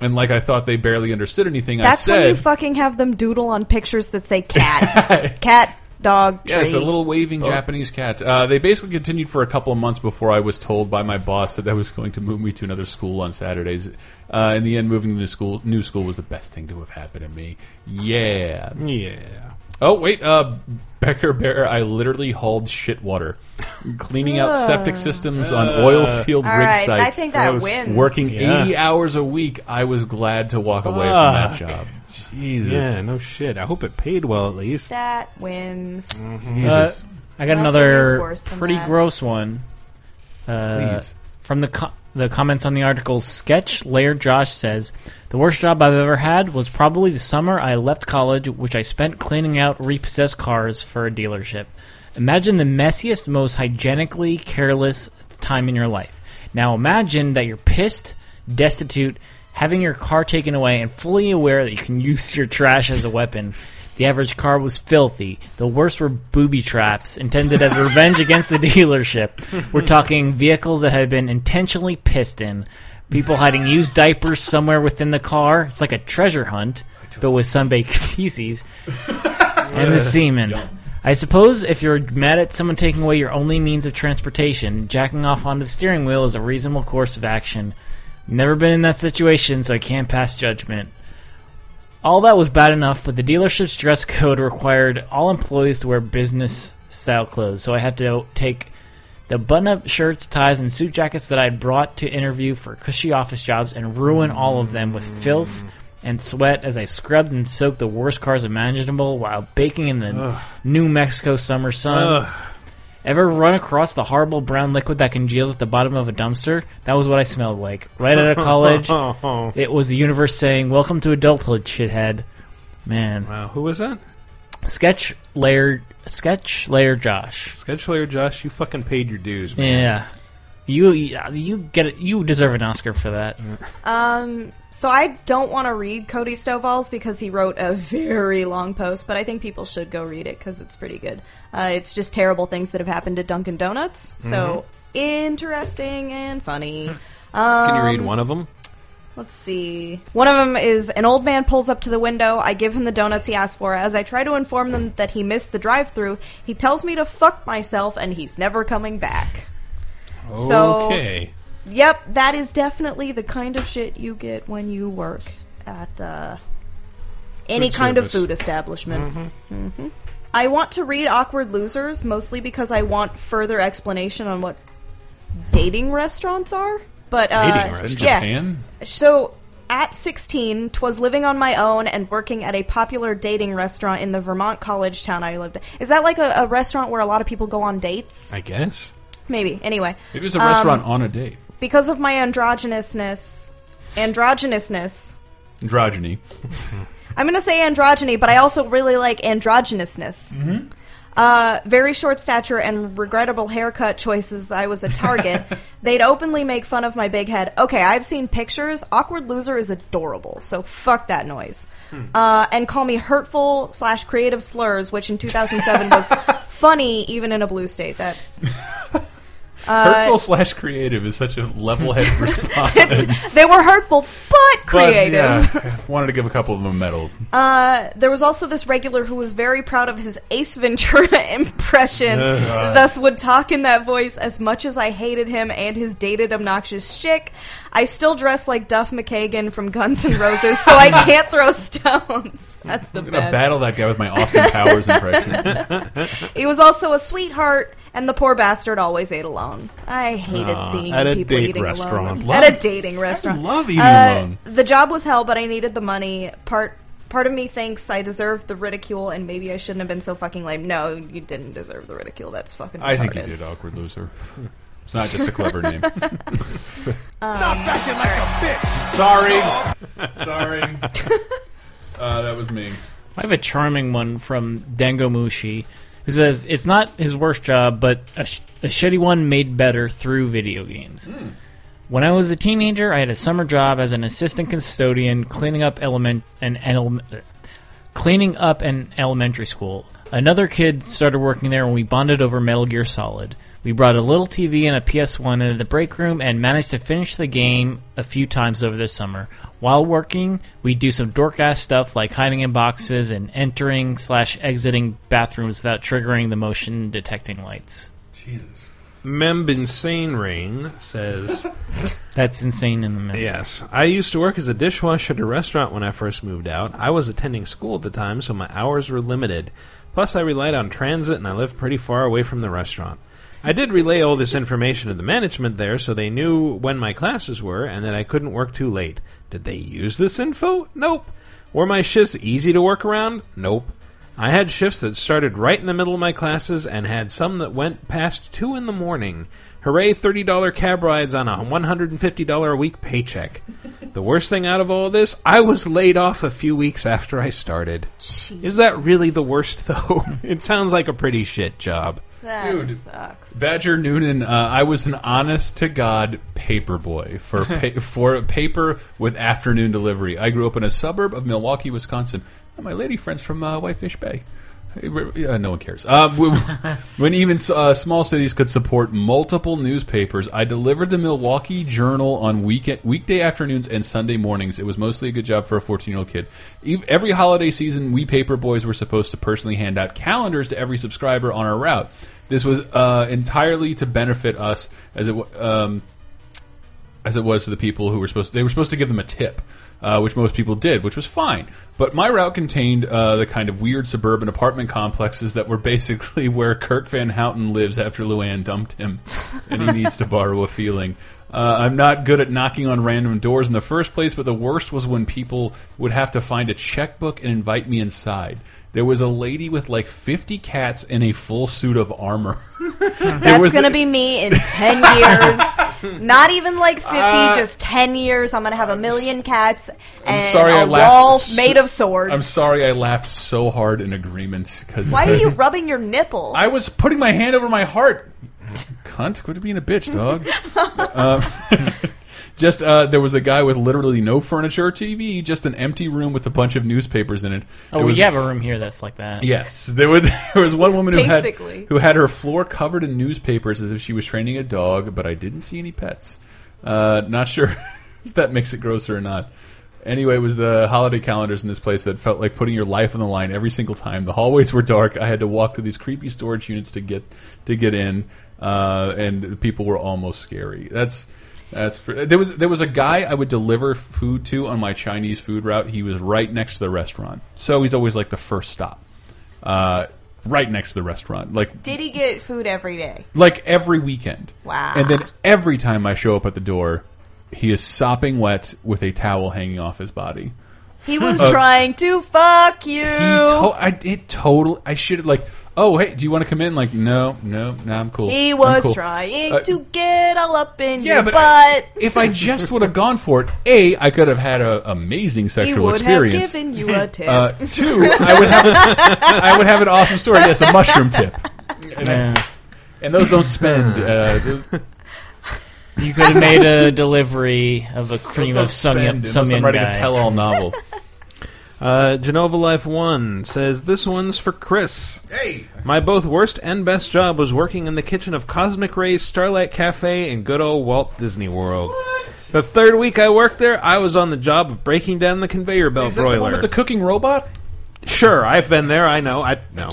and like I thought they barely understood anything That's I said. when you fucking have them doodle on pictures <laughs> that say cat, cat, dog, tree. Yes, a little waving Japanese cat. Uh, they basically continued for a couple of months before I was told by my boss that I was going to move me to another school on Saturdays. Uh, in the end, moving to the school, new school was the best thing to have happened to me. Yeah, yeah. Oh wait, uh, Becker Bear, I literally hauled shit water, cleaning out Ugh. septic systems on oil field Ah. All rig right, I sites. think that Gross. wins. Working Yeah. eighty hours a week, I was glad to walk away Ah. from that Fuck. job. Jesus. Yeah, no shit. I hope it paid well at least. That wins. Mm-hmm. Uh, I got Nothing is another worse than pretty that. gross one. Uh, Please. From the co- the comments on the article, sketch layer Josh says the worst job I've ever had was probably the summer I left college, which I spent cleaning out repossessed cars for a dealership. Imagine the messiest, most hygienically careless time in your life. Now imagine that you're pissed, destitute, having your car taken away, and fully aware that you can use your trash as a weapon. The average car was filthy. The worst were booby traps intended as revenge against the dealership. We're talking vehicles that had been intentionally pissed in, people hiding used diapers somewhere within the car. It's like a treasure hunt, but with sunbaked <laughs> feces and the semen. I suppose if you're mad at someone taking away your only means of transportation, jacking off onto the steering wheel is a reasonable course of action. Never been in that situation, so I can't pass judgment. All that was bad enough, but the dealership's dress <laughs> code required all employees to wear business style clothes, so I had to take the button up shirts, ties, and suit jackets that I'd brought to interview for cushy office jobs and ruin all of them with filth and sweat as I scrubbed and soaked the worst cars imaginable while baking in the Ugh. New Mexico summer sun. Ugh. Ever run across the horrible brown liquid that congeals at the bottom of a dumpster? That was what I smelled like. Right out <laughs> of college, oh, it was the universe saying, Welcome to adulthood, shithead. Man. Wow, Uh, who was that? Sketch layer, sketch layer Josh. Sketch layer Josh, you fucking paid your dues, man. Yeah, you you get it. You deserve an Oscar for that. Um, so I don't want to read Cody Stovall's because he wrote a very long post, but I think people should go read it because it's pretty good. Uh, it's just terrible things that have happened to Dunkin' Donuts. So Mm-hmm. interesting and funny. <laughs> Um, Can you read one of them? Let's see. One of them is an old man pulls up to the window. I give him the donuts he asked for. As I try to inform them that he missed the drive-through, he tells me to fuck myself and he's never coming back. So- okay. Yep, that is definitely the kind of shit you get when you work at uh, any Food kind service. of food establishment. Mhm. I want to read Awkward Losers mostly because I want further explanation on what dating restaurants are. But uh, Dating restaurants? yeah. Japan? So at 16, twas living on my own and working at a popular dating restaurant in the Vermont college town I lived. Is that like a, a restaurant where a lot of people go on dates? I guess. Maybe. Anyway, Maybe it was a Um, restaurant on a date. because of my androgynousness, androgynousness. Androgyny. I'm gonna say androgyny, but I also really like androgynousness. Mhm. Uh, very short stature and regrettable haircut choices. I was a target. They'd openly make fun of my big head. Okay, I've seen pictures. Awkward loser is adorable, so fuck that noise. Hmm. Uh, and call me hurtful slash creative slurs, which in 2007 was funny even in a blue state. That's Uh, Hurtful slash creative is such a <laughs> level-headed response. they were hurtful but But, creative. yeah, wanted to give a couple of them a medal. Uh, there was also this regular who was very proud of his Ace Ventura <laughs> impression, Ugh. thus would talk in that voice as much as I hated him and his dated obnoxious chick. I still dress like Duff McKagan from Guns N' Roses, so I can't throw stones. That's the I'm gonna best. battle that guy with my Austin Powers <laughs> impression. He was also a sweetheart, and the poor bastard always ate alone. I hated Ah, seeing at a people date eating restaurant. alone. Love- at a dating restaurant. Uh, love eating alone. The job was hell, but I needed the money. Part part of me thinks I deserved the ridicule, and maybe I shouldn't have been so fucking lame. No, you didn't deserve the ridicule. That's fucking. I think you retarded. did, awkward loser. It's not just a clever name. <laughs> Um, Acting like a bitch. Sorry. Sorry. <laughs> Uh, that was me. I have a charming one from Dango Mushi, who says it's not his worst job, but a, sh- a shitty one made better through video games. When I was a teenager, I had a summer job as an assistant custodian, cleaning up element an ele- cleaning up an elementary school. Another kid started working there, and we bonded over Metal Gear Solid. We brought a little TV and a PS1 into the break room and managed to finish the game a few times over the summer. While working, we do some dork ass stuff like hiding in boxes and entering slash exiting bathrooms without triggering the motion detecting lights. Jesus. Membinsane Rain says. That's insane in the middle. Yes. I used to work as a dishwasher at a restaurant when I first moved out. I was attending school at the time, so my hours were limited. Plus, I relied on transit and I lived pretty far away from the restaurant. I did relay all this information to the management there so they knew when my classes were and that I couldn't work too late. Did they use this info? Nope. Were my shifts easy to work around? Nope. I had shifts that started right in the middle of my classes and had some that went past 2 in the morning. Hooray, $30 cab rides on a $150 a week paycheck. The worst thing out of all this, I was laid off a few weeks after I started. Is that really the worst, <laughs> though? it sounds like a pretty shit job. that Dude. sucks. Badger Noonan, uh, I was an honest to God paper boy for pa- for paper with afternoon delivery. I grew up in a suburb of Milwaukee, Wisconsin. My lady friends from uh, Whitefish Bay. Uh, no one cares. Uh, when, when even uh, small cities could support multiple newspapers, I delivered the Milwaukee Journal on weekend, weekday afternoons and Sunday mornings. It was mostly a good job for a 14 year old kid. Ev- Every holiday season, we paper boys were supposed to personally hand out calendars to every subscriber on our route. This was uh, entirely to benefit us, as it wa- um, as it was to the people who were supposed they were supposed to give them a tip, uh, which most people did, which was fine. But my route contained uh, the kind of weird suburban apartment complexes that were basically <laughs> where Kirk Van Houten lives after Luann dumped him, and he needs to borrow a feeling. Uh, I'm not good at knocking on random doors in the first place, but the worst was when people would have to find a checkbook and invite me inside. There was a lady with like 50 cats in a full suit of armor. <laughs> That's gonna be me in ten years. Not even like fifty, Uh, just ten years. I'm gonna have a million cats I'm and sorry, a I laughed. wall so- made of swords. I'm sorry, I laughed so hard in agreement because <laughs> Why are you rubbing your nipple? I was putting my hand over my heart. Cunt, quit being a bitch, dog. Uh, <laughs> just uh, there was a guy with literally no furniture, or TV, just an empty room with a bunch of newspapers in it. Oh, There we was- have a room here that's like that. Yes, there was <laughs> there was one woman who Basically. had who had her floor covered in newspapers as if she was training a dog, but I didn't see any pets. Uh, not sure <laughs> if that makes it grosser or not. Anyway, it was the holiday calendars in this place that felt like putting your life on the line every single time. The hallways were dark. I had to walk through these creepy storage units to get to get in, uh, and the people were almost scary. That's that's pr- there was there was a guy I would deliver food to on my Chinese food route. He was right next to the restaurant, so he's always like the first stop, uh, right next to the restaurant. Like Did he get food every day? like every weekend. Wow. And then every time I show up at the door, he is sopping wet with a towel hanging off his body. <laughs> He was Uh, trying to fuck He you. to- I it total I should have like, "Oh, hey, do you want to come in?" Like, "No, no, no, I'm cool." He I'm was cool." trying Uh, to get all up in Yeah, your but butt. if I just would have gone for it, A, I could have had an amazing he sexual would experience. have given <laughs> you a tip. Uh, two, I would have I would have an awesome story. Yes, a mushroom tip. And, Yeah. and those don't spend uh, those, You could have made a delivery <laughs> of a cream of some young, some young guy. novel. Uh, Genova Life One says this one's for Chris. Hey, my both worst and best job was working in the kitchen of Cosmic Rays Starlight Cafe in good old Walt Disney World. The third week I worked there, I was on the job of breaking down the conveyor belt Is that broiler. the one with the cooking robot? Sure, I've been there. I know. I know.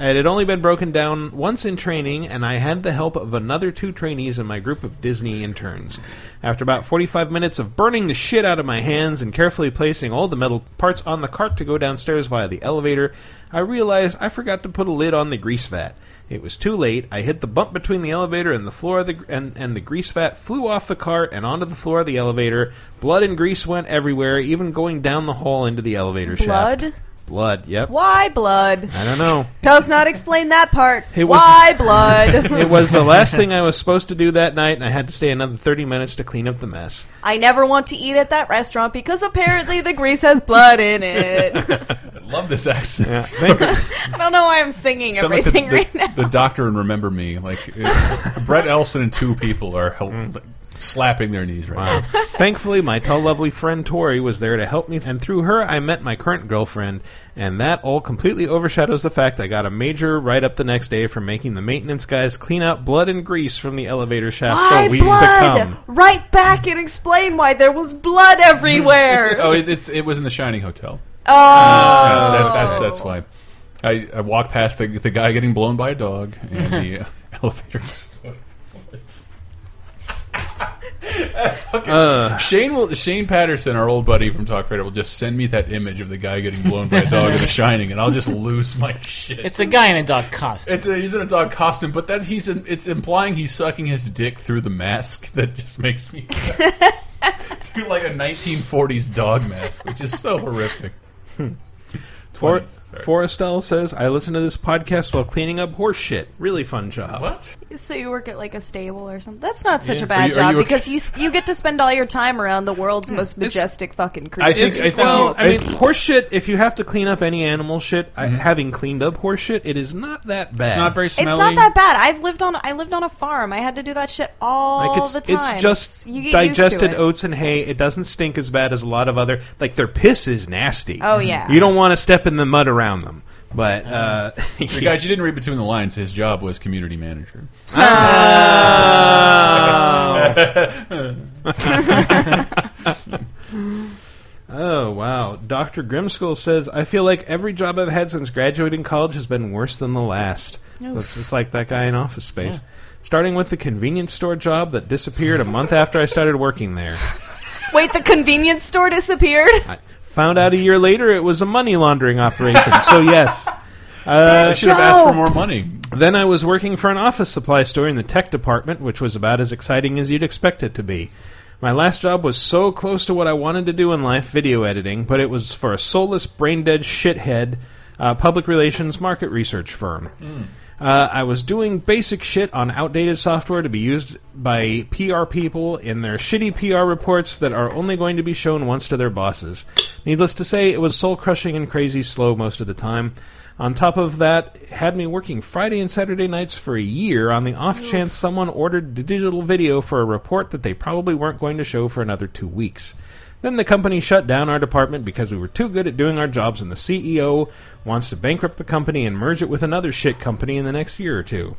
It had only been broken down once in training, and I had the help of another two trainees in my group of Disney interns. After about 45 minutes of burning the shit out of my hands and carefully placing all the metal parts on the cart to go downstairs via the elevator, I realized I forgot to put a lid on the grease vat. It was too late. I hit the bump between the elevator and the floor of the and, and the grease vat flew off the cart and onto the floor of the elevator. Blood and grease went everywhere, even going down the hall into the elevator shaft. Blood? Blood, yep. Why blood? I don't know. Does not explain that <laughs> part. It was- Why blood? it was the last thing I was supposed to do that night, and I had to stay another 30 minutes to clean up the mess. <laughs> I never want to eat at that restaurant because apparently the grease has blood in it. <laughs> <laughs> I love this accent. I don't know why I'm singing Sound like everything the, right the- <laughs> now. the doctor and Remember Me. Like it- Brett Elson and two people are help, Mm. like, slapping their knees right now. Thankfully, my tall, lovely friend Tori was there to help me, and through her, I met my current girlfriend, and that all completely overshadows the fact I got a major write up the next day for making the maintenance guys clean out blood and grease from the elevator shaft Why for weeks to blood? come. Right back and explain why there <laughs> was blood everywhere. oh, it, it's it was in the Shining Hotel. Oh. Yeah, that- that's that's why. I, I walked past the, the guy getting blown by a dog and <laughs> the uh, elevator. Fucking- Shane will Shane Patterson, our old buddy from Talk Radio, will just send me that image of the guy getting blown by a dog <laughs> in The Shining, and I'll just lose my shit. It's a guy in a dog costume. It's a, he's in a dog costume, but that he's in, it's implying he's sucking his dick through the mask. <laughs> That just makes <laughs> me through like a 1940s dog mask, which is so horrific. For, 20s, Forrestal says, I listen to this podcast while cleaning up horse shit. Really fun job. Uh, What? So you work at like a stable or something? That's not such Yeah. a bad Are you- are job you okay? because you s- you get to spend all your time around the world's most majestic fucking creature. I think, I so, well, I mean, horse shit. If you have to clean up any animal shit, I, having cleaned up horse shit, it is not that bad. It's not that bad. I've lived on I lived on a farm. I had to do that shit all Like it's the time. it's just You get used to digested it. oats and hay. It doesn't stink as bad as a lot of other. Like their piss is nasty. Oh, yeah. You don't want to step in the mud around them. But uh, <laughs> You guys, you didn't read between the lines. His job was community manager. Oh wow, Doctor Grimskull says I feel like every job I've had since graduating college has been worse than the last. Oof. That's it's like that guy in Office Space. starting with the convenience store job that disappeared a month after I started working there. Wait, the convenience store disappeared? Found out a year later it was a money laundering operation. so yes, uh, That's They should have asked for dope. more money. Then I was working for an office supply store in the tech department, which was about as exciting as you'd expect it to be. My last job was so close to what I wanted to do in life, video editing, but it was for a soulless, brain dead shithead uh, public relations market research firm. Uh, I was doing basic shit on outdated software to be used by PR people in their shitty PR reports that are only going to be shown once to their bosses. Needless to say, it was soul crushing and crazy slow most of the time. On top of that, it had me working Friday and Saturday nights for a year on the off chance someone ordered the digital video for a report that they probably weren't going to show for another two weeks. Then the company shut down our department because we were too good at doing our jobs, and the CEO wants to bankrupt the company and merge it with another shit company in the next year or two.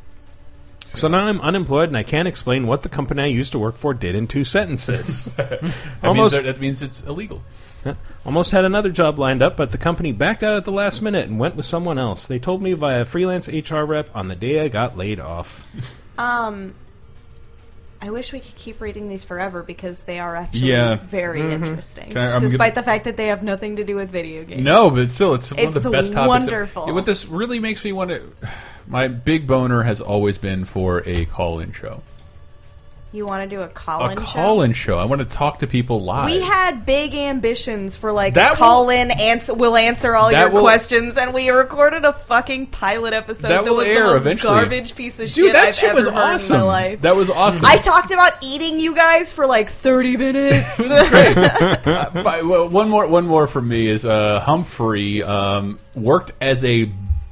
So now I'm unemployed and I can't explain what the company I used to work for did in two sentences. <laughs> that, Almost- means, that means it's illegal. Huh. Almost had another job lined up, but the company backed out at the last minute and went with someone else. They told me via freelance HR rep on the day I got laid off. Um, I wish we could keep reading these forever because they are actually Yeah. very Mm-hmm. Mhm. interesting. Can I- I'm despite gonna- the fact that they have nothing to do with video games. No, but still, it's one of It's the best topics. wonderful. Yeah, what this really makes me want to. My big boner has always been for a call-in show. You want to do a call-in a show? call-in show. I want to talk to people live. We had big ambitions for like That will- call in answer. We'll answer all That your will- questions, and we recorded a fucking pilot episode That that, will was air the most eventually. garbage piece of Dude, shit that I've shit ever was heard awesome. in my life. That was awesome. <laughs> I talked about eating you guys for like <laughs> thirty minutes. Uh, fi- well, one more, one more from me is uh, Humphrey um, worked as a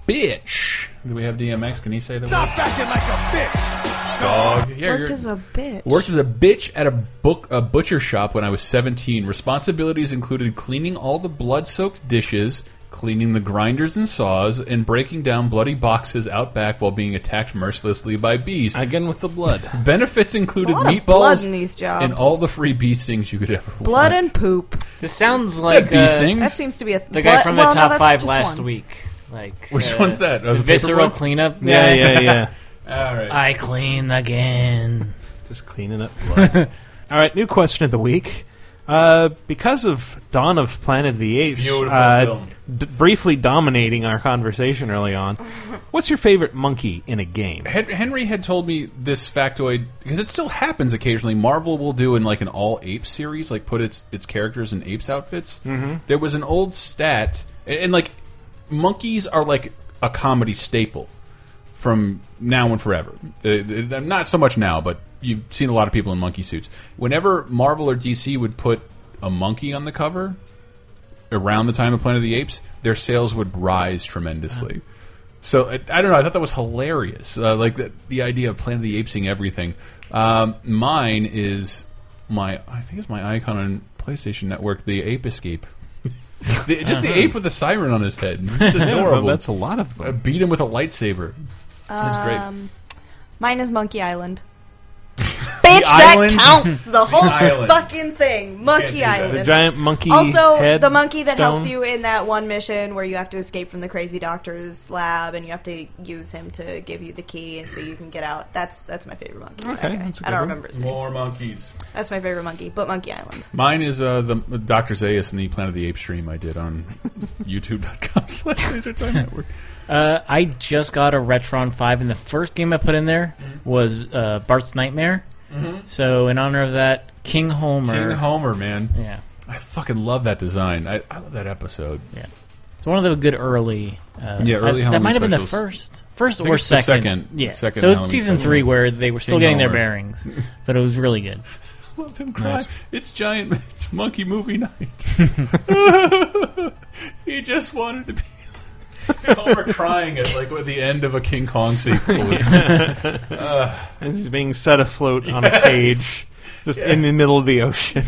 bitch. Do we have DMX? Can he say that? Stop acting like a bitch. Dog. Yeah, Worked you're- as a bitch. Worked as a bitch at a book a butcher shop when I was 17. Responsibilities included cleaning all the blood-soaked dishes, cleaning the grinders and saws, and breaking down bloody boxes out back while being attacked mercilessly by bees. Again with <laughs> the blood. Benefits included There's a lot of meatballs blood in these jobs. and all the free bee stings you could ever want. <laughs> Blood and poop. This sounds like bee uh, stings. That seems to be a th- the guy but- from the well, no, top that's five just last one. week. Like Which uh, one's that? Oh, the the visceral paperboy? cleanup. Yeah, guy? yeah, yeah. All right. I clean again. Just cleaning up blood. <laughs> All right, new question of the week. Uh, because of Dawn of Planet of the Apes, Beautiful uh, film. d- briefly dominating our conversation early on, what's your favorite monkey in a game? Hen- Henry had told me this factoid because it still happens occasionally. Marvel will do in like an all ape series, like put its its characters in apes outfits. Mhm. There was an old stat, and, and like monkeys are like a comedy staple from now and forever. Uh, uh, not so much now, but you've seen a lot of people in monkey suits. Whenever Marvel or DC would put a monkey on the cover, around the time of Planet of the Apes, their sales would rise tremendously. So I, I don't know. I thought that was hilarious. Uh, like the, the idea of Planet of the Apesing everything. Um, mine is my I think it's my icon on PlayStation Network, the Ape Escape. <laughs> The- just the Uh-huh. ape with the siren on <laughs> his head. It's Yeah, well, adorable. that's a lot of them. I beat him with a lightsaber. That's great. Um, Mine is <laughs> Monkey Island. Bitch, that island? counts the whole island. fucking thing. Can't do Monkey that. Island. The giant monkey Also, head the monkey that helps stone? you in that one mission where you have to escape from the crazy doctor's lab and you have to use him to give you the key and so you can get out. That's that's my favorite monkey. That guy. I don't remember his name. More monkeys. That's my favorite monkey, but Monkey Island. Mine is uh, the Doctor Zayas and the Planet of the Apes stream I did on <laughs> YouTube.com slash LaserTime Network. Uh, I just got a Retron 5, and the first game I put in there Mm-hmm. was uh, Bart's Nightmare. Mhm. So, in honor of that, King Homer. King Homer, man. Yeah. I fucking love that design. I, I love that episode. Yeah. It's one of the good early. Uh, Yeah, early That, that Halloween might have been the specials. first, I first think or it's the second. second- yeah. second so it's Halloween season special. three where they were still King getting their Homer. bearings, but it was really good. love him cry. Nice. It's giant. <laughs> It's monkey <laughs> movie night. <laughs> he just wanted to be. <laughs> Homer crying at like the end of a King <laughs> Kong sequel. Uh, This is being set afloat on a Yes. cage, just in the middle of the ocean.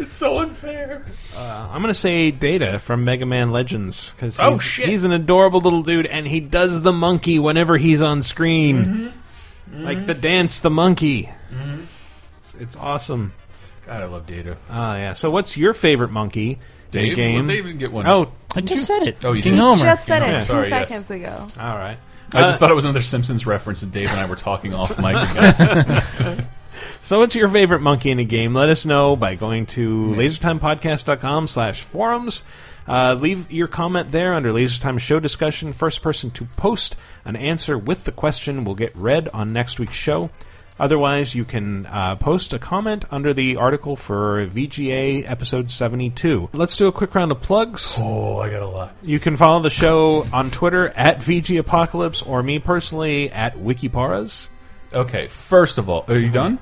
it's so unfair. Uh, I'm gonna say Data from Mega Man Legends because Oh, he's, shit. he's an adorable little dude, and he does the monkey whenever he's on screen, Mm-hmm. like the dance, the monkey. It's, it's awesome. God, I love Data. Ah, yeah. So, what's your favorite monkey in a Dave? game? Well, Dave didn't get one. Oh, I did just you? said it. Oh, you King did. Homer. Just said King it Homer. two Sorry, yes. seconds ago. All right. I just Uh, thought it was another Simpsons reference, and Dave and I were talking off <laughs> mic. Again. So what's your favorite monkey in a game? Let us know by going to lasertimepodcast.com slash forums. Uh, leave your comment there under Lasertime Show Discussion. First person to post an answer with the question will get read on next week's show. Otherwise, you can uh, post a comment under the article for VGA episode 72. Let's do a quick round of plugs. Oh, I got a lot. You can follow the show on Twitter at VG Apocalypse or me personally at Wikiparas. Okay, first of all, are you done?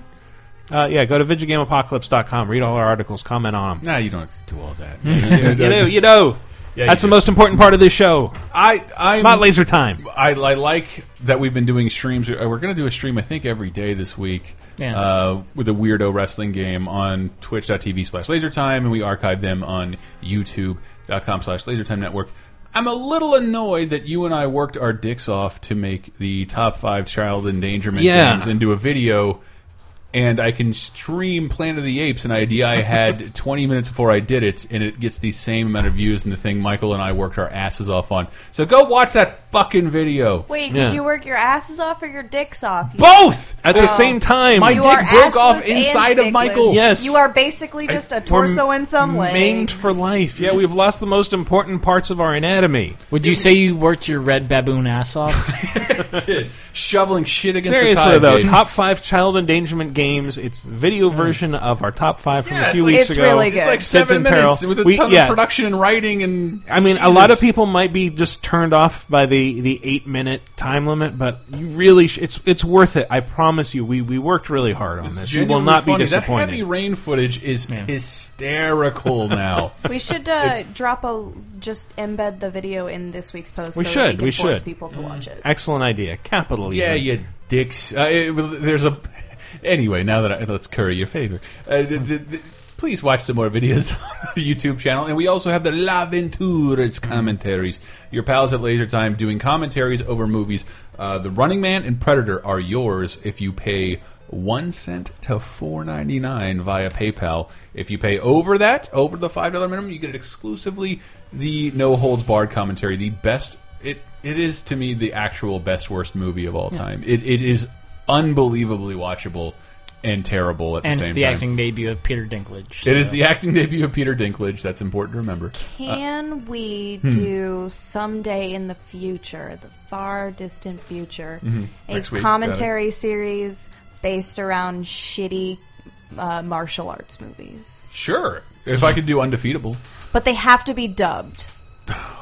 Uh, yeah, go to VigigameApocalypse.com, read all our articles, comment on them. Nah, you don't have to do all <laughs> that. you do, you Mm. do. Yeah, That's you the most important part of this show. I, I'm Not laser time. I, I like that we've been doing streams. Uh, We're going to do a stream, I think, every day this week Yeah. uh, with a weirdo wrestling game on twitch.tv slash lasertime, and we archive them on youtube.com slash lasertime network. I'm a little annoyed that you and I worked our dicks off to make the top five child endangerment Yeah. games into a video, and I can stream Planet of the Apes, an idea <laughs> I had 20 minutes before I did it, and it gets the same amount of views than the thing Michael and I worked our asses off on. So go watch that fucking video. Wait, did you work your asses off or your dicks off? You- both at Oh. the same time? My You are dick broke off assless and inside of dickless. Michael. Yes. You are basically I- just a we're torso and some maimed legs. for life. Yeah, we've lost the most important parts of our anatomy. Would you say you worked your red baboon ass off? <laughs> Shoveling shit against Seriously the tide. though, dude. top five child endangerment games. It's the video version of our top five from Yeah, a few like- weeks ago. It's like Sits in seven peril. minutes with a We- ton yeah. of production and writing and. I mean, a Jesus. lot of people might be just turned off by the, the eight minute time limit, but you really sh- it's it's worth it. I promise you, we, we worked really hard on this. You will genuinely not funny. be That disappointed. heavy rain footage is <laughs> hysterical now. We should uh, drop a just embed the video in this week's post. we so should. that can we force should. people to watch it. Excellent idea. Capital. yeah, even. you dicks. Uh, it- well, there's a. Anyway, now that I, let's curry your favor. Uh, th th th please watch some more videos <laughs> on the YouTube channel, and we also have the La Ventura's commentaries. Your pals at Laser Time doing commentaries over movies. Uh, the Running Man and Predator are yours if you pay one cent to four ninety nine via PayPal. If you pay over that, over the five dollar minimum, you get exclusively the no holds barred commentary, the best. It it is to me the actual best worst movie of all Yeah. time. It it is unbelievably watchable and terrible at and the it's same the time. acting debut of Peter Dinklage. It is so- the acting debut of Peter Dinklage. That's important to remember. Uh, Can we hmm. do someday in the future, the far distant future, Mhm. a Next week, commentary series based around shitty uh, martial arts movies? sure, if I could do undefeatable. But they have to be dubbed.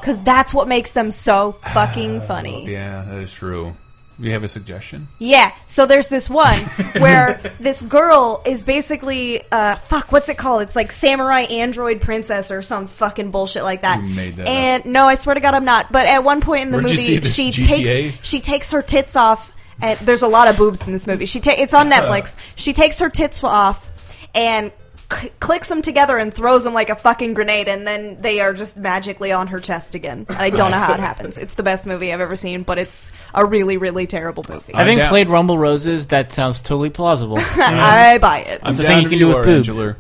Because that's what makes them <sighs> so fucking funny. Yeah, that is true. You have a suggestion? Yeah, so there's <laughs> this one where this girl is basically, uh, fuck, what's it called? It's like Samurai Android Princess or some fucking bullshit like that. You made that and no, I swear to God, I'm not. But at one point in the Where'd you movie, see this, she GTA? takes she takes her tits off. And there's a lot of boobs in this movie. She ta- <laughs> it's on Netflix. She takes her tits off and c- clicks them together and throws them like a fucking grenade, and then they are just magically on her chest again. And I don't know how it happens. It's the best movie I've ever seen, but it's a really, really terrible movie. I think I'm down. played Rumble Roses. That sounds totally plausible. Um, I buy it. That's the down thing you if can do with are, boobs. Angela.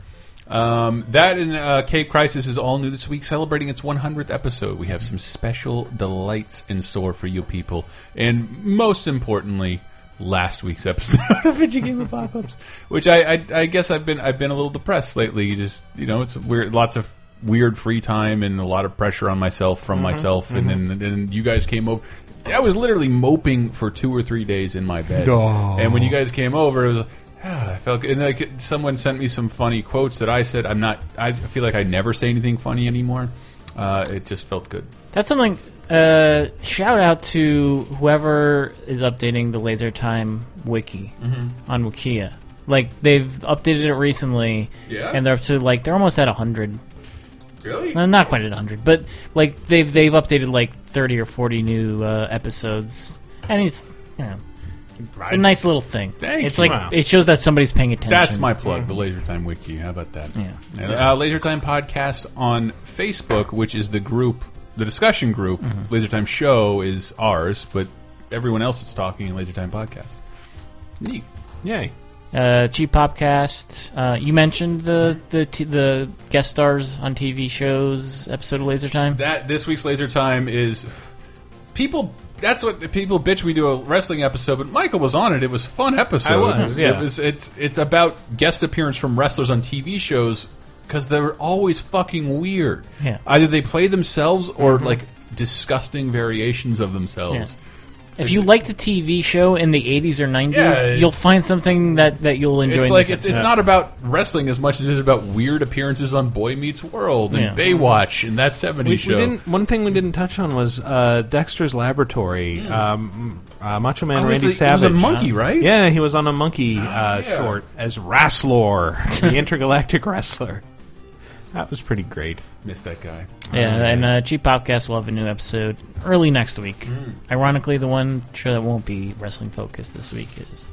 Um, that and uh, Cape Crisis is all new this week, celebrating its 100th episode. We have some special delights in store for you people, and most importantly, last week's episode <laughs> of Video Game Apocalypse, which I, I, I guess I've been I've been a little depressed lately. You just you know, it's weird, lots of weird free time and a lot of pressure on myself from Mm-hmm. Mhm, myself, and then and then you guys came over. I was literally moping for two or three days in my bed, Oh. and when you guys came over, it was. like, <sighs> I felt good. And like someone sent me some funny quotes that I said. I'm not. I feel like I never say anything funny anymore. Uh, it just felt good. That's something. Uh, shout out to whoever is updating the Laser Time wiki Mhm. on Wikia. Like they've updated it recently, Yeah? and they're up to like they're almost at hundred. Really? No, Uh, not quite at hundred, but like they've they've updated like thirty or forty new uh, episodes, and it's you know it's a Right. nice little thing. Thank it's you. like Wow. it shows that somebody's paying attention. That's my plug. The Laser Time Wiki. How about that? Yeah. Uh, Laser Time podcast on Facebook, which is the group, the discussion group. Laser Time Show is ours, but everyone else is talking in Laser Time podcast. Neat. Yay. Uh, Cheap Popcast. Uh, you mentioned the the t- the guest stars on TV shows episode of Laser Time. That this week's laser time is people that's what the people bitch. We do a wrestling episode, but Michael was on it. It was a fun episode. I was, yeah. It was- it's it's about guest appearance from wrestlers on TV shows because they're always fucking weird. Yeah. Either they play themselves or Mhm. like disgusting variations of themselves. If you liked a TV show in the 80s or 90s, Yeah, it's- you'll find something that, that you'll enjoy. It's in like this it's, it's episode. not about wrestling as much as it's about weird appearances on Boy Meets World and Yeah. Baywatch and that '70s We, we show. didn't, one thing we didn't touch on was uh, Dexter's Laboratory. Um, uh, Macho Man Oh, it was Randy the- it Savage. was a monkey, right? Oh, Yeah, he was on a monkey uh, yeah. short as Rasslor, <laughs> the intergalactic wrestler. That was pretty great. Missed that guy. Yeah, and uh, Cheap Podcast will have a new episode early next week. Ironically, the one show that won't be wrestling focused this week is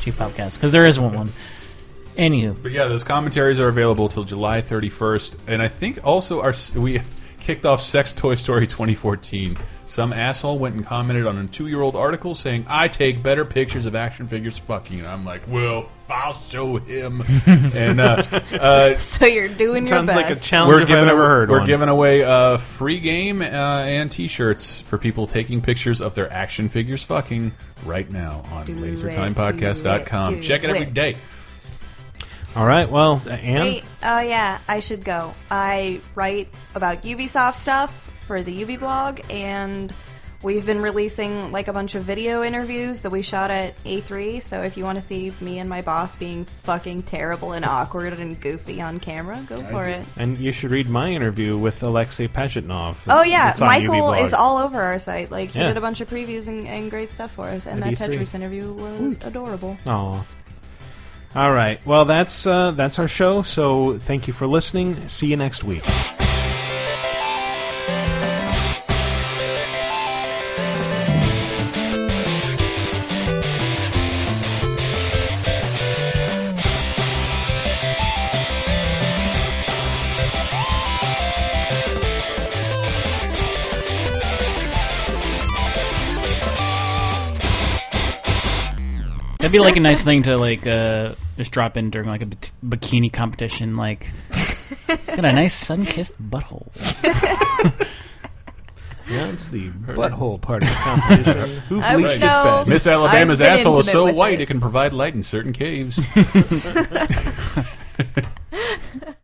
Cheap Podcast because there isn't one. Anywho, But yeah, those commentaries are available till July 31st, and I think also our we kicked off Sex Toy Story 2014. Some asshole went and commented on a two-year-old article saying, "I take better pictures of action figures fucking." And I'm like, "Well, I'll <laughs> show him." and uh, uh, <laughs> So you're doing your Sounds best. like a challenge if I've ever heard We're one. giving away a free game uh, and T-shirts for people taking pictures of their action figures fucking right now on LaserTimePodcast.com. do Check it every it. day. All right, well, and Wait, oh yeah, I should go. I write about Ubisoft stuff for the Ubi blog, and we've been releasing like a bunch of video interviews that we shot at A3. So if you want to see me and my boss being fucking terrible and awkward and goofy on camera, go for it. and you should read my interview with Alexei Pajitnov. It's- Oh yeah, it's on Michael UBlog. is all over our site. Like he Yeah. did a bunch of previews and, and great stuff for us, and At that E3. Tetris interview was adorable. Aw. All right. Well, that's uh, that's our show. So thank you for listening. See you next week. that'd be like a nice thing to like uh, just drop in during like a bik- bikini competition. Like, it's got a nice sun-kissed butthole. Yeah, it's the butthole part of the competition. Who I would bleached it know. best? Miss I've Alabama's been asshole is intimate so with white it. it can provide light in certain caves.